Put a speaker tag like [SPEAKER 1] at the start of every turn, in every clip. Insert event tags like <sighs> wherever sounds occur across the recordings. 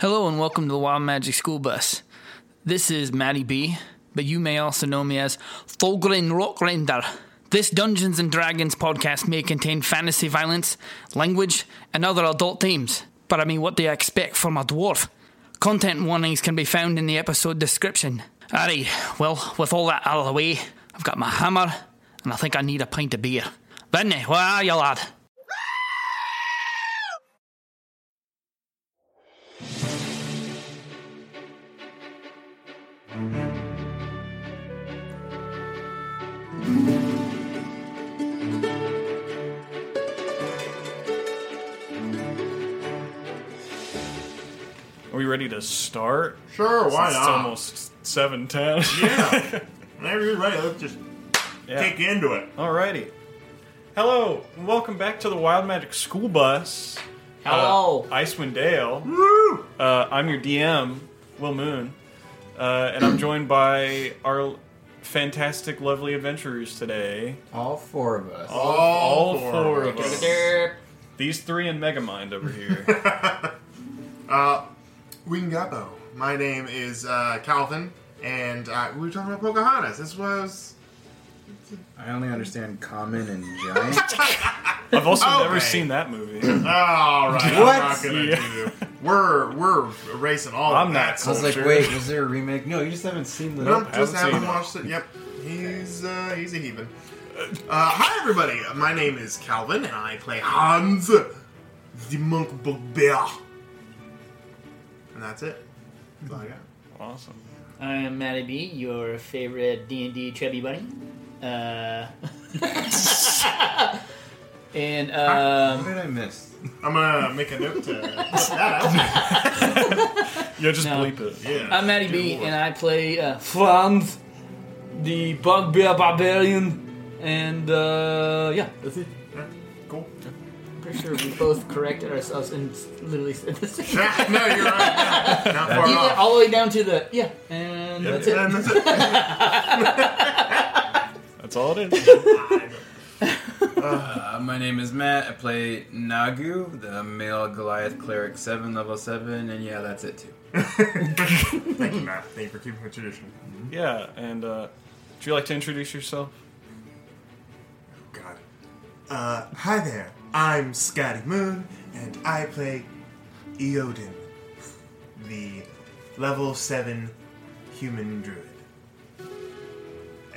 [SPEAKER 1] Hello and welcome to the Wild Magic School Bus. This is Matty B, but you may also know me as Folgren Rockrender. This Dungeons and Dragons podcast may contain fantasy violence, language, and other adult themes, but I mean what do you expect from a dwarf? Content warnings can be found in the episode description. Alright, well, with all that out of the way, I've got my hammer, and I think I need a pint of beer. Vinny, where are you, lad?
[SPEAKER 2] Are we ready to start?
[SPEAKER 3] Sure,
[SPEAKER 2] Since
[SPEAKER 3] why
[SPEAKER 2] It's
[SPEAKER 3] not?
[SPEAKER 2] almost seven ten. <laughs>
[SPEAKER 3] Yeah. Whenever you're ready, let's just kick into it.
[SPEAKER 2] Alrighty. Hello, and welcome back to the Wild Magic School Bus.
[SPEAKER 1] Hello.
[SPEAKER 2] Uh, Icewind Dale. Uh, I'm your DM, Will Moon, uh, and I'm joined by our fantastic, lovely adventurers today.
[SPEAKER 4] All four of us.
[SPEAKER 2] All, all four, of us. These three and Megamind over here.
[SPEAKER 3] Uh, Wingapo. My name is uh, Calvin, and uh, we were talking about Pocahontas. This
[SPEAKER 2] <coughs>
[SPEAKER 3] was.
[SPEAKER 4] I only understand common and giant.
[SPEAKER 2] <laughs> I've also never
[SPEAKER 3] Okay.
[SPEAKER 2] seen that movie.
[SPEAKER 3] <clears throat> All right,
[SPEAKER 4] What?
[SPEAKER 3] I'm not gonna
[SPEAKER 2] Yeah.
[SPEAKER 3] do. We're we're erasing
[SPEAKER 2] <laughs>
[SPEAKER 3] all.
[SPEAKER 2] I'm
[SPEAKER 3] of
[SPEAKER 2] not
[SPEAKER 3] that.
[SPEAKER 4] I was like,
[SPEAKER 2] Culture. <laughs>
[SPEAKER 4] wait, was there a remake? No, you just haven't seen the.
[SPEAKER 3] Nope,
[SPEAKER 2] haven't
[SPEAKER 3] just
[SPEAKER 2] seen
[SPEAKER 3] haven't
[SPEAKER 2] it.
[SPEAKER 3] watched it. Yep, he's uh, he's a heathen. Uh, hi everybody. My name is Calvin, and I play Hans, the monk bugbear. And that's it. That's all I got.
[SPEAKER 2] awesome.
[SPEAKER 5] I'm Matty B, your favorite D and D chubby bunny. Uh, <laughs> and
[SPEAKER 4] What
[SPEAKER 5] um,
[SPEAKER 4] did I miss?
[SPEAKER 3] I'm gonna make a note to
[SPEAKER 4] <laughs>
[SPEAKER 3] put that out.
[SPEAKER 2] <laughs> Yeah, just
[SPEAKER 5] No.
[SPEAKER 2] bleep it.
[SPEAKER 3] Yeah.
[SPEAKER 5] I'm Matty B,
[SPEAKER 3] Good lord.
[SPEAKER 5] and I play uh, Franz, the bugbear barbarian. And uh, yeah, that's it. <laughs>
[SPEAKER 3] Cool.
[SPEAKER 5] Pretty sure we both corrected ourselves and s- literally said the same.
[SPEAKER 3] no, you're right. No, not far
[SPEAKER 5] Even
[SPEAKER 3] off.
[SPEAKER 5] all the way down to the yeah, and that's it.
[SPEAKER 3] And that's
[SPEAKER 5] <laughs>
[SPEAKER 3] it.
[SPEAKER 2] That's all it is.
[SPEAKER 3] <laughs>
[SPEAKER 4] Uh, my name is Matt. I play Nagu, the male Goliath cleric, seven level seven, and yeah, that's it too.
[SPEAKER 3] <laughs> Thank you, Matt. Thank you for keeping the tradition.
[SPEAKER 2] yeah, and uh, would you like to introduce yourself?
[SPEAKER 3] God. Uh, hi there. I'm Scotty Moon, and I play Eodin, the level 7 human druid.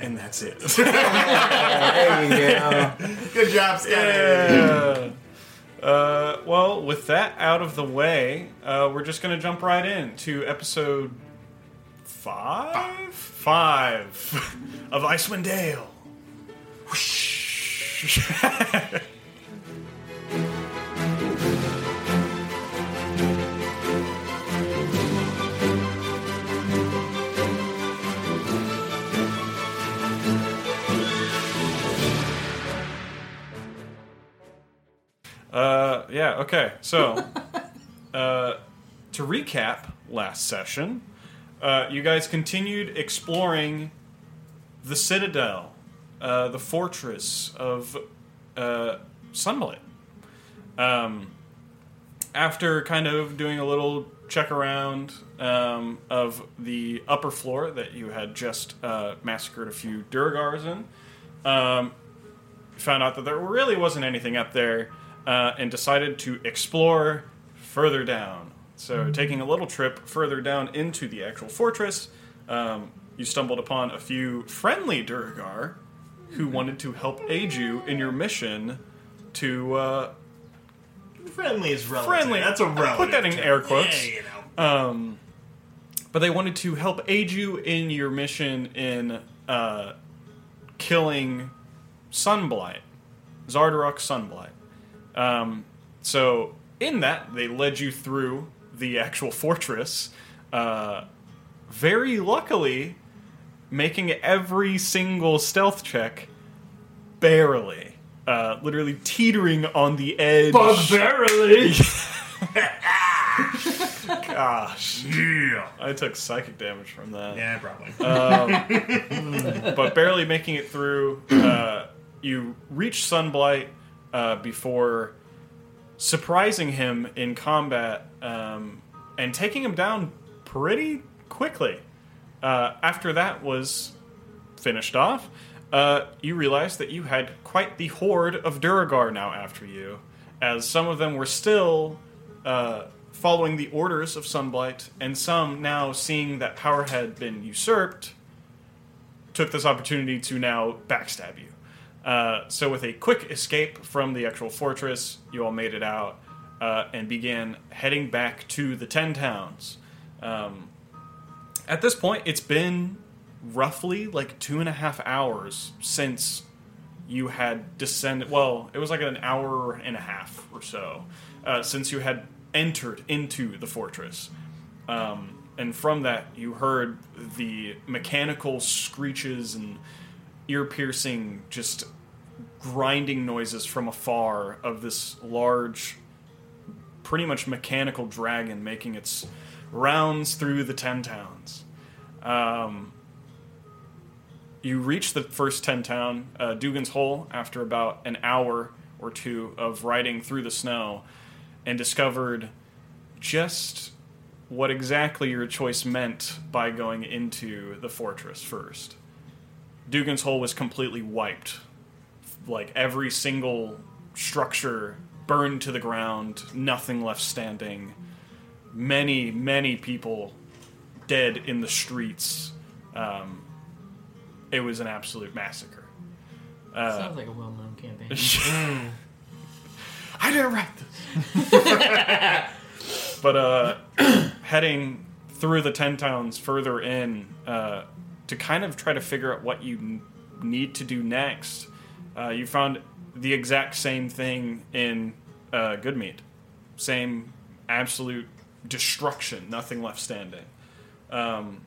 [SPEAKER 3] And that's it.
[SPEAKER 4] There you go.
[SPEAKER 3] <laughs> Good job, Scotty.
[SPEAKER 2] Yeah. uh, well, with that out of the way, uh, we're just going to jump right in to episode five? Five, <laughs> of Icewind Dale. Whoosh. <laughs> Uh, yeah, okay. So, uh, to recap last session, uh, you guys continued exploring the citadel, uh, the fortress of uh, Sunlit. Um, after kind of doing a little check around um, of the upper floor that you had just uh, massacred a few Durgars in, um, found out that there really wasn't anything up there. uh, and decided to explore further down. So, taking a little trip further down into the actual fortress, um, you stumbled upon a few friendly Durgar who wanted to help aid you in your mission to uh,
[SPEAKER 3] Friendly is relative.
[SPEAKER 2] Friendly.
[SPEAKER 3] That's a
[SPEAKER 2] I put
[SPEAKER 3] relative.
[SPEAKER 2] that in
[SPEAKER 3] term.
[SPEAKER 2] air quotes.
[SPEAKER 3] Yeah, you know.
[SPEAKER 2] Um, but they wanted to help aid you in your mission in uh, killing Sunblight, Zardarok Sunblight. Um, so in that, they led you through the actual <laughs> fortress. Uh, very luckily, making every single stealth check barely. Uh, literally teetering on the edge.
[SPEAKER 5] Barbarily!
[SPEAKER 2] Gosh.
[SPEAKER 3] yeah.
[SPEAKER 2] I took psychic damage from that. Um,
[SPEAKER 3] Yeah, probably.
[SPEAKER 2] But barely making it through, uh, you reach Sunblight uh, before surprising him in combat um, and taking him down pretty quickly. Uh, after that was finished off, uh, you realized that you had quite the horde of Duragar now after you, as some of them were still uh, following the orders of Sunblight, and some now seeing that power had been usurped, took this opportunity to now backstab you. Uh, so, with a quick escape from the actual fortress, you all made it out uh, and began heading back to the Ten Towns. Um, at this point, it's been roughly like two and a half hours since you had descended. Well, it was like an hour and a half or so uh, since you had entered into the fortress. Um, and from that, you heard the mechanical screeches and ear piercing, just grinding noises from afar of this large, pretty much mechanical dragon making its rounds through the ten towns. Um, you reach the first 10 town, uh, Dugan's Hole, after about an hour or two of riding through the snow and discovered just what exactly your choice meant by going into the fortress first. Dugan's Hole was completely wiped. Like every single structure burned to the ground, nothing left standing. Many, many people dead in the streets. Um, it was an absolute massacre. Uh,
[SPEAKER 6] Sounds like a well-known
[SPEAKER 2] <laughs>
[SPEAKER 6] campaign.
[SPEAKER 2] I didn't write this. <laughs> but uh, <clears throat> heading through the ten towns further in uh, to kind of try to figure out what you n- need to do next, uh, you found the exact same thing in uh, Goodmead. Same absolute destruction, nothing left standing. Um,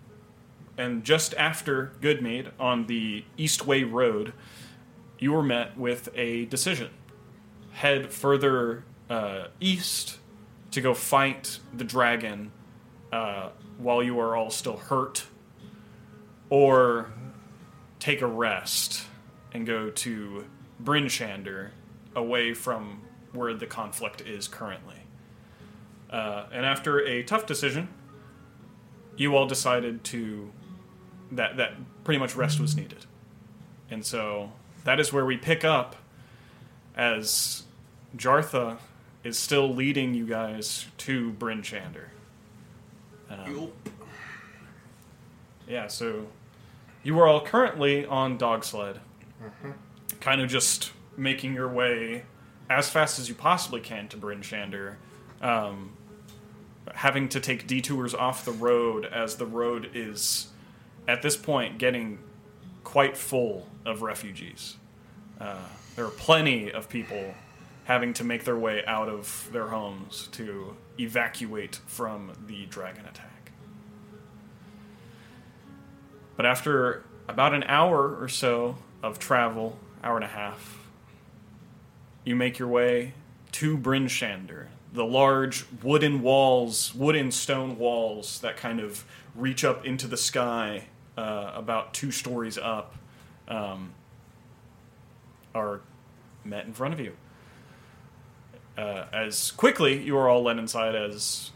[SPEAKER 2] and just after Goodmead on the Eastway Road, you were met with a decision head further uh, east to go fight the dragon uh, while you are all still hurt, or take a rest and go to Brynshander, away from where the conflict is currently. Uh, and after a tough decision, you all decided to that that pretty much rest was needed, and so that is where we pick up as Jartha is still leading you guys to Bryn Chander. Um, yeah, so you are all currently on dog sled, kind of just making your way as fast as you possibly can to Bryn Chander, um, having to take detours off the road as the road is at this point getting quite full of refugees. Uh, there are plenty of people having to make their way out of their homes to evacuate from the dragon attack. But after about an hour or so of travel, hour and a half, you make your way to Brynshander. The large wooden walls, wooden stone walls that kind of reach up into the sky, uh, about two stories up, um, are met in front of you. Uh, as quickly, you are all led inside as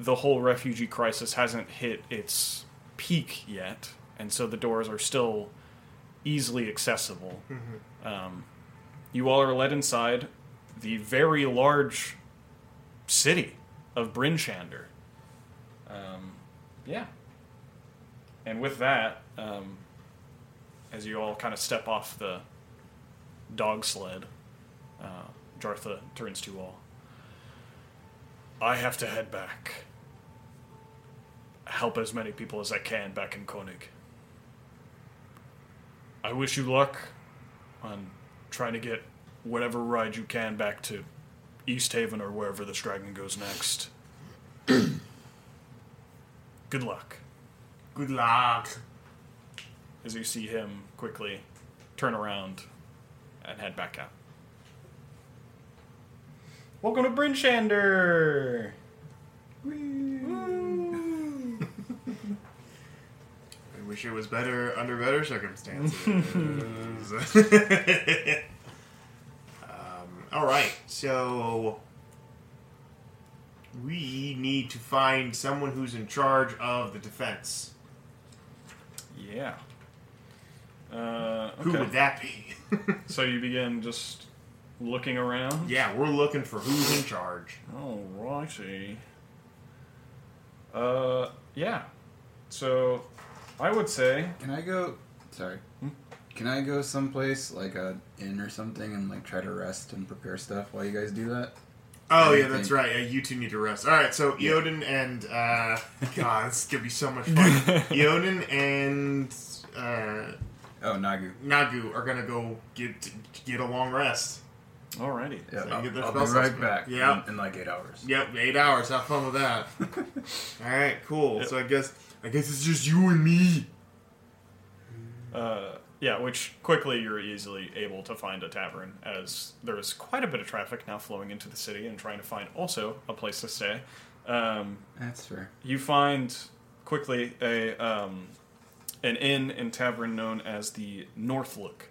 [SPEAKER 2] the whole refugee crisis hasn't hit its peak yet, and so the doors are still easily accessible. Um, you all are led inside the very large city of Brinchander. Um, yeah. And with that, um, as you all kind of step off the dog sled, uh, Jartha turns to you all. I have to head back. Help as many people as I can back in Koenig. I wish you luck on trying to get whatever ride you can back to East Haven or wherever this dragon goes next. <clears throat> Good luck.
[SPEAKER 3] Good luck.
[SPEAKER 2] As you see him quickly turn around and head back out. Welcome to Brinchander!
[SPEAKER 3] I wish it was better under better circumstances. <laughs> um, all right, so we need to find someone who's in charge of the defense.
[SPEAKER 2] Yeah. Uh, okay.
[SPEAKER 3] Who would that be? <laughs>
[SPEAKER 2] So you begin just looking around?
[SPEAKER 3] yeah, we're looking for who's in charge.
[SPEAKER 2] Alrighty. Uh, yeah. So, I would say Hmm?
[SPEAKER 4] Can I go? Sorry. Can I go someplace like a inn or something and like try to rest and prepare stuff while you guys do that?
[SPEAKER 3] Oh yeah,
[SPEAKER 4] Anything.
[SPEAKER 3] that's right. Yeah, you two need to rest. All right, so Eodin and uh, God, this is gonna be so much fun. Eodin and uh,
[SPEAKER 4] Oh, Nagu.
[SPEAKER 3] Nagu are gonna go get get a long rest.
[SPEAKER 2] Alrighty.
[SPEAKER 4] Yeah,
[SPEAKER 3] So you
[SPEAKER 4] I'll,
[SPEAKER 3] get the
[SPEAKER 4] I'll
[SPEAKER 3] spell
[SPEAKER 4] be right
[SPEAKER 3] slots
[SPEAKER 4] back.
[SPEAKER 3] back. Yeah.
[SPEAKER 4] in, in like eight hours.
[SPEAKER 3] Yep, eight hours. Have fun with
[SPEAKER 4] <laughs>
[SPEAKER 3] that. All right, cool. So I guess I guess it's just you and me.
[SPEAKER 2] Uh, yeah, which quickly you're easily able to find a tavern, as there is quite a bit of traffic now flowing into the city and trying to find also a place to stay. Um,
[SPEAKER 4] That's fair.
[SPEAKER 2] you find quickly a um, an inn and tavern known as the North Look.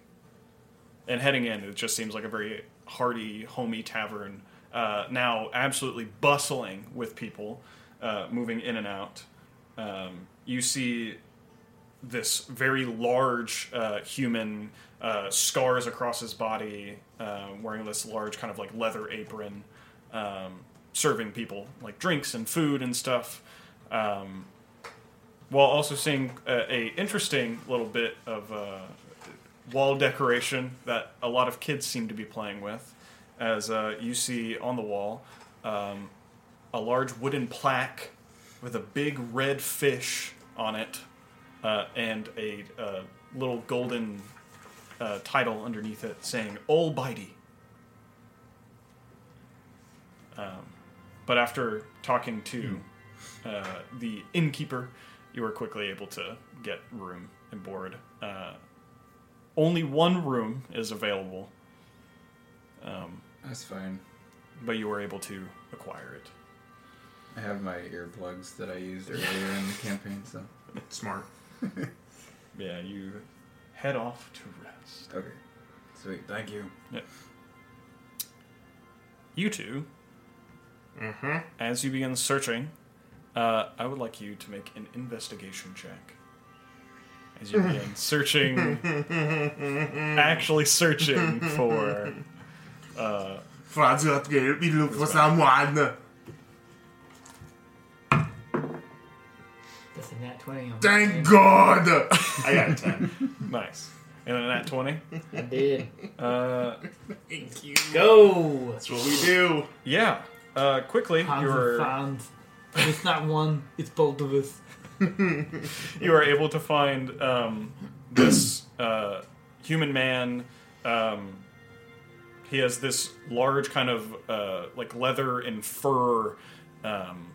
[SPEAKER 2] And heading in, it just seems like a very hearty, homey tavern. Uh, now absolutely bustling with people uh, moving in and out. Um, you see this very large uh, human, uh, scars across his body, uh, wearing this large kind of like leather apron, um, serving people like drinks and food and stuff. Um, while also seeing a, a interesting little bit of uh, wall decoration that a lot of kids seem to be playing with, as uh, you see on the wall um, a large wooden plaque with a big red fish on it uh, and a uh, little golden uh, title underneath it saying "All Bitey." Um, Um, but after talking to
[SPEAKER 4] Hmm.
[SPEAKER 2] uh, the innkeeper, you were quickly able to get room and board. Uh, only one room is available, Um,
[SPEAKER 4] That's fine.
[SPEAKER 2] but you were able to acquire it.
[SPEAKER 4] I have my earplugs that I used earlier
[SPEAKER 2] <laughs>
[SPEAKER 4] in the campaign, so
[SPEAKER 3] Smart.
[SPEAKER 2] Yeah, you head off to rest.
[SPEAKER 4] okay. Sweet. Thank you.
[SPEAKER 2] Yeah. You 2
[SPEAKER 3] Mm-hmm.
[SPEAKER 2] as you begin searching, uh, I would like you to make an investigation check. As you
[SPEAKER 3] <laughs>
[SPEAKER 2] begin searching, actually searching
[SPEAKER 3] <laughs>
[SPEAKER 2] for.
[SPEAKER 3] Franz got to help me look for someone.
[SPEAKER 6] That's a nat 20 on
[SPEAKER 3] Thank God. I got a ten.
[SPEAKER 2] <laughs> Nice. And then Uh, at 20?
[SPEAKER 6] I did.
[SPEAKER 3] Thank you.
[SPEAKER 6] Go!
[SPEAKER 3] That's what we do.
[SPEAKER 2] Yeah. Uh, quickly,
[SPEAKER 6] Hans
[SPEAKER 2] you
[SPEAKER 6] and
[SPEAKER 2] were,
[SPEAKER 6] Franz. And It's not one, it's both of us.
[SPEAKER 2] <laughs> you were able to find um, this uh, human man. Um, he has this large kind of uh, like leather and fur um,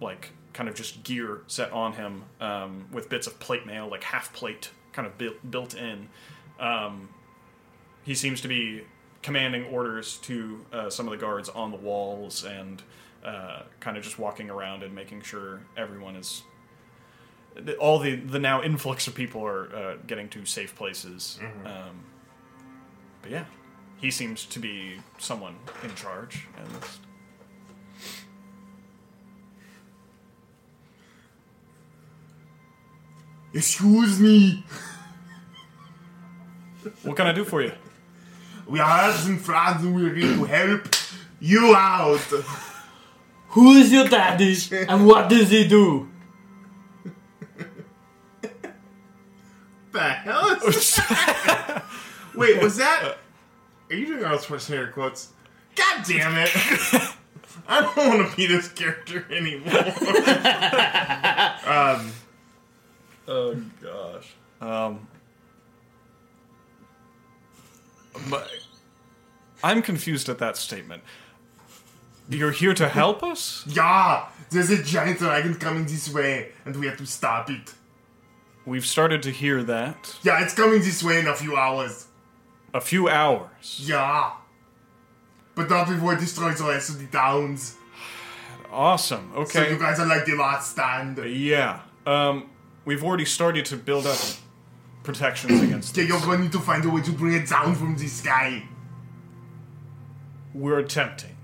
[SPEAKER 2] like kind of just gear set on him um, with bits of plate mail like half plate kind of built, built in um, he seems to be commanding orders to uh, some of the guards on the walls and uh, kind of just walking around and making sure everyone is th- all the the now influx of people are uh, getting to safe places um, but yeah he seems to be someone in charge and
[SPEAKER 3] Excuse me.
[SPEAKER 2] what can i do for you
[SPEAKER 3] We are some friends and we're here to help you out.
[SPEAKER 6] Who is your daddy and what does he do?
[SPEAKER 3] the hell
[SPEAKER 2] <laughs>
[SPEAKER 3] is that? Wait, was that? Are you doing Arnold Schwarzenegger quotes? God damn it!
[SPEAKER 2] <laughs>
[SPEAKER 3] I don't want to be this character anymore. um,
[SPEAKER 2] Oh gosh. Um. But I'm confused at that statement. You're here to help us?
[SPEAKER 3] yeah, there's a giant dragon coming this way, and we have to stop it.
[SPEAKER 2] We've started to hear that.
[SPEAKER 3] Yeah, it's coming this way in a few hours.
[SPEAKER 2] A few hours.
[SPEAKER 3] Yeah, but not before it destroys the rest of the towns.
[SPEAKER 2] Awesome.
[SPEAKER 3] So you
[SPEAKER 2] Okay.
[SPEAKER 3] guys are like the last stand.
[SPEAKER 2] yeah. Um. We've already started to build up protections against
[SPEAKER 3] Yeah, you're
[SPEAKER 2] this.
[SPEAKER 3] going to need to find a way to bring it down from the sky.
[SPEAKER 2] We're attempting.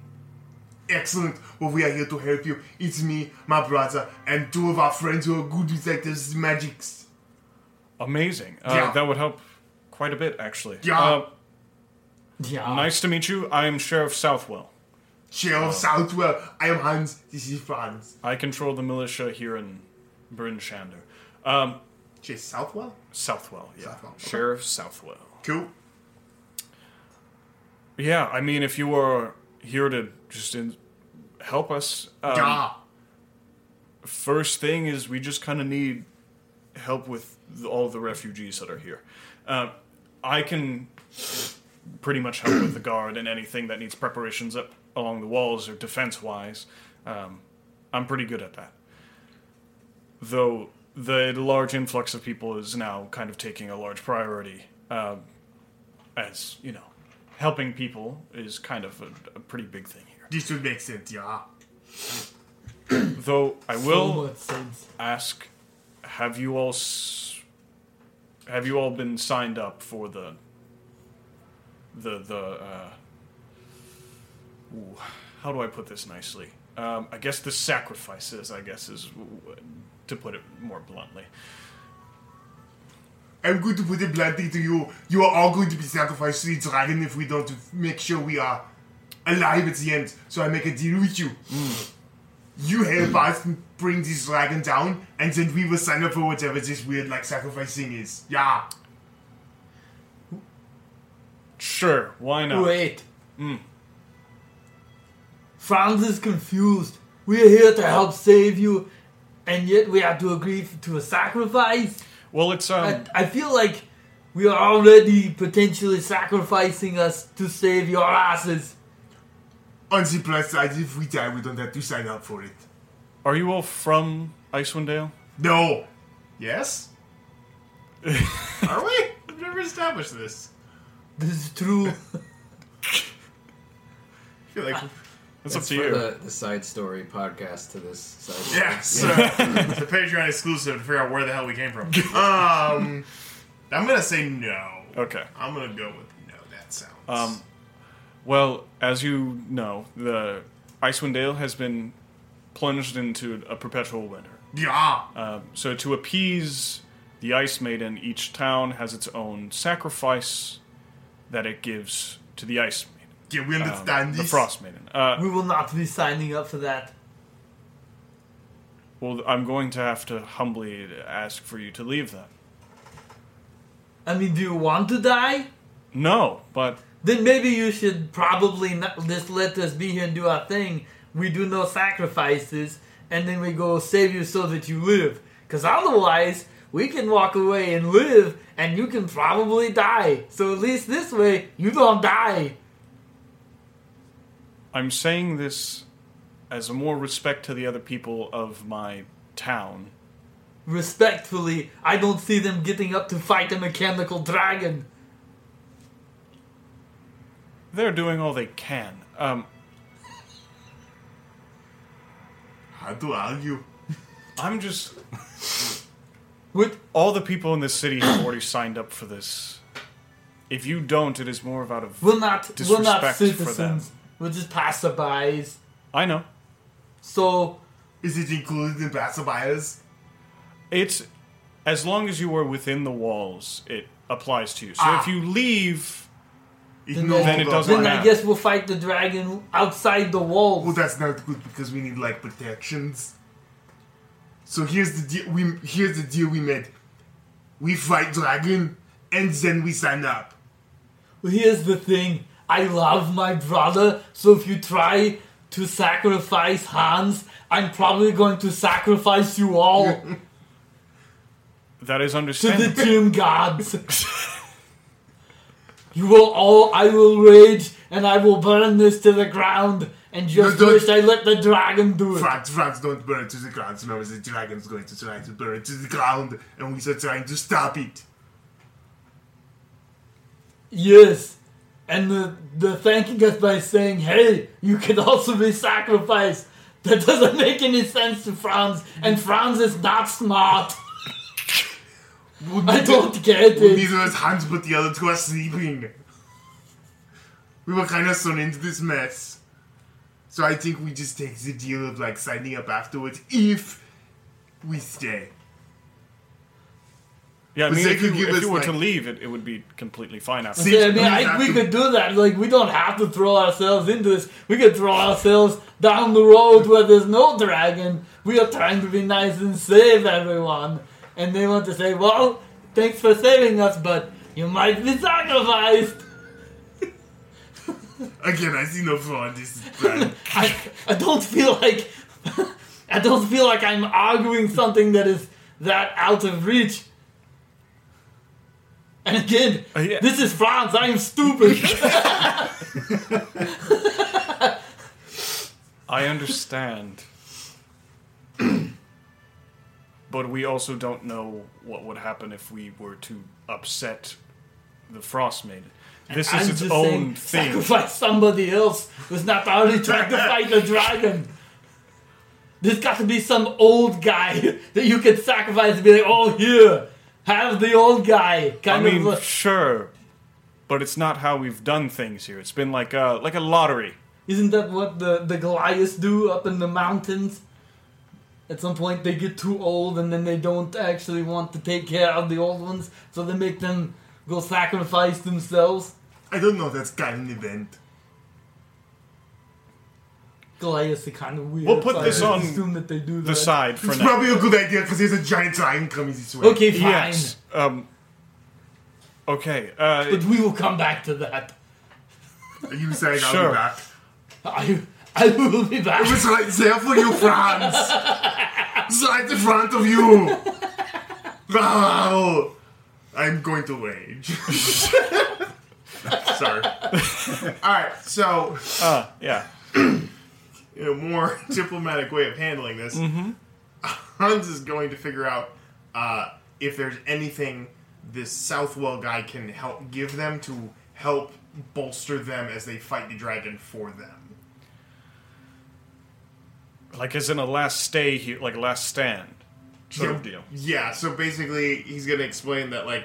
[SPEAKER 3] Excellent. Well, we are here to help you. It's me, my brother, and two of our friends who are good with like this magics.
[SPEAKER 2] Amazing. Uh,
[SPEAKER 3] Yeah.
[SPEAKER 2] That would help quite a bit, actually.
[SPEAKER 3] Yeah.
[SPEAKER 2] Uh,
[SPEAKER 6] Yeah.
[SPEAKER 2] nice to meet you. I'm Sheriff Southwell.
[SPEAKER 3] Sheriff Southwell, I am Hans. This is Franz.
[SPEAKER 2] I control the militia here in Bryn Shander. Um,
[SPEAKER 3] Sheriff Southwell?
[SPEAKER 2] Southwell, yeah.
[SPEAKER 3] Southwell, okay.
[SPEAKER 2] Sheriff Southwell.
[SPEAKER 3] Cool.
[SPEAKER 2] Yeah, I mean, if you are here to just in- help us, um,
[SPEAKER 3] yeah.
[SPEAKER 2] first thing is we just kind of need help with th- all the refugees that are here. Uh, I can pretty much help with the guard and anything that needs preparations up along the walls or defense wise. Um, I'm pretty good at that. Though the large influx of people is now kind of taking a large priority, um, as you know, helping people is kind of a, a pretty big thing here.
[SPEAKER 3] This would make sense, yeah.
[SPEAKER 2] Though I will.
[SPEAKER 6] So much sense.
[SPEAKER 2] ask have you all s- have you all been signed up for the the the uh ooh, how do i put this nicely um i guess the sacrifices i guess is w- w- to put it more bluntly
[SPEAKER 3] I'm going to put it bluntly to you. You are all going to be sacrificed to the dragon if we don't make sure we are alive at the end. So I make a deal with you.
[SPEAKER 2] Hmm.
[SPEAKER 3] You help us bring this dragon down, and then we will sign up for whatever this weird like sacrifice thing is. Yeah.
[SPEAKER 2] sure why not
[SPEAKER 6] Wait.
[SPEAKER 2] Hmm.
[SPEAKER 6] Franz is confused. We are here to help save you, and yet we have to agree to a sacrifice?
[SPEAKER 2] well it's um
[SPEAKER 6] I, I feel like we are already potentially sacrificing us to save your asses.
[SPEAKER 3] On the plus side, if we die, we don't have to sign up for it.
[SPEAKER 2] are you all from icewind dale
[SPEAKER 3] No. Yes? Are we? We've never established this.
[SPEAKER 6] This is true.
[SPEAKER 3] I feel like.
[SPEAKER 2] that's, up to
[SPEAKER 4] for
[SPEAKER 2] you
[SPEAKER 4] The, the side story podcast to this side story.
[SPEAKER 3] Yeah, so
[SPEAKER 4] <laughs>
[SPEAKER 3] it's a Patreon exclusive to figure out where the hell we came from.
[SPEAKER 2] <laughs>
[SPEAKER 3] Um, I'm gonna say no.
[SPEAKER 2] okay
[SPEAKER 3] I'm gonna go with no. That sounds.
[SPEAKER 2] Um, Well, as you know, the Icewind Dale has been plunged into a perpetual winter.
[SPEAKER 3] yeah,
[SPEAKER 2] Um, so to appease the Ice Maiden, each town has its own sacrifice that it gives to the Ice Maiden,
[SPEAKER 3] yeah, we
[SPEAKER 2] um,
[SPEAKER 3] understand
[SPEAKER 2] the
[SPEAKER 3] this.
[SPEAKER 2] Frost Maiden. Uh,
[SPEAKER 6] we will not be signing up for that.
[SPEAKER 2] well, I'm going to have to humbly ask for you to leave then.
[SPEAKER 6] I mean, do you want to die?
[SPEAKER 2] No, but
[SPEAKER 6] Then maybe you should probably not just let us be here and do our thing. We do no sacrifices, and then we go save you so that you live. Because otherwise, we can walk away and live, and you can probably die. So at least this way, you don't die.
[SPEAKER 2] I'm saying this as a more respect to the other people of my town.
[SPEAKER 6] Respectfully, I don't see them getting up to fight a mechanical dragon.
[SPEAKER 2] They're doing all they can. Um,
[SPEAKER 3] How to argue?
[SPEAKER 2] I'm just.
[SPEAKER 6] What?
[SPEAKER 2] all the people in this city have
[SPEAKER 3] <coughs>
[SPEAKER 2] already signed up for this. If you don't, it is more of out of.
[SPEAKER 6] We're not, we're not
[SPEAKER 2] Disrespect for them.
[SPEAKER 6] citizens. We're just passerbys.
[SPEAKER 2] I know.
[SPEAKER 6] So,
[SPEAKER 3] Is it included in passerbyers?
[SPEAKER 2] It's as long as you are within the walls, it applies to you. So
[SPEAKER 3] Ah.
[SPEAKER 2] if you leave,
[SPEAKER 3] Ignore
[SPEAKER 2] Then it
[SPEAKER 3] the-
[SPEAKER 2] doesn't
[SPEAKER 6] Then I
[SPEAKER 2] matter.
[SPEAKER 6] guess we'll fight the dragon outside the walls.
[SPEAKER 3] Well, that's not good because we need like protections. So here's the deal. We here's the deal we made. We fight dragon, and then we sign up.
[SPEAKER 6] Here's the thing. I love my brother, so if you try to sacrifice Hans, I'm probably going to sacrifice you all
[SPEAKER 3] <laughs>
[SPEAKER 2] That is
[SPEAKER 6] to the
[SPEAKER 2] understandable.
[SPEAKER 6] gym gods. you will all, I will rage, and I will burn this to the ground, and just
[SPEAKER 3] No, don't-
[SPEAKER 6] wish I let the dragon do it.
[SPEAKER 3] France, France, don't burn it to the ground. Remember, the dragon's going to try to burn it to the ground, and we are trying to stop it.
[SPEAKER 6] Yes. And the, the thanking us by saying, hey, you can also be sacrificed. That doesn't make any sense to Franz, and Franz is not smart.
[SPEAKER 3] Well,
[SPEAKER 6] I don't get
[SPEAKER 3] Well,
[SPEAKER 6] it.
[SPEAKER 3] neither is Hans, but the other two are sleeping. We were kind of thrown into this mess. So I think we just take the deal of like signing up afterwards if we stay.
[SPEAKER 2] yeah, I
[SPEAKER 3] But
[SPEAKER 2] mean,
[SPEAKER 3] they
[SPEAKER 2] if you,
[SPEAKER 3] could give
[SPEAKER 2] if
[SPEAKER 3] us,
[SPEAKER 2] you were to
[SPEAKER 3] like-
[SPEAKER 2] leave, it, it would be completely fine after.
[SPEAKER 3] See-
[SPEAKER 6] Yeah, I mean, I, we could do that. Like, we don't have to throw ourselves into this. We could throw ourselves down the road where there's no dragon. We are trying to be nice and save everyone. And they want to say, well, thanks for saving us, but you might be sacrificed.
[SPEAKER 3] <laughs> Again, I see no flaw in this plan.
[SPEAKER 6] <laughs> I, I don't feel like <laughs> I don't feel like I'm arguing something that is that out of reach. And again,
[SPEAKER 2] yeah.
[SPEAKER 6] <laughs> this is France. I am
[SPEAKER 3] <laughs>
[SPEAKER 6] stupid.
[SPEAKER 2] I understand. <clears throat> but we also don't know what would happen if we were to upset the Frost Maiden. This
[SPEAKER 6] I'm
[SPEAKER 2] is its
[SPEAKER 6] just
[SPEAKER 2] own
[SPEAKER 6] saying,
[SPEAKER 2] thing.
[SPEAKER 6] sacrifice somebody else who's not already trying to fight a dragon. There's got to be some old guy <laughs> that you can sacrifice and be like, oh, here, have the old guy.
[SPEAKER 2] I
[SPEAKER 6] Kind
[SPEAKER 2] mean,
[SPEAKER 6] of. uh,
[SPEAKER 2] sure, but it's not how we've done things here. It's been like a like a lottery.
[SPEAKER 6] Isn't that what the, the Goliaths do up in the mountains? At some point, they get too old and then they don't actually want to take care of the old ones, so they make them go sacrifice themselves.
[SPEAKER 3] I don't know, that's kind of an event.
[SPEAKER 6] Goliaths are kind of weird.
[SPEAKER 2] We'll put
[SPEAKER 6] so I
[SPEAKER 2] this
[SPEAKER 6] just
[SPEAKER 2] on
[SPEAKER 6] assume that they do
[SPEAKER 2] The
[SPEAKER 6] that.
[SPEAKER 2] side for
[SPEAKER 3] It's
[SPEAKER 2] now.
[SPEAKER 3] probably a good idea because there's a giant dragon coming this way.
[SPEAKER 6] <laughs> Okay, fine.
[SPEAKER 2] Yes. Um. Okay. Uh.
[SPEAKER 6] But we will come back to that.
[SPEAKER 3] Are you saying I'll
[SPEAKER 2] Sure.
[SPEAKER 3] be back?
[SPEAKER 6] I, I will be back.
[SPEAKER 3] It was right there for you, Franz! it's right in front of you! Wow! I'm going to rage. <laughs> Sorry. Alright, so,
[SPEAKER 2] Uh. Yeah.
[SPEAKER 3] <clears throat> in a more <laughs> diplomatic way of handling this,
[SPEAKER 2] Mm-hmm.
[SPEAKER 3] Hans is going to figure out uh, if there's anything this Southwell guy can help give them to help bolster them as they fight the dragon for them.
[SPEAKER 2] Like as in a last stay here, like last stand. Sort
[SPEAKER 3] yeah,
[SPEAKER 2] of deal.
[SPEAKER 3] Yeah, so basically he's gonna explain that like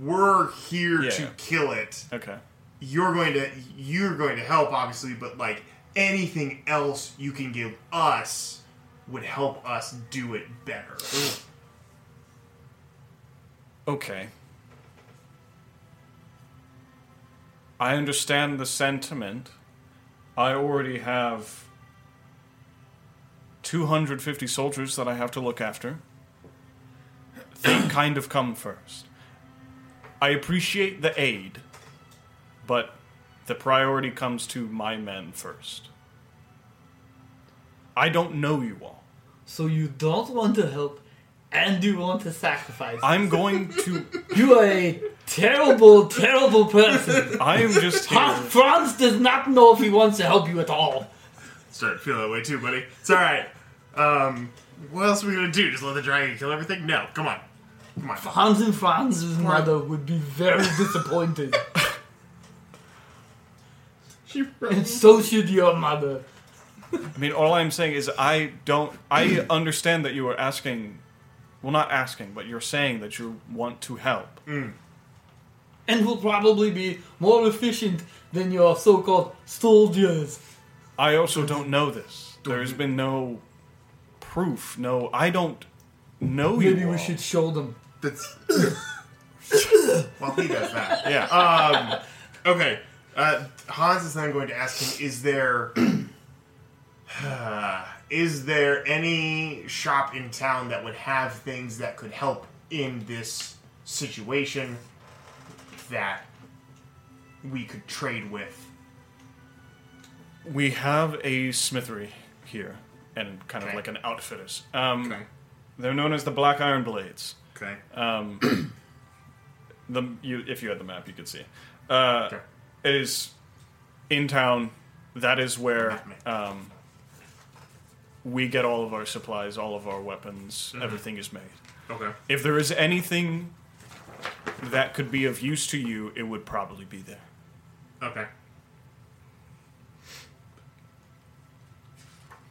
[SPEAKER 3] we're here
[SPEAKER 2] Yeah.
[SPEAKER 3] to kill it.
[SPEAKER 2] Okay.
[SPEAKER 3] You're going to you're going to help obviously, but like anything else you can give us would help us do it better.
[SPEAKER 2] Okay. I understand the sentiment. I already have 250 soldiers that I have to look after. They <coughs> kind of come first. I appreciate the aid, but the priority comes to my men first. I don't know you all.
[SPEAKER 6] So you don't want to help, <laughs> and you want to sacrifice.
[SPEAKER 2] I'm going to.
[SPEAKER 6] <laughs> you are a
[SPEAKER 3] <laughs>
[SPEAKER 6] terrible, terrible person.
[SPEAKER 2] <laughs> I am just
[SPEAKER 6] Hans-
[SPEAKER 2] here.
[SPEAKER 6] Franz does not know if he wants to help you at all.
[SPEAKER 3] Starting to feel that way too, buddy. It's alright. Um what else are we gonna do? Just let the dragon kill everything? No, come on. Come on.
[SPEAKER 6] Hans and Franz's mother would be very disappointed. and so should your mother.
[SPEAKER 2] I mean, all I'm saying is I don't. I understand that you are asking, well, not asking, but you're saying that you want to help.
[SPEAKER 6] And will probably be more efficient than your so called soldiers.
[SPEAKER 2] I also don't know this. There has been no proof. No, I don't know you.
[SPEAKER 6] Maybe
[SPEAKER 2] all.
[SPEAKER 6] we should show them. <coughs>
[SPEAKER 3] That's Well he does that. um,
[SPEAKER 2] Yeah.
[SPEAKER 3] Okay. Uh, Hans is then going to ask him, "Is there, <sighs> is there any shop in town that would have things that could help in this situation that we could trade with?"
[SPEAKER 2] We have a smithery here, and kind of
[SPEAKER 3] Okay.
[SPEAKER 2] like an outfitters. Um,
[SPEAKER 3] Okay.
[SPEAKER 2] They're known as the Black Iron Blades. Um,
[SPEAKER 3] Okay. <clears throat>
[SPEAKER 2] The you, if you had the map, you could see. Uh,
[SPEAKER 3] Okay.
[SPEAKER 2] It is in town. That is where um, we get all of our supplies, all of our weapons.
[SPEAKER 3] Mm-hmm.
[SPEAKER 2] Everything is made.
[SPEAKER 3] okay.
[SPEAKER 2] If there is anything that could be of use to you, it would probably be there.
[SPEAKER 3] Okay.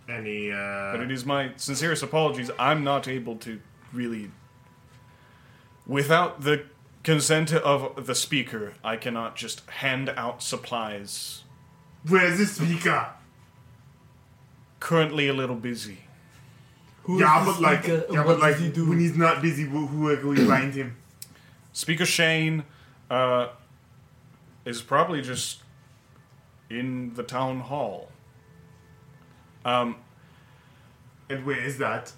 [SPEAKER 3] Any
[SPEAKER 2] But
[SPEAKER 3] uh
[SPEAKER 2] it is my sincerest apologies. I'm not able to really. Without the consent of the speaker, I cannot just hand out supplies.
[SPEAKER 3] Where's the speaker?
[SPEAKER 2] Currently a little busy.
[SPEAKER 6] Who
[SPEAKER 3] Yeah,
[SPEAKER 6] is
[SPEAKER 3] but
[SPEAKER 6] this
[SPEAKER 3] like
[SPEAKER 6] nigga and
[SPEAKER 3] yeah,
[SPEAKER 6] what
[SPEAKER 3] but
[SPEAKER 6] does
[SPEAKER 3] like
[SPEAKER 6] he do?
[SPEAKER 3] when he's not busy who, who can we find him?
[SPEAKER 2] Speaker Shane uh, is probably just in the town hall. Um,
[SPEAKER 3] And where is that?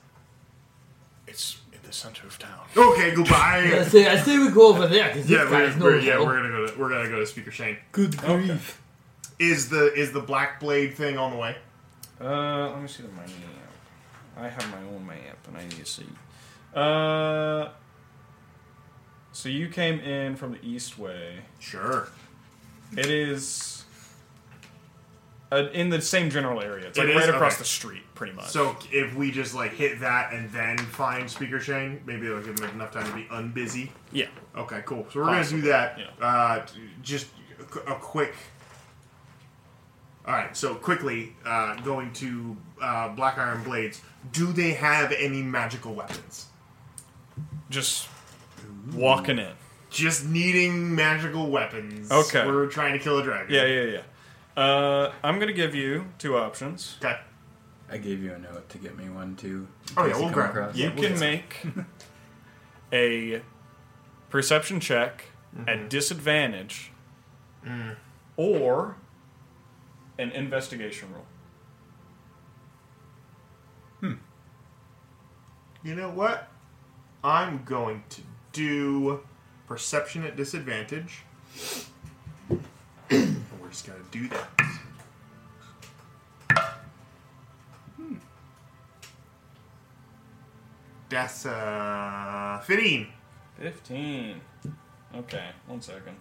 [SPEAKER 2] It's in the center of town.
[SPEAKER 3] Okay, goodbye.
[SPEAKER 6] <laughs> I say, I say we go over there because
[SPEAKER 3] yeah,
[SPEAKER 6] this
[SPEAKER 3] we're,
[SPEAKER 6] guy's no
[SPEAKER 3] we're- yeah,
[SPEAKER 6] help.
[SPEAKER 3] we're gonna go to we're gonna go to Speaker Shane.
[SPEAKER 6] Good grief.
[SPEAKER 3] Is the is the black blade thing on the way?
[SPEAKER 2] Uh, let me see the my map. I have my own map, and I need to see. Uh, so you came in from the east way.
[SPEAKER 3] Sure.
[SPEAKER 2] It is uh, in the same general area. It's like
[SPEAKER 3] It
[SPEAKER 2] right
[SPEAKER 3] is?
[SPEAKER 2] across
[SPEAKER 3] Okay.
[SPEAKER 2] the street, pretty much.
[SPEAKER 3] So if we just like hit that and then find Speaker Shane, maybe it'll give him enough time to be unbusy.
[SPEAKER 2] yeah,
[SPEAKER 3] Okay, cool. So we're going to do that.
[SPEAKER 2] Yeah.
[SPEAKER 3] Uh, just a qu- a quick. All right. So quickly, uh, going to uh, Black Iron Blades. Do they have any magical weapons?
[SPEAKER 2] just walking in.
[SPEAKER 3] Just needing magical weapons.
[SPEAKER 2] Okay.
[SPEAKER 3] We're trying to kill a dragon.
[SPEAKER 2] Yeah, yeah, yeah. Uh, I'm gonna give you two options.
[SPEAKER 3] Okay.
[SPEAKER 4] I gave you a note to get me one too. in
[SPEAKER 3] Oh, yeah,
[SPEAKER 4] case you
[SPEAKER 3] we'll
[SPEAKER 4] come
[SPEAKER 3] grab
[SPEAKER 4] across.
[SPEAKER 2] You can make a perception check
[SPEAKER 4] Mm-hmm.
[SPEAKER 2] at disadvantage
[SPEAKER 3] Mm.
[SPEAKER 2] or an investigation roll.
[SPEAKER 3] You know what? I'm going to do perception at disadvantage. And We're just gonna do that. Hmm. That's uh fitting.
[SPEAKER 2] 15. Okay, one second.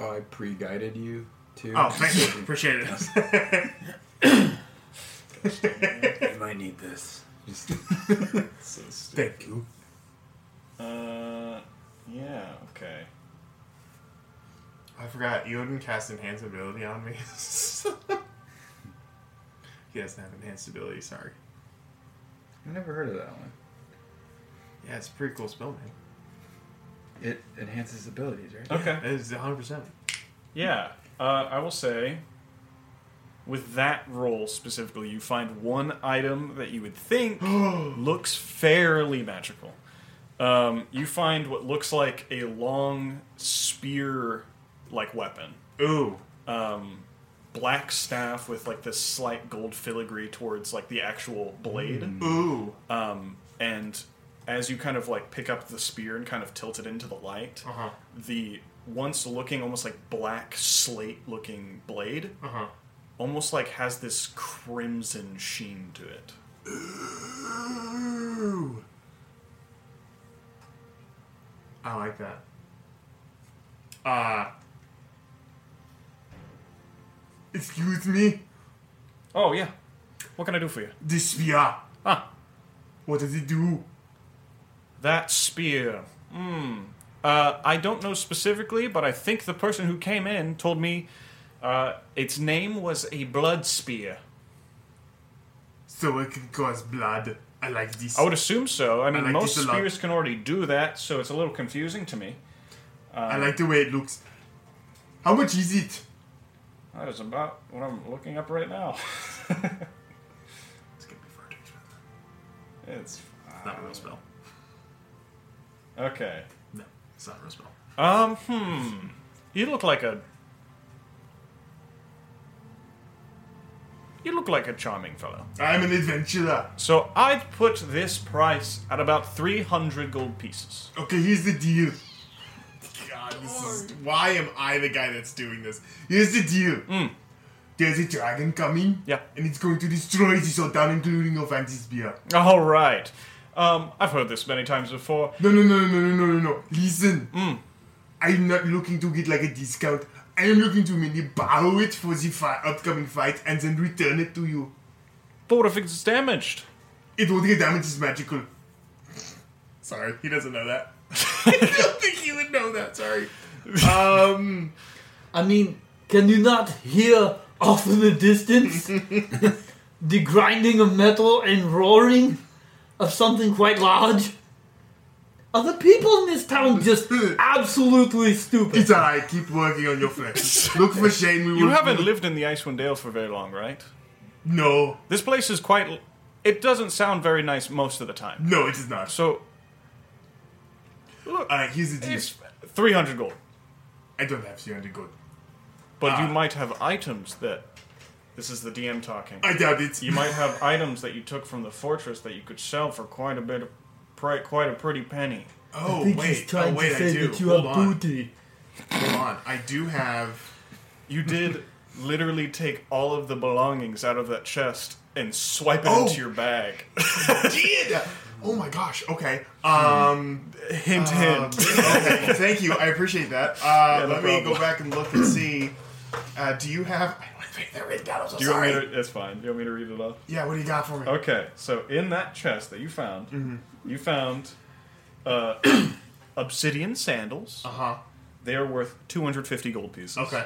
[SPEAKER 4] Oh, I pre-guided you too. <laughs>
[SPEAKER 3] Oh, thank you. Appreciate it.
[SPEAKER 4] you might need
[SPEAKER 3] <laughs>
[SPEAKER 4] this. Just
[SPEAKER 3] thank you.
[SPEAKER 2] Uh, yeah, okay.
[SPEAKER 3] I forgot you wouldn't cast enhanced ability on me. <laughs> he doesn't have enhanced ability. Sorry.
[SPEAKER 4] I never heard of that one.
[SPEAKER 3] Yeah, it's a pretty cool spell, man.
[SPEAKER 4] It enhances abilities, right?
[SPEAKER 2] Okay.
[SPEAKER 3] It is 100. percent
[SPEAKER 2] Yeah, uh, I will say with that roll specifically, you find one item that you would think looks fairly magical. Um, you find what looks like a long spear like weapon. Um,
[SPEAKER 3] Ooh.
[SPEAKER 2] Black staff with like this slight gold filigree towards like the actual blade.
[SPEAKER 3] Ooh.
[SPEAKER 2] Um, and as you kind of like pick up the spear and kind of tilt it into the light,
[SPEAKER 3] Uh-huh.
[SPEAKER 2] the once looking almost like black slate looking blade
[SPEAKER 3] Uh-huh.
[SPEAKER 2] almost like has this crimson sheen to it.
[SPEAKER 3] <gasps> Ooh. I like that. Uh Excuse me?
[SPEAKER 2] Oh yeah, what can I do for you?
[SPEAKER 3] The spear.
[SPEAKER 2] Ah,
[SPEAKER 3] What does it do?
[SPEAKER 2] that spear. Hmm. Uh, I don't know specifically, but I think the person who came in told me uh, its name was a blood spear.
[SPEAKER 3] So it can cause blood. I like this.
[SPEAKER 2] I would assume so. I mean,
[SPEAKER 3] like
[SPEAKER 2] most
[SPEAKER 3] this a lot.
[SPEAKER 2] spears can already do that, so it's a little confusing to me.
[SPEAKER 3] I like the way it looks. How much is it?
[SPEAKER 2] That is about what I'm looking up right now.
[SPEAKER 3] It's gonna be far too expensive.
[SPEAKER 2] it's
[SPEAKER 3] It's not a real spell.
[SPEAKER 2] okay.
[SPEAKER 3] No, it's not a real spell.
[SPEAKER 2] Um, hmm. You look like a. You look like a charming fellow.
[SPEAKER 3] I'm an adventurer.
[SPEAKER 2] So I'd put this price at about 300 gold pieces.
[SPEAKER 3] Okay, here's the deal. God, this is why am I the guy that's doing this? Here's the deal. There's a dragon coming.
[SPEAKER 2] Hmm. Yeah.
[SPEAKER 3] And it's going to destroy this all down, including Ovantis beer.
[SPEAKER 2] All right. Um, I've heard this many times before.
[SPEAKER 3] No, no, no, no, no, no, no, no. Listen.
[SPEAKER 2] Hmm.
[SPEAKER 3] I'm not looking to get like a discount. I am looking to mainly borrow it for the fi- upcoming fight and then return it to you.
[SPEAKER 2] But what if it's damaged?
[SPEAKER 3] It won't get damaged. It's magical. Sorry, he doesn't know
[SPEAKER 2] <laughs>
[SPEAKER 3] that. I don't think he would know that. <laughs> Sorry. Um.
[SPEAKER 6] I mean, can you not hear off in the
[SPEAKER 3] <laughs>
[SPEAKER 6] distance the grinding of metal and roaring of something quite large? Are the people in this town
[SPEAKER 3] <laughs>
[SPEAKER 6] just absolutely stupid?
[SPEAKER 3] It's alright, keep working on your
[SPEAKER 6] <laughs>
[SPEAKER 3] flesh. Look for Shane, we will.
[SPEAKER 2] You haven't lived in the Icewind Dale for very long, right?
[SPEAKER 3] No,
[SPEAKER 2] This place is quite. l- It doesn't sound very nice most of the time.
[SPEAKER 3] no, it is not.
[SPEAKER 2] So
[SPEAKER 3] Alright, here's the deal.
[SPEAKER 2] it's 300 gold.
[SPEAKER 3] I don't have 300 gold.
[SPEAKER 2] But you
[SPEAKER 3] Ah.
[SPEAKER 2] might have items that. This is the DM talking.
[SPEAKER 3] I doubt it.
[SPEAKER 2] You might
[SPEAKER 3] <laughs>
[SPEAKER 2] have items that you took from the fortress that you could sell for quite a bit of. pri- Quite a pretty penny.
[SPEAKER 3] Oh,
[SPEAKER 6] I think
[SPEAKER 3] wait.
[SPEAKER 6] he's trying
[SPEAKER 3] oh, wait,
[SPEAKER 6] to
[SPEAKER 3] I
[SPEAKER 6] say
[SPEAKER 3] do.
[SPEAKER 6] that you
[SPEAKER 3] Hold
[SPEAKER 6] are
[SPEAKER 3] on.
[SPEAKER 6] booty.
[SPEAKER 3] Hold on. I do have.
[SPEAKER 2] You did literally take all of the belongings out of that chest and swipe it
[SPEAKER 3] Oh.
[SPEAKER 2] into your bag.
[SPEAKER 3] Did! Oh my gosh, okay.
[SPEAKER 2] Hmm.
[SPEAKER 3] Um.
[SPEAKER 2] hint, <laughs> hint.
[SPEAKER 3] Okay, thank you. I appreciate that. Uh,
[SPEAKER 2] no
[SPEAKER 3] let me go
[SPEAKER 2] problem.
[SPEAKER 3] back and look and see. Uh, do you have. I don't think they're written down. I'm so
[SPEAKER 2] Do you want
[SPEAKER 3] sorry.
[SPEAKER 2] me to? That's fine. Do you want me to read it off?
[SPEAKER 3] Yeah, what do you got for me? Mm-hmm.
[SPEAKER 2] Okay, so in that chest that you found, you found uh, <clears throat> obsidian sandals.
[SPEAKER 3] Uh huh.
[SPEAKER 2] They are worth 250 gold pieces.
[SPEAKER 3] Okay.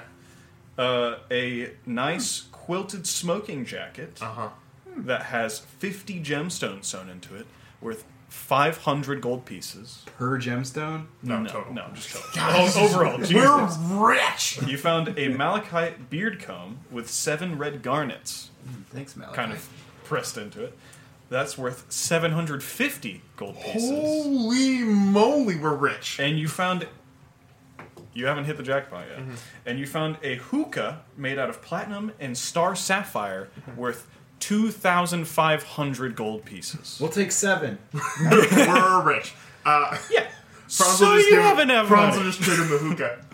[SPEAKER 2] Uh, a nice quilted smoking jacket
[SPEAKER 3] Uh huh.
[SPEAKER 2] that has 50 gemstones sewn into it, worth 500 gold pieces.
[SPEAKER 4] Per gemstone?
[SPEAKER 3] No, total.
[SPEAKER 2] No, I'm just
[SPEAKER 3] <laughs>
[SPEAKER 2] joking. O- Overall,
[SPEAKER 3] We're
[SPEAKER 2] Jesus.
[SPEAKER 3] rich!
[SPEAKER 2] You found a malachite beard comb with seven red garnets,
[SPEAKER 4] Mm, Thanks, Malachi.
[SPEAKER 2] kind of pressed into it. That's worth 750 gold pieces.
[SPEAKER 3] Holy moly, we're rich.
[SPEAKER 2] and you found you haven't hit the jackpot yet
[SPEAKER 4] Mm-hmm.
[SPEAKER 2] and you found a hookah made out of platinum and star sapphire
[SPEAKER 4] Mm-hmm.
[SPEAKER 2] worth 2500 gold pieces
[SPEAKER 4] We'll take seven.
[SPEAKER 3] <laughs> we're rich.
[SPEAKER 4] <laughs>
[SPEAKER 3] Uh,
[SPEAKER 2] yeah
[SPEAKER 3] Franz
[SPEAKER 2] so
[SPEAKER 3] will just
[SPEAKER 2] you
[SPEAKER 3] do-
[SPEAKER 2] haven't ever
[SPEAKER 3] Franz will just turn him
[SPEAKER 2] <laughs>
[SPEAKER 3] a hookah.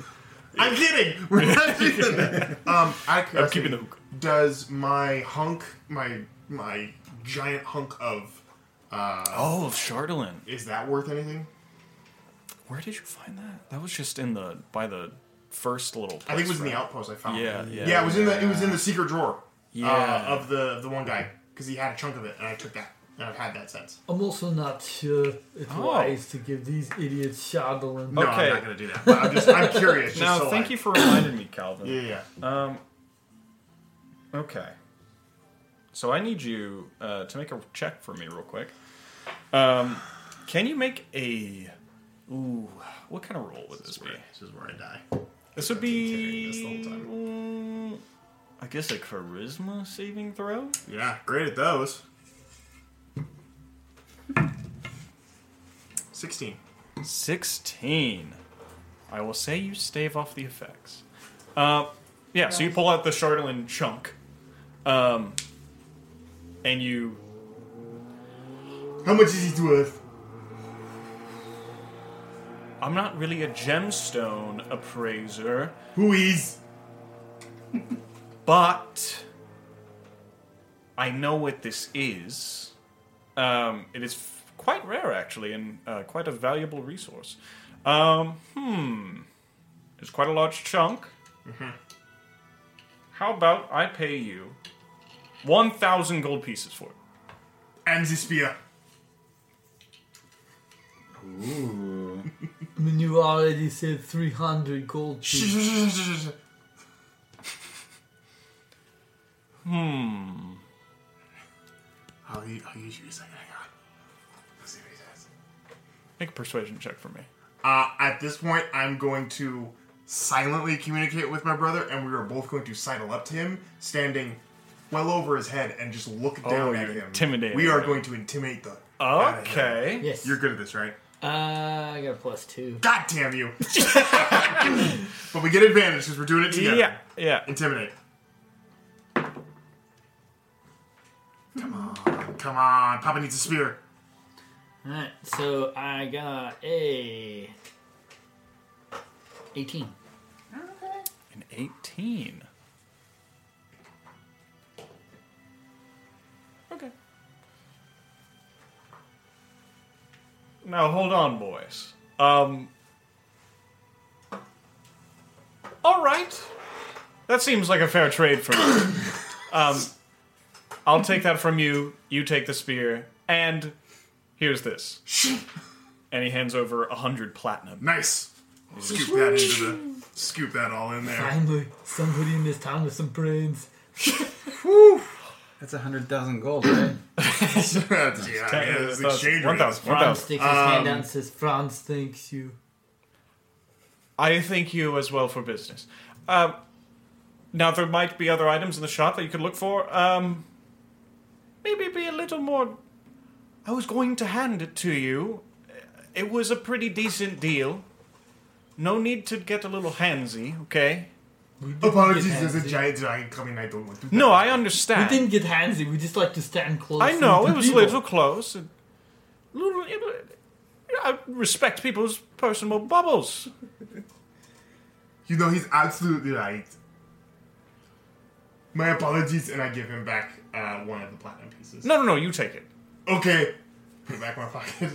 [SPEAKER 3] I'm kidding. We're <laughs> not doing that. Um, I
[SPEAKER 2] i'm keeping the hookah
[SPEAKER 3] Does my hunk, my my giant hunk of, uh,
[SPEAKER 2] oh of Shardolin.
[SPEAKER 3] is that worth anything?
[SPEAKER 2] where did you find that that was just in the by the first little
[SPEAKER 3] I think it was in the
[SPEAKER 2] place,
[SPEAKER 3] outpost. I found.
[SPEAKER 2] Yeah,
[SPEAKER 3] it.
[SPEAKER 2] yeah.
[SPEAKER 3] yeah. It was in the it was in the secret drawer.
[SPEAKER 2] Yeah.
[SPEAKER 3] Uh, of the of the one guy because he had a chunk of it and I took that and I've had that since.
[SPEAKER 6] I'm also not sure it's
[SPEAKER 2] Oh.
[SPEAKER 6] wise to give these idiots Shadowland.
[SPEAKER 3] No,
[SPEAKER 2] Okay.
[SPEAKER 3] I'm not gonna do that. But I'm just I'm curious. Just
[SPEAKER 2] now
[SPEAKER 3] so
[SPEAKER 2] thank
[SPEAKER 3] I-
[SPEAKER 2] you for reminding me calvin
[SPEAKER 3] <clears throat>
[SPEAKER 2] Um,
[SPEAKER 3] Yeah, yeah. yeah.
[SPEAKER 2] Okay. So I need you uh, to make a check for me real quick. Um, can you make a? Ooh, what kind of roll would this be?
[SPEAKER 3] this is where I die.
[SPEAKER 2] This would
[SPEAKER 3] Considering this the
[SPEAKER 2] be.
[SPEAKER 3] whole time.
[SPEAKER 2] mm, I guess a charisma saving throw.
[SPEAKER 3] Yeah, great at those. 16.
[SPEAKER 2] Sixteen. I will say you stave off the effects. Uh, yeah. So you pull out the Shardolin chunk, um, and you
[SPEAKER 3] How much is it worth?
[SPEAKER 2] I'm not really a gemstone appraiser,
[SPEAKER 3] Who is?
[SPEAKER 2] but I know what this is. Um, it is f- quite rare, actually, and uh, quite a valuable resource. Um, hmm. It's quite a large chunk. How about I pay you 1,000 gold pieces for it?
[SPEAKER 3] And the spear.
[SPEAKER 4] Ooh.
[SPEAKER 6] I mean, you already said 300 gold pieces.
[SPEAKER 3] Hmm. I'll, u- I'll use you a second. Hang on. Let's see what he says.
[SPEAKER 2] Make a persuasion check for me.
[SPEAKER 3] Uh, at this point, I'm going to silently communicate with my brother, and we are both going to sidle up to him, standing well over his head, and just look down
[SPEAKER 2] Oh, you're
[SPEAKER 3] at him.
[SPEAKER 2] intimidating
[SPEAKER 3] We are
[SPEAKER 2] him.
[SPEAKER 3] going to intimidate the. out of him.
[SPEAKER 2] Okay.
[SPEAKER 6] Yes.
[SPEAKER 3] You're good at this, right?
[SPEAKER 6] Uh, I got a plus two.
[SPEAKER 3] God
[SPEAKER 2] <laughs>
[SPEAKER 3] damn you! <laughs> but we get advantage because we're doing it together.
[SPEAKER 2] Yeah, yeah.
[SPEAKER 3] Intimidate. Come on, come on. Papa needs a spear.
[SPEAKER 6] Alright, so I got a 18.
[SPEAKER 2] An 18. Okay. Now hold on, boys. Um. All right. That seems like a fair trade for you. <coughs> um, I'll take that from you. You take the spear, and here's this. And he hands over a hundred platinum.
[SPEAKER 3] Nice. Scoop that into the. Scoop that all in there.
[SPEAKER 6] Finally, somebody in this town with some brains.
[SPEAKER 4] That's a hundred thousand gold, right?
[SPEAKER 3] yeah, yeah, it's exchange
[SPEAKER 2] One
[SPEAKER 3] rate.
[SPEAKER 2] thousand. One
[SPEAKER 6] Franz
[SPEAKER 2] thousand.
[SPEAKER 6] sticks his
[SPEAKER 3] Um,
[SPEAKER 6] hand out and says, Franz thanks you.
[SPEAKER 2] I thank you as well for business. Um, now there might be other items in the shop that you could look for. Um, maybe be a little more. I was going to hand it to you. It was a pretty decent deal. No need to get a little handsy, okay?
[SPEAKER 3] Apologies,
[SPEAKER 6] Get
[SPEAKER 3] there's a
[SPEAKER 6] handsy.
[SPEAKER 3] giant giant coming. I don't want to.
[SPEAKER 2] No, I
[SPEAKER 6] We
[SPEAKER 2] understand.
[SPEAKER 6] didn't get handsy, we just like to stand close.
[SPEAKER 2] I know
[SPEAKER 6] to
[SPEAKER 2] it was
[SPEAKER 6] people.
[SPEAKER 2] a little close. And little, it- I respect people's personal bubbles.
[SPEAKER 3] You know he's absolutely right. My apologies, and I give him back uh, one of the platinum pieces.
[SPEAKER 2] No, no, no. You take it.
[SPEAKER 3] Okay. Put it back in my pocket.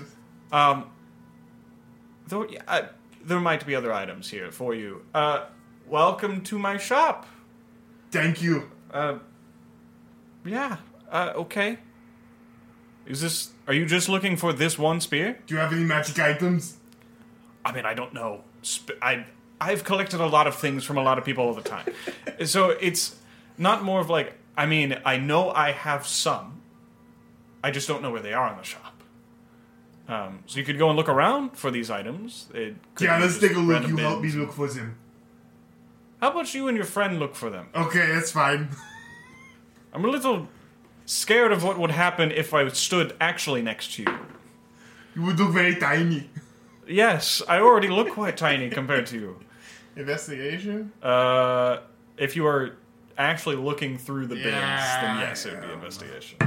[SPEAKER 2] Um, though, yeah, I, there might be other items here for you. Uh, welcome to my shop. Uh,
[SPEAKER 3] Thank you.
[SPEAKER 2] Yeah. Uh, okay. Is this? Are you just looking for this one spear?
[SPEAKER 3] Do you have any magic items?
[SPEAKER 2] I mean, I don't know. Sp- I I've collected a lot of things from a lot of people all the time, <laughs> so it's not more of like. I mean, I know I have some. I just don't know where they are in the shop. Um, so you could go and look around for these items. It could
[SPEAKER 3] <laughs> yeah,
[SPEAKER 2] be
[SPEAKER 3] let's
[SPEAKER 2] just
[SPEAKER 3] take a look.
[SPEAKER 2] random
[SPEAKER 3] You help me
[SPEAKER 2] bins.
[SPEAKER 3] look for them.
[SPEAKER 2] How about you and your friend look for them?
[SPEAKER 3] Okay, that's fine.
[SPEAKER 2] I'm a little scared of what would happen if I stood actually next to you.
[SPEAKER 3] You would look very tiny.
[SPEAKER 2] Yes, I already look quite tiny compared to you.
[SPEAKER 3] Investigation?
[SPEAKER 2] Uh, if you are actually looking through the bins, then
[SPEAKER 3] Yeah.
[SPEAKER 2] yes, it would be investigation.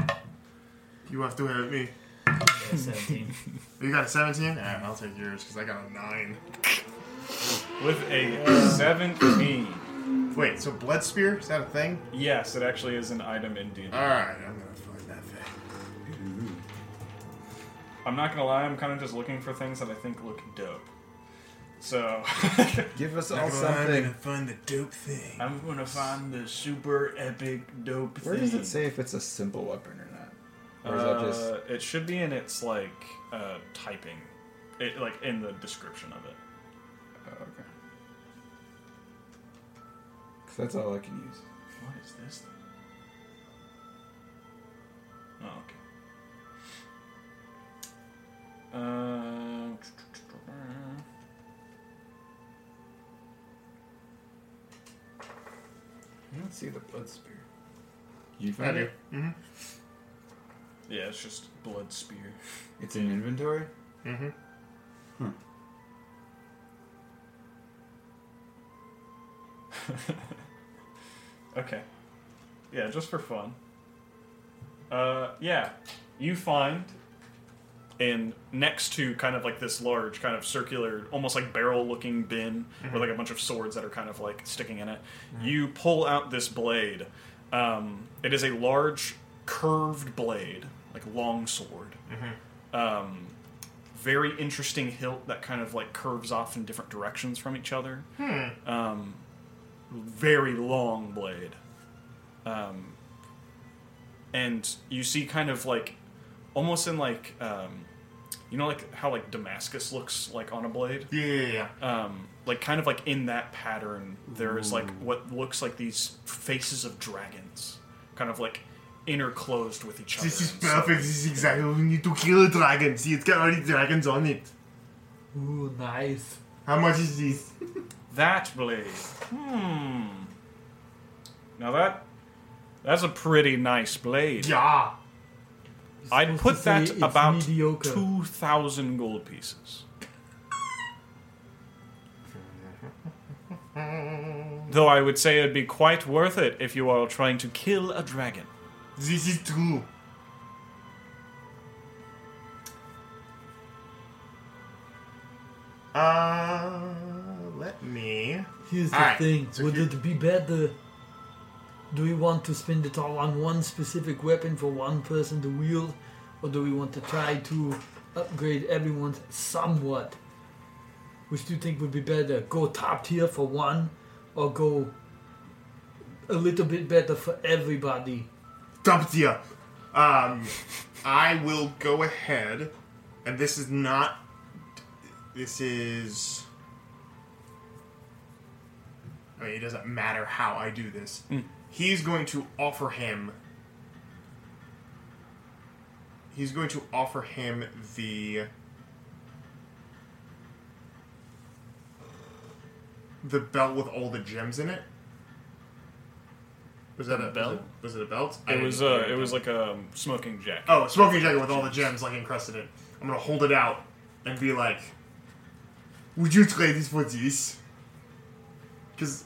[SPEAKER 3] You have to help <laughs> me.
[SPEAKER 6] 17.
[SPEAKER 3] You got a 17? Yeah, I'll take yours because I got a 9.
[SPEAKER 2] With
[SPEAKER 3] <laughs>
[SPEAKER 2] a 17.
[SPEAKER 3] Wait, so Blood Spear? Is that a thing?
[SPEAKER 2] Yes, it actually is an item in D&D.
[SPEAKER 3] Alright, I'm gonna find that thing.
[SPEAKER 2] Mm-hmm. I'm not gonna lie, I'm kind of just looking for things that I think look dope. So, <laughs>
[SPEAKER 4] Give us all something.
[SPEAKER 3] find the dope thing.
[SPEAKER 2] I'm gonna find the super epic dope
[SPEAKER 4] Where does it say if it's a simple weapon or not? Or is that just
[SPEAKER 2] Uh, it should be in its like uh, typing, it, like in the description of it.
[SPEAKER 4] oh, okay? Because that's all I can use.
[SPEAKER 2] What is this? Thing? Oh, okay. Uh,
[SPEAKER 4] I don't see the blood spear. You
[SPEAKER 3] I
[SPEAKER 4] found
[SPEAKER 3] do.
[SPEAKER 4] it?
[SPEAKER 2] yeah, it's just blood spear.
[SPEAKER 4] It's in inventory.
[SPEAKER 3] Mm-hmm.
[SPEAKER 2] Okay. Yeah, just for fun. Uh, yeah, you find in next to kind of like this large, kind of circular, almost like barrel-looking bin with like a bunch of swords that are kind of like sticking in it. You pull out this blade. Um, it is a large, curved blade, like long sword.
[SPEAKER 3] Mm-hmm.
[SPEAKER 2] Um, very interesting hilt that kind of like curves off in different directions from each other
[SPEAKER 3] Hmm.
[SPEAKER 2] Um, very long blade. Um, and you see kind of like almost in like um, you know like how like Damascus looks like on a blade?
[SPEAKER 3] Yeah, yeah, yeah.
[SPEAKER 2] Um, like kind of like in that pattern there is like what looks like these faces of dragons kind of like interclosed with each other.
[SPEAKER 3] This is
[SPEAKER 2] and stuff.
[SPEAKER 3] perfect. This is exactly what we need to kill a dragon. See, it's got all these dragons on it.
[SPEAKER 6] Ooh, nice.
[SPEAKER 3] How much is this?
[SPEAKER 2] That blade. Hmm. Now that that's a pretty nice blade.
[SPEAKER 3] Yeah.
[SPEAKER 2] I'd put that
[SPEAKER 6] it's
[SPEAKER 2] about
[SPEAKER 6] mediocre.
[SPEAKER 2] two thousand gold pieces.
[SPEAKER 3] <laughs>
[SPEAKER 2] Though I would say it'd be quite worth it if you are trying to kill a dragon.
[SPEAKER 3] This is true. Uh, let me.
[SPEAKER 6] Here's the
[SPEAKER 3] Alright,
[SPEAKER 6] thing.
[SPEAKER 3] so
[SPEAKER 6] Would
[SPEAKER 3] here-
[SPEAKER 6] it be better? Do we want to spend it all on one specific weapon for one person to wield, or do we want to try to upgrade everyone's somewhat? Which do you think would be better? Go top tier for one, or go a little bit better for everybody?
[SPEAKER 3] Dump you. Um, I will go ahead, and this is not. This is. I mean, it doesn't matter how I do this. He's going to offer him. He's going to offer him the. The belt with all the gems in it. Was that a
[SPEAKER 2] Belt?
[SPEAKER 3] Was it, was it a belt? I
[SPEAKER 2] It
[SPEAKER 3] didn't
[SPEAKER 2] was
[SPEAKER 3] hear
[SPEAKER 2] uh, it was like a smoking jacket.
[SPEAKER 3] Oh, smoking jacket with all the gems like encrusted in. it. I'm gonna hold it out and be like, "Would you trade this for this?" Because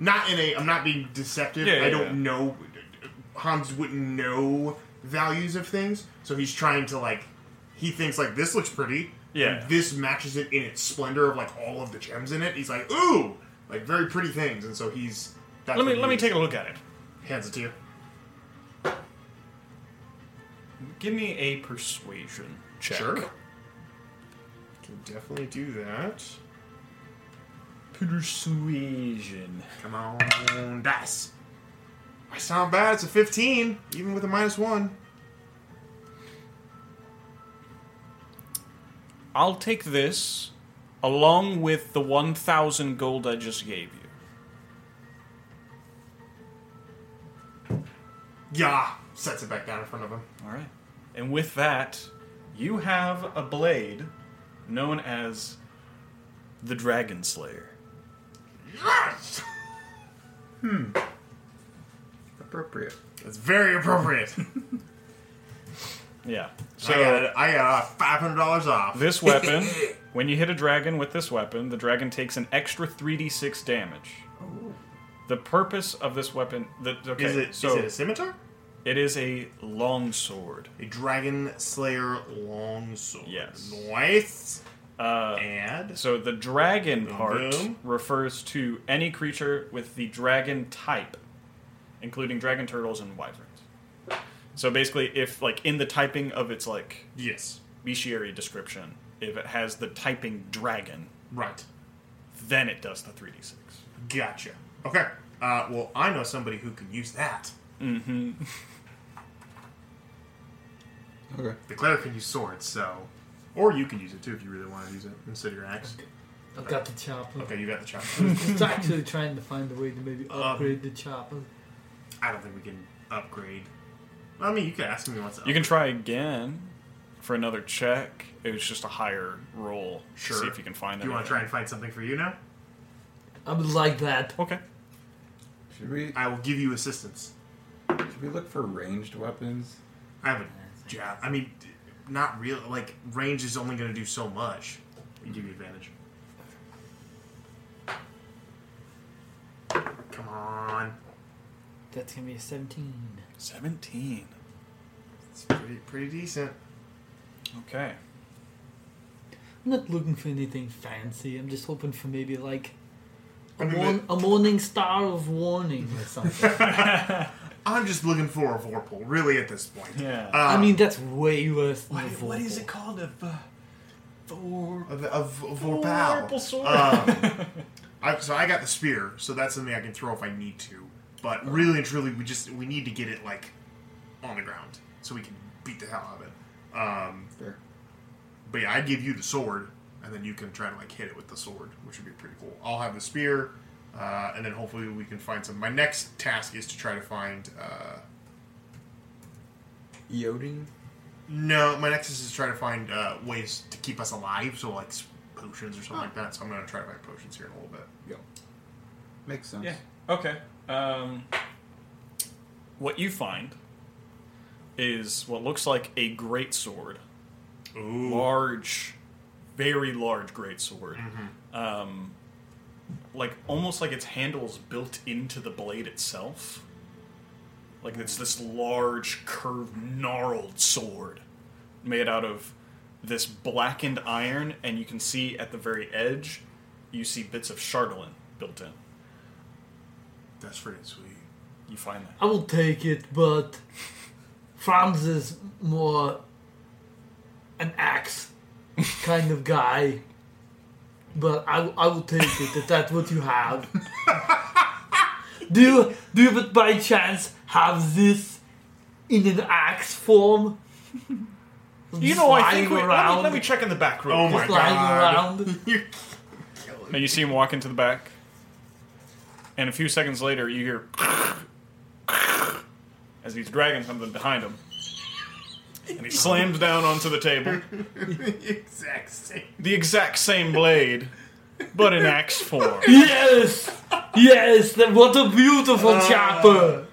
[SPEAKER 3] not in a, I'm not being deceptive.
[SPEAKER 2] Yeah, yeah,
[SPEAKER 3] I don't
[SPEAKER 2] yeah.
[SPEAKER 3] know. Hans wouldn't know values of things, so he's trying to like. He thinks like this looks pretty.
[SPEAKER 2] Yeah.
[SPEAKER 3] and this matches it in its splendor of like all of the gems in it. He's like, "Ooh, like very pretty things," and so he's. That's
[SPEAKER 2] Let me
[SPEAKER 3] what he
[SPEAKER 2] let me
[SPEAKER 3] is.
[SPEAKER 2] take a look at it.
[SPEAKER 3] Hands it to you.
[SPEAKER 2] Give me a persuasion check.
[SPEAKER 3] Sure. Can definitely do that.
[SPEAKER 2] Persuasion.
[SPEAKER 3] Come on, dice. That's not bad. It's a 15, even with a minus one.
[SPEAKER 2] I'll take this along with the 1,000 gold I just gave you.
[SPEAKER 3] Yeah, sets it back down in front of him.
[SPEAKER 2] All right. And with that, you have a blade known as the Dragon Slayer.
[SPEAKER 3] Yes!
[SPEAKER 6] Hmm.
[SPEAKER 4] Appropriate.
[SPEAKER 3] That's
[SPEAKER 6] <laughs>
[SPEAKER 3] very appropriate.
[SPEAKER 2] Yeah.
[SPEAKER 3] I got,
[SPEAKER 2] So
[SPEAKER 3] it- I got uh, $500 off.
[SPEAKER 2] this weapon, when you hit a dragon with this weapon, the dragon takes an extra 3d6 damage. The purpose of this weapon, the, okay,
[SPEAKER 3] Is, it, is
[SPEAKER 2] so
[SPEAKER 3] it a scimitar?
[SPEAKER 2] it is a long sword.
[SPEAKER 3] A Dragon Slayer longsword.
[SPEAKER 2] Yes.
[SPEAKER 3] Nice. Uh, and
[SPEAKER 2] So the dragon part
[SPEAKER 3] Boom.
[SPEAKER 2] refers to any creature with the dragon type, including dragon turtles and wyverns. So basically, if like in the typing of its like
[SPEAKER 3] yes,
[SPEAKER 2] bestiary description, if it has the typing dragon,
[SPEAKER 3] right.
[SPEAKER 2] then it does the three d six.
[SPEAKER 3] <laughs> Gotcha. Okay. Uh, well, I know somebody who could use that.
[SPEAKER 2] Mm-hmm.
[SPEAKER 4] Okay.
[SPEAKER 3] The cleric can use swords, so, or you can use it too if you really want to use it instead of your axe.
[SPEAKER 6] I've got the chopper.
[SPEAKER 3] Okay, you got the
[SPEAKER 6] <laughs>
[SPEAKER 3] Um, chop.
[SPEAKER 6] It's actually trying to find a way to maybe upgrade the chopper.
[SPEAKER 3] I don't think we can upgrade. I mean, you could ask me once.
[SPEAKER 2] You can try again for another check. It was just a higher roll.
[SPEAKER 3] Sure.
[SPEAKER 2] See if you can find
[SPEAKER 3] You want
[SPEAKER 2] anything.
[SPEAKER 3] to try and find something for you now?
[SPEAKER 6] I would like that.
[SPEAKER 2] Okay.
[SPEAKER 4] Should we
[SPEAKER 3] I will give you assistance.
[SPEAKER 4] should we look for ranged weapons?
[SPEAKER 3] I have a jab. I mean, d- not real. Like range is only going to do so much. You give you advantage. Come on,
[SPEAKER 6] That's gonna be a 17.
[SPEAKER 2] Seventeen.
[SPEAKER 3] it's pretty pretty decent.
[SPEAKER 2] Okay.
[SPEAKER 6] I'm not looking for anything fancy. I'm just hoping for maybe like a,
[SPEAKER 3] I mean,
[SPEAKER 6] morn- a morning star of warning or something.
[SPEAKER 3] I'm just looking for a Vorpal, really, at this point. Um,
[SPEAKER 2] Yeah.
[SPEAKER 6] I mean, that's way worse than the
[SPEAKER 2] what is it
[SPEAKER 6] Vorpal.
[SPEAKER 2] called? A v- vor-
[SPEAKER 3] Of, of, of Vorpal.
[SPEAKER 2] vorpal sword.
[SPEAKER 3] Um,
[SPEAKER 2] <laughs>
[SPEAKER 3] I, so I got the spear, so that's something I can throw if I need to. But really and truly, we just we need to get it like on the ground so we can beat the hell out of it. Um,
[SPEAKER 4] Fair.
[SPEAKER 3] but yeah, I'd give you the sword, and then you can try to like hit it with the sword, which would be pretty cool. I'll have the spear, uh, and then hopefully we can find some. My next task is to try to find. Uh,
[SPEAKER 4] Iodine.
[SPEAKER 3] no, my next is to try to find uh, ways to keep us alive, so like s- potions or something like that. So I'm gonna try to find potions here in a little bit.
[SPEAKER 4] Yep. Makes sense.
[SPEAKER 2] Yeah. Okay. Um, what you find is what looks like a great sword. Large, very large great sword.
[SPEAKER 3] Mm-hmm.
[SPEAKER 2] Um, like almost like its handles built into the blade itself. Like it's this large, curved, gnarled sword made out of this blackened iron, and you can see at the very edge, you see bits of chardolin built in.
[SPEAKER 3] That's pretty sweet.
[SPEAKER 2] You find that.
[SPEAKER 6] I will take it, but Franz is more an axe kind of guy. But I, I will take it if that's what you have. do you, do you but by chance have this in an axe form?
[SPEAKER 2] You know, I
[SPEAKER 6] Sliding
[SPEAKER 2] think we, let, me,
[SPEAKER 6] around.
[SPEAKER 2] let me check in the back room.
[SPEAKER 3] Oh my
[SPEAKER 6] Flying
[SPEAKER 3] god. <laughs>
[SPEAKER 6] around.
[SPEAKER 2] And you see him walk into the back. And a few seconds later, you hear as he's dragging something behind him. And he slams down onto the table.
[SPEAKER 3] <laughs> exact same.
[SPEAKER 2] The exact same blade, but in axe form.
[SPEAKER 6] Yes! Yes! that- What a beautiful chopper!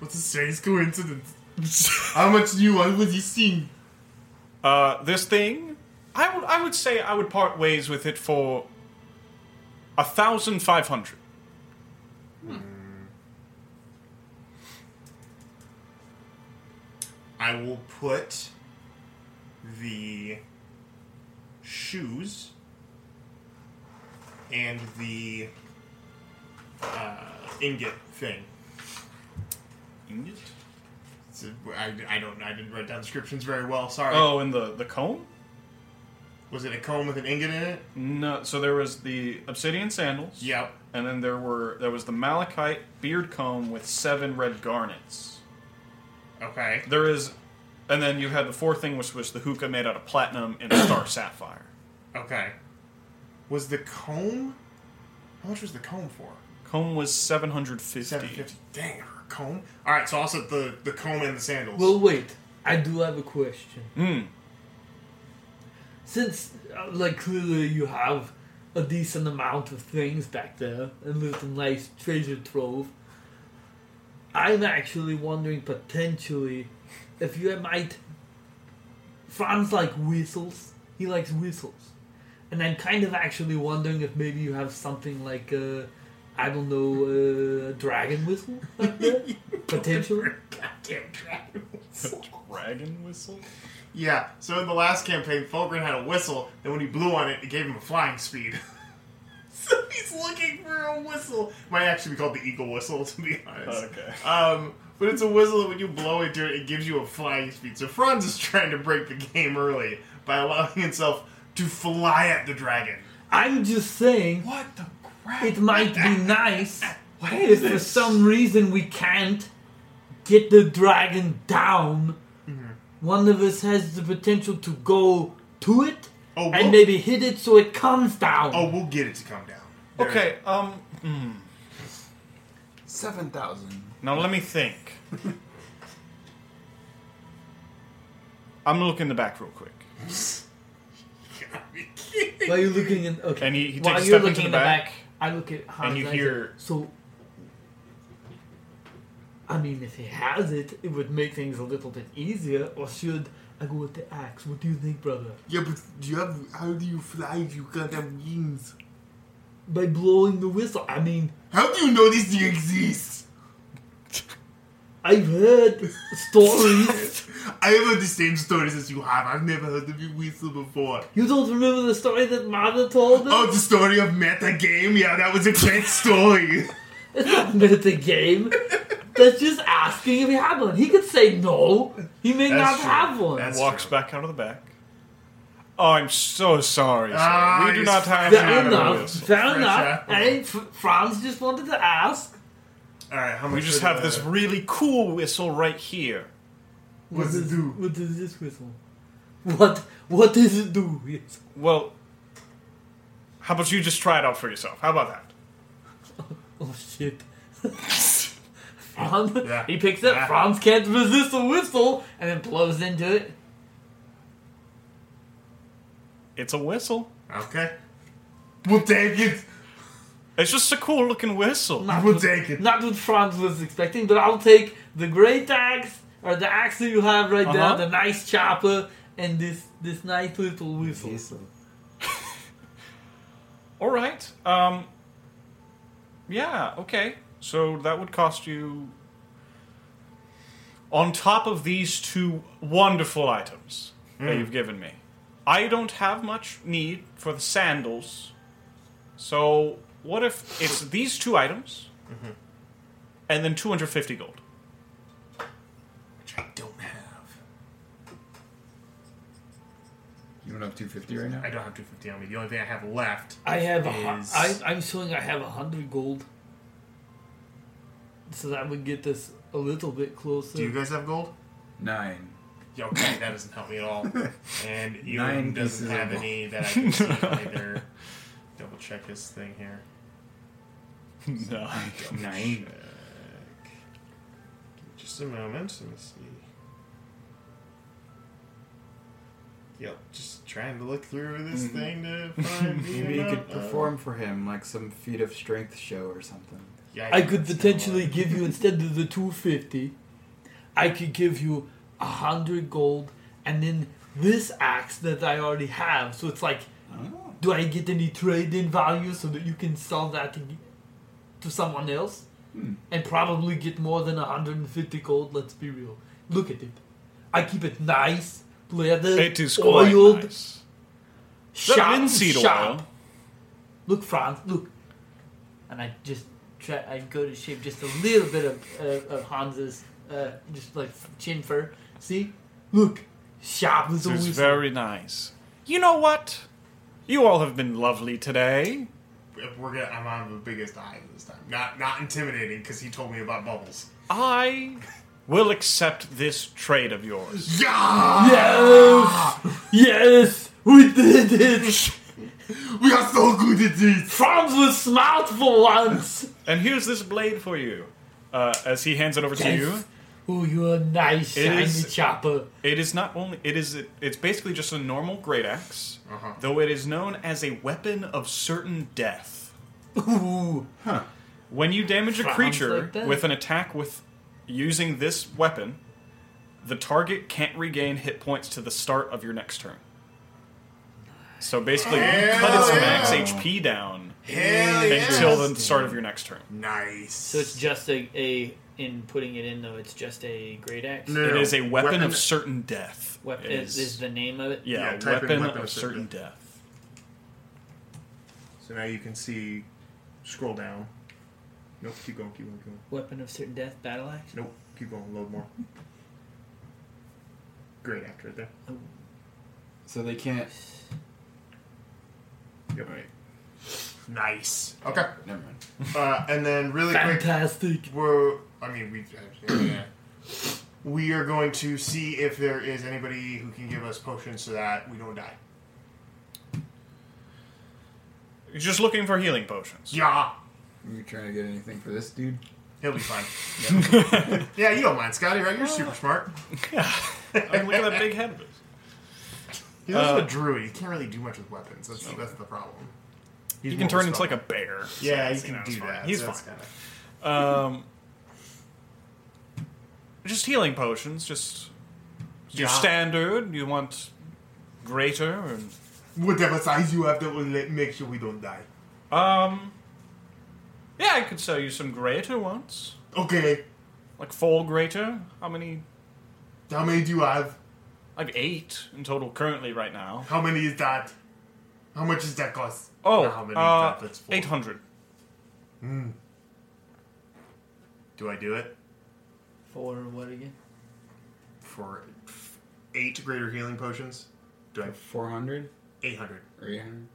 [SPEAKER 3] What's Ah. a strange coincidence? How much new one was you seeing?
[SPEAKER 2] Uh, this thing, I would, I would say I would part ways with it for a thousand five hundred.
[SPEAKER 3] Hmm. I will put the shoes and the uh, ingot thing. It's a- I, I don't. I didn't write down descriptions very well. Sorry.
[SPEAKER 2] Oh, and the the comb.
[SPEAKER 3] Was it a comb with an ingot in it?
[SPEAKER 2] No, so there was the obsidian sandals.
[SPEAKER 3] Yep.
[SPEAKER 2] And then there were there was the malachite beard comb with seven red garnets.
[SPEAKER 3] Okay.
[SPEAKER 2] There is, and then you had the fourth thing, which was the hookah made out of platinum and star <coughs> sapphire.
[SPEAKER 3] Okay. Was the comb? How much was the comb for?
[SPEAKER 2] Comb was seven hundred
[SPEAKER 3] Seven
[SPEAKER 2] fifty.
[SPEAKER 3] fifty. Dang, her comb. All right, so I'll set the the comb and the sandals.
[SPEAKER 6] Well, wait. I do have a question.
[SPEAKER 2] Mm.
[SPEAKER 6] Since, uh, like, clearly you have a decent amount of things back there and there's a nice treasure trove, I'm actually wondering potentially if you might. Franz like whistles. He likes whistles. And I'm kind of actually wondering if maybe you have something like a, I don't know, a dragon whistle back there? potentially.
[SPEAKER 3] Goddamn dragon whistle.
[SPEAKER 2] <laughs> Dragon whistle.
[SPEAKER 3] yeah. So in the last campaign, Fulgrin had a whistle, and when he blew on it, it gave him a flying speed. <laughs> so he's looking for a whistle. Might actually be called the eagle whistle, <laughs> to be honest.
[SPEAKER 2] Okay.
[SPEAKER 3] Um, but it's a whistle that when you blow into it, it gives you a flying speed. So Franz is trying to break the game early by allowing himself to fly at the dragon.
[SPEAKER 6] I'm just saying
[SPEAKER 3] What the crap?
[SPEAKER 6] it might be
[SPEAKER 3] <laughs>
[SPEAKER 6] nice if
[SPEAKER 3] is
[SPEAKER 6] for
[SPEAKER 3] this?
[SPEAKER 6] some reason we can't get the dragon down.
[SPEAKER 3] Mm-hmm.
[SPEAKER 6] One of us has the potential to go to it
[SPEAKER 3] Oh,
[SPEAKER 6] and
[SPEAKER 3] well-
[SPEAKER 6] maybe hit it so it comes down.
[SPEAKER 3] Oh, we'll get it to come down. There-
[SPEAKER 2] Okay. Um.
[SPEAKER 4] Seven thousand.
[SPEAKER 2] Now let me think. <laughs> I'm gonna look in the back real
[SPEAKER 3] <laughs>
[SPEAKER 2] quick.
[SPEAKER 6] While you're looking in, okay.
[SPEAKER 2] And he- he
[SPEAKER 6] While
[SPEAKER 2] takes a
[SPEAKER 6] you're
[SPEAKER 2] step into
[SPEAKER 6] looking in
[SPEAKER 2] the
[SPEAKER 6] the
[SPEAKER 2] back,
[SPEAKER 6] back, I look at Hans.
[SPEAKER 2] you
[SPEAKER 6] I say,
[SPEAKER 2] hear-
[SPEAKER 6] So, I mean, if he has it, it would make things a little bit easier. Or should I go with the axe? What do you think, brother?
[SPEAKER 3] Yeah, but do you have? How do you fly if you can't have wings?
[SPEAKER 6] By blowing the whistle. I mean,
[SPEAKER 3] How do you know this thing exists?
[SPEAKER 6] I've heard
[SPEAKER 3] <laughs>
[SPEAKER 6] stories.
[SPEAKER 3] I have heard the same stories as you have. I've never heard of a whistle before.
[SPEAKER 6] You don't remember the story that Mother told us?
[SPEAKER 3] Oh, the story of meta game. Yeah, that was a great <laughs> story.
[SPEAKER 6] <laughs> It's not about the
[SPEAKER 3] <laughs>
[SPEAKER 6] game. That's just asking if he had one. He could say no. He may
[SPEAKER 3] That's
[SPEAKER 6] not
[SPEAKER 3] true.
[SPEAKER 6] have one.
[SPEAKER 3] That's
[SPEAKER 2] Walks
[SPEAKER 3] true.
[SPEAKER 2] back out of the back. Oh, I'm so sorry. sir.
[SPEAKER 3] Ah,
[SPEAKER 2] we do
[SPEAKER 3] he's
[SPEAKER 2] not have
[SPEAKER 6] Fair
[SPEAKER 2] any
[SPEAKER 3] Dragon
[SPEAKER 6] enough.
[SPEAKER 2] whistle.
[SPEAKER 6] Fair
[SPEAKER 3] Fresh
[SPEAKER 6] enough.
[SPEAKER 3] apple.
[SPEAKER 6] And F- Franz just wanted to ask.
[SPEAKER 3] All right, how much?
[SPEAKER 2] We just
[SPEAKER 3] for
[SPEAKER 2] have
[SPEAKER 3] the-
[SPEAKER 2] this really cool whistle right here.
[SPEAKER 3] What does it
[SPEAKER 6] is-
[SPEAKER 3] do?
[SPEAKER 6] What does this whistle? What? What does it do? Yes.
[SPEAKER 2] Well, how about you just try it out for yourself? How about that?
[SPEAKER 6] Oh
[SPEAKER 2] <laughs>
[SPEAKER 6] shit. Franz.
[SPEAKER 3] Yeah.
[SPEAKER 6] He picks up.
[SPEAKER 3] Yeah.
[SPEAKER 6] Franz can't resist the whistle, and then blows into it.
[SPEAKER 2] It's a whistle.
[SPEAKER 3] Okay. We'll take it.
[SPEAKER 2] It's just a cool looking whistle.
[SPEAKER 6] Not
[SPEAKER 3] We'll
[SPEAKER 6] what-
[SPEAKER 3] take it.
[SPEAKER 6] Not what Franz was expecting, but I'll take the great axe or the axe that you have right
[SPEAKER 2] Uh-huh.
[SPEAKER 6] there, the nice chopper, and this this nice little whistle.
[SPEAKER 2] All right. Um. Yeah. Okay. So that would cost you. On top of these two wonderful items
[SPEAKER 6] Hmm.
[SPEAKER 2] that you've given me, I don't have much need for the sandals. So what if it's these two items,
[SPEAKER 4] Mm-hmm.
[SPEAKER 2] and then two hundred fifty gold?
[SPEAKER 3] Which I don't have.
[SPEAKER 4] You don't have 250 right now?
[SPEAKER 3] I don't have 250 on me. The only thing I have left.
[SPEAKER 6] I have a hu-
[SPEAKER 3] Is-
[SPEAKER 6] I, I'm showing I have a hundred gold. So that would get this a little bit closer.
[SPEAKER 3] Do you guys have gold?
[SPEAKER 4] Nine.
[SPEAKER 3] Yeah, okay, that doesn't help me at
[SPEAKER 4] <laughs>
[SPEAKER 3] all. And
[SPEAKER 4] Nine
[SPEAKER 3] Ian doesn't
[SPEAKER 4] pieces
[SPEAKER 3] have
[SPEAKER 4] of-
[SPEAKER 3] any that I can
[SPEAKER 4] <laughs>
[SPEAKER 3] see either. Double check his thing here.
[SPEAKER 2] No.
[SPEAKER 4] Nine.
[SPEAKER 3] Just a moment. Let me see. Yep, just trying to look through this thing
[SPEAKER 4] <laughs>
[SPEAKER 3] to find. the
[SPEAKER 4] Maybe you could
[SPEAKER 3] amount of-
[SPEAKER 4] perform for him like some feat of strength show or something.
[SPEAKER 3] Yeah,
[SPEAKER 6] I could
[SPEAKER 3] that's kinda
[SPEAKER 6] potentially
[SPEAKER 3] what-
[SPEAKER 6] give you instead of the 250, I could give you a hundred gold and then this axe that I already have. So it's like,
[SPEAKER 3] Oh.
[SPEAKER 6] do I get any trade in value so that you can sell that to, to someone else
[SPEAKER 3] Hmm.
[SPEAKER 6] and probably get more than 150 gold? Let's be real. Look at it. I keep it nice, leather,
[SPEAKER 2] It is quite
[SPEAKER 6] oiled,
[SPEAKER 2] nice. That
[SPEAKER 6] sharp,
[SPEAKER 2] linseed
[SPEAKER 6] sharp.
[SPEAKER 2] oil.
[SPEAKER 6] Look, Franz, look. And I just try, I go to shave just a little bit of, uh, of Hans's, uh, just like chin fur. See? Look. Sharp as a
[SPEAKER 2] It was
[SPEAKER 6] whistle.
[SPEAKER 2] very nice. You know what? You all have been lovely today.
[SPEAKER 3] If We're gonna. I'm on the biggest eyes this time. Not not intimidating because he told me about bubbles.
[SPEAKER 2] I will accept this trade of yours.
[SPEAKER 3] Yeah,
[SPEAKER 6] Yes! Yes! We did it!
[SPEAKER 3] we are so good at this.
[SPEAKER 6] Franz was smart for once!
[SPEAKER 2] And here's this blade for you. Uh, as he hands it over to you,
[SPEAKER 6] Oh, you're a nice,
[SPEAKER 2] It
[SPEAKER 6] shiny
[SPEAKER 2] is-
[SPEAKER 6] chopper.
[SPEAKER 2] it is not only it is it's basically just a normal great ax though it is known as a weapon of certain death.
[SPEAKER 6] Ooh.
[SPEAKER 2] When you damage a
[SPEAKER 6] Sounds
[SPEAKER 2] creature
[SPEAKER 6] like that.
[SPEAKER 2] with an attack with using this weapon, the target can't regain hit points to the start of your next turn. So basically, you cut its max HP down
[SPEAKER 3] Hell
[SPEAKER 2] until the start of your next turn.
[SPEAKER 3] Nice.
[SPEAKER 7] So it's just a, a in putting it in though. It's just a great axe.
[SPEAKER 3] No,
[SPEAKER 2] It
[SPEAKER 3] no,
[SPEAKER 2] is a weapon, of
[SPEAKER 3] weapon-
[SPEAKER 2] certain death.
[SPEAKER 7] Weapon
[SPEAKER 2] It
[SPEAKER 7] is, is the name of it.
[SPEAKER 2] yeah,
[SPEAKER 3] Yeah, type in
[SPEAKER 2] weapon,
[SPEAKER 3] weapon
[SPEAKER 2] of
[SPEAKER 3] of
[SPEAKER 2] certain
[SPEAKER 3] certain
[SPEAKER 2] death.
[SPEAKER 3] So now you can see. Scroll down. Nope. Keep going. Keep going. Keep going.
[SPEAKER 7] Weapon of certain death. Battle axe.
[SPEAKER 3] Nope. Keep going. Load more. uh, Great actor right there.
[SPEAKER 4] Oh. So they can't.
[SPEAKER 3] Yep. Nice. Okay.
[SPEAKER 4] Never mind.
[SPEAKER 3] <laughs> Uh, and then really quick,
[SPEAKER 6] Fantastic.
[SPEAKER 3] we're. I mean, we. yeah. We are going to see if there is anybody who can give us potions so that we don't die.
[SPEAKER 2] You're just looking for healing potions.
[SPEAKER 3] Yeah.
[SPEAKER 4] Are you trying to get anything for this dude?
[SPEAKER 3] He'll be fine.
[SPEAKER 2] <laughs>
[SPEAKER 3] yeah, you don't mind, Scotty, right? You're super smart.
[SPEAKER 2] I mean, look at that big head of Uh, it.
[SPEAKER 3] He's also a druid. He can't really do much with weapons. That's, that's the problem. He's
[SPEAKER 2] He can turn into like a bear.
[SPEAKER 3] Yeah, he
[SPEAKER 2] you know,
[SPEAKER 3] can
[SPEAKER 2] it's
[SPEAKER 3] do
[SPEAKER 2] fine.
[SPEAKER 3] that.
[SPEAKER 2] He's
[SPEAKER 3] so that's
[SPEAKER 2] fine. Um,
[SPEAKER 3] kinda-
[SPEAKER 2] <laughs> Just healing potions, just your
[SPEAKER 3] Yeah.
[SPEAKER 2] standard. You want greater and
[SPEAKER 3] Whatever size you have, that will let- make sure we don't die.
[SPEAKER 2] um Yeah, I could sell you some greater ones.
[SPEAKER 3] Okay.
[SPEAKER 2] Like four greater. How many
[SPEAKER 3] How many do you have?
[SPEAKER 2] I've eight in total currently right now.
[SPEAKER 3] How many is that? How much does that cost?
[SPEAKER 2] Oh,
[SPEAKER 3] Not how many
[SPEAKER 2] uh,
[SPEAKER 3] is that? That's four.
[SPEAKER 2] eight hundred.
[SPEAKER 3] Do I Hmm, do it
[SPEAKER 7] For what again?
[SPEAKER 3] for f- eight greater healing potions? Do I?
[SPEAKER 4] 400?
[SPEAKER 3] Eight hundred.
[SPEAKER 4] 300?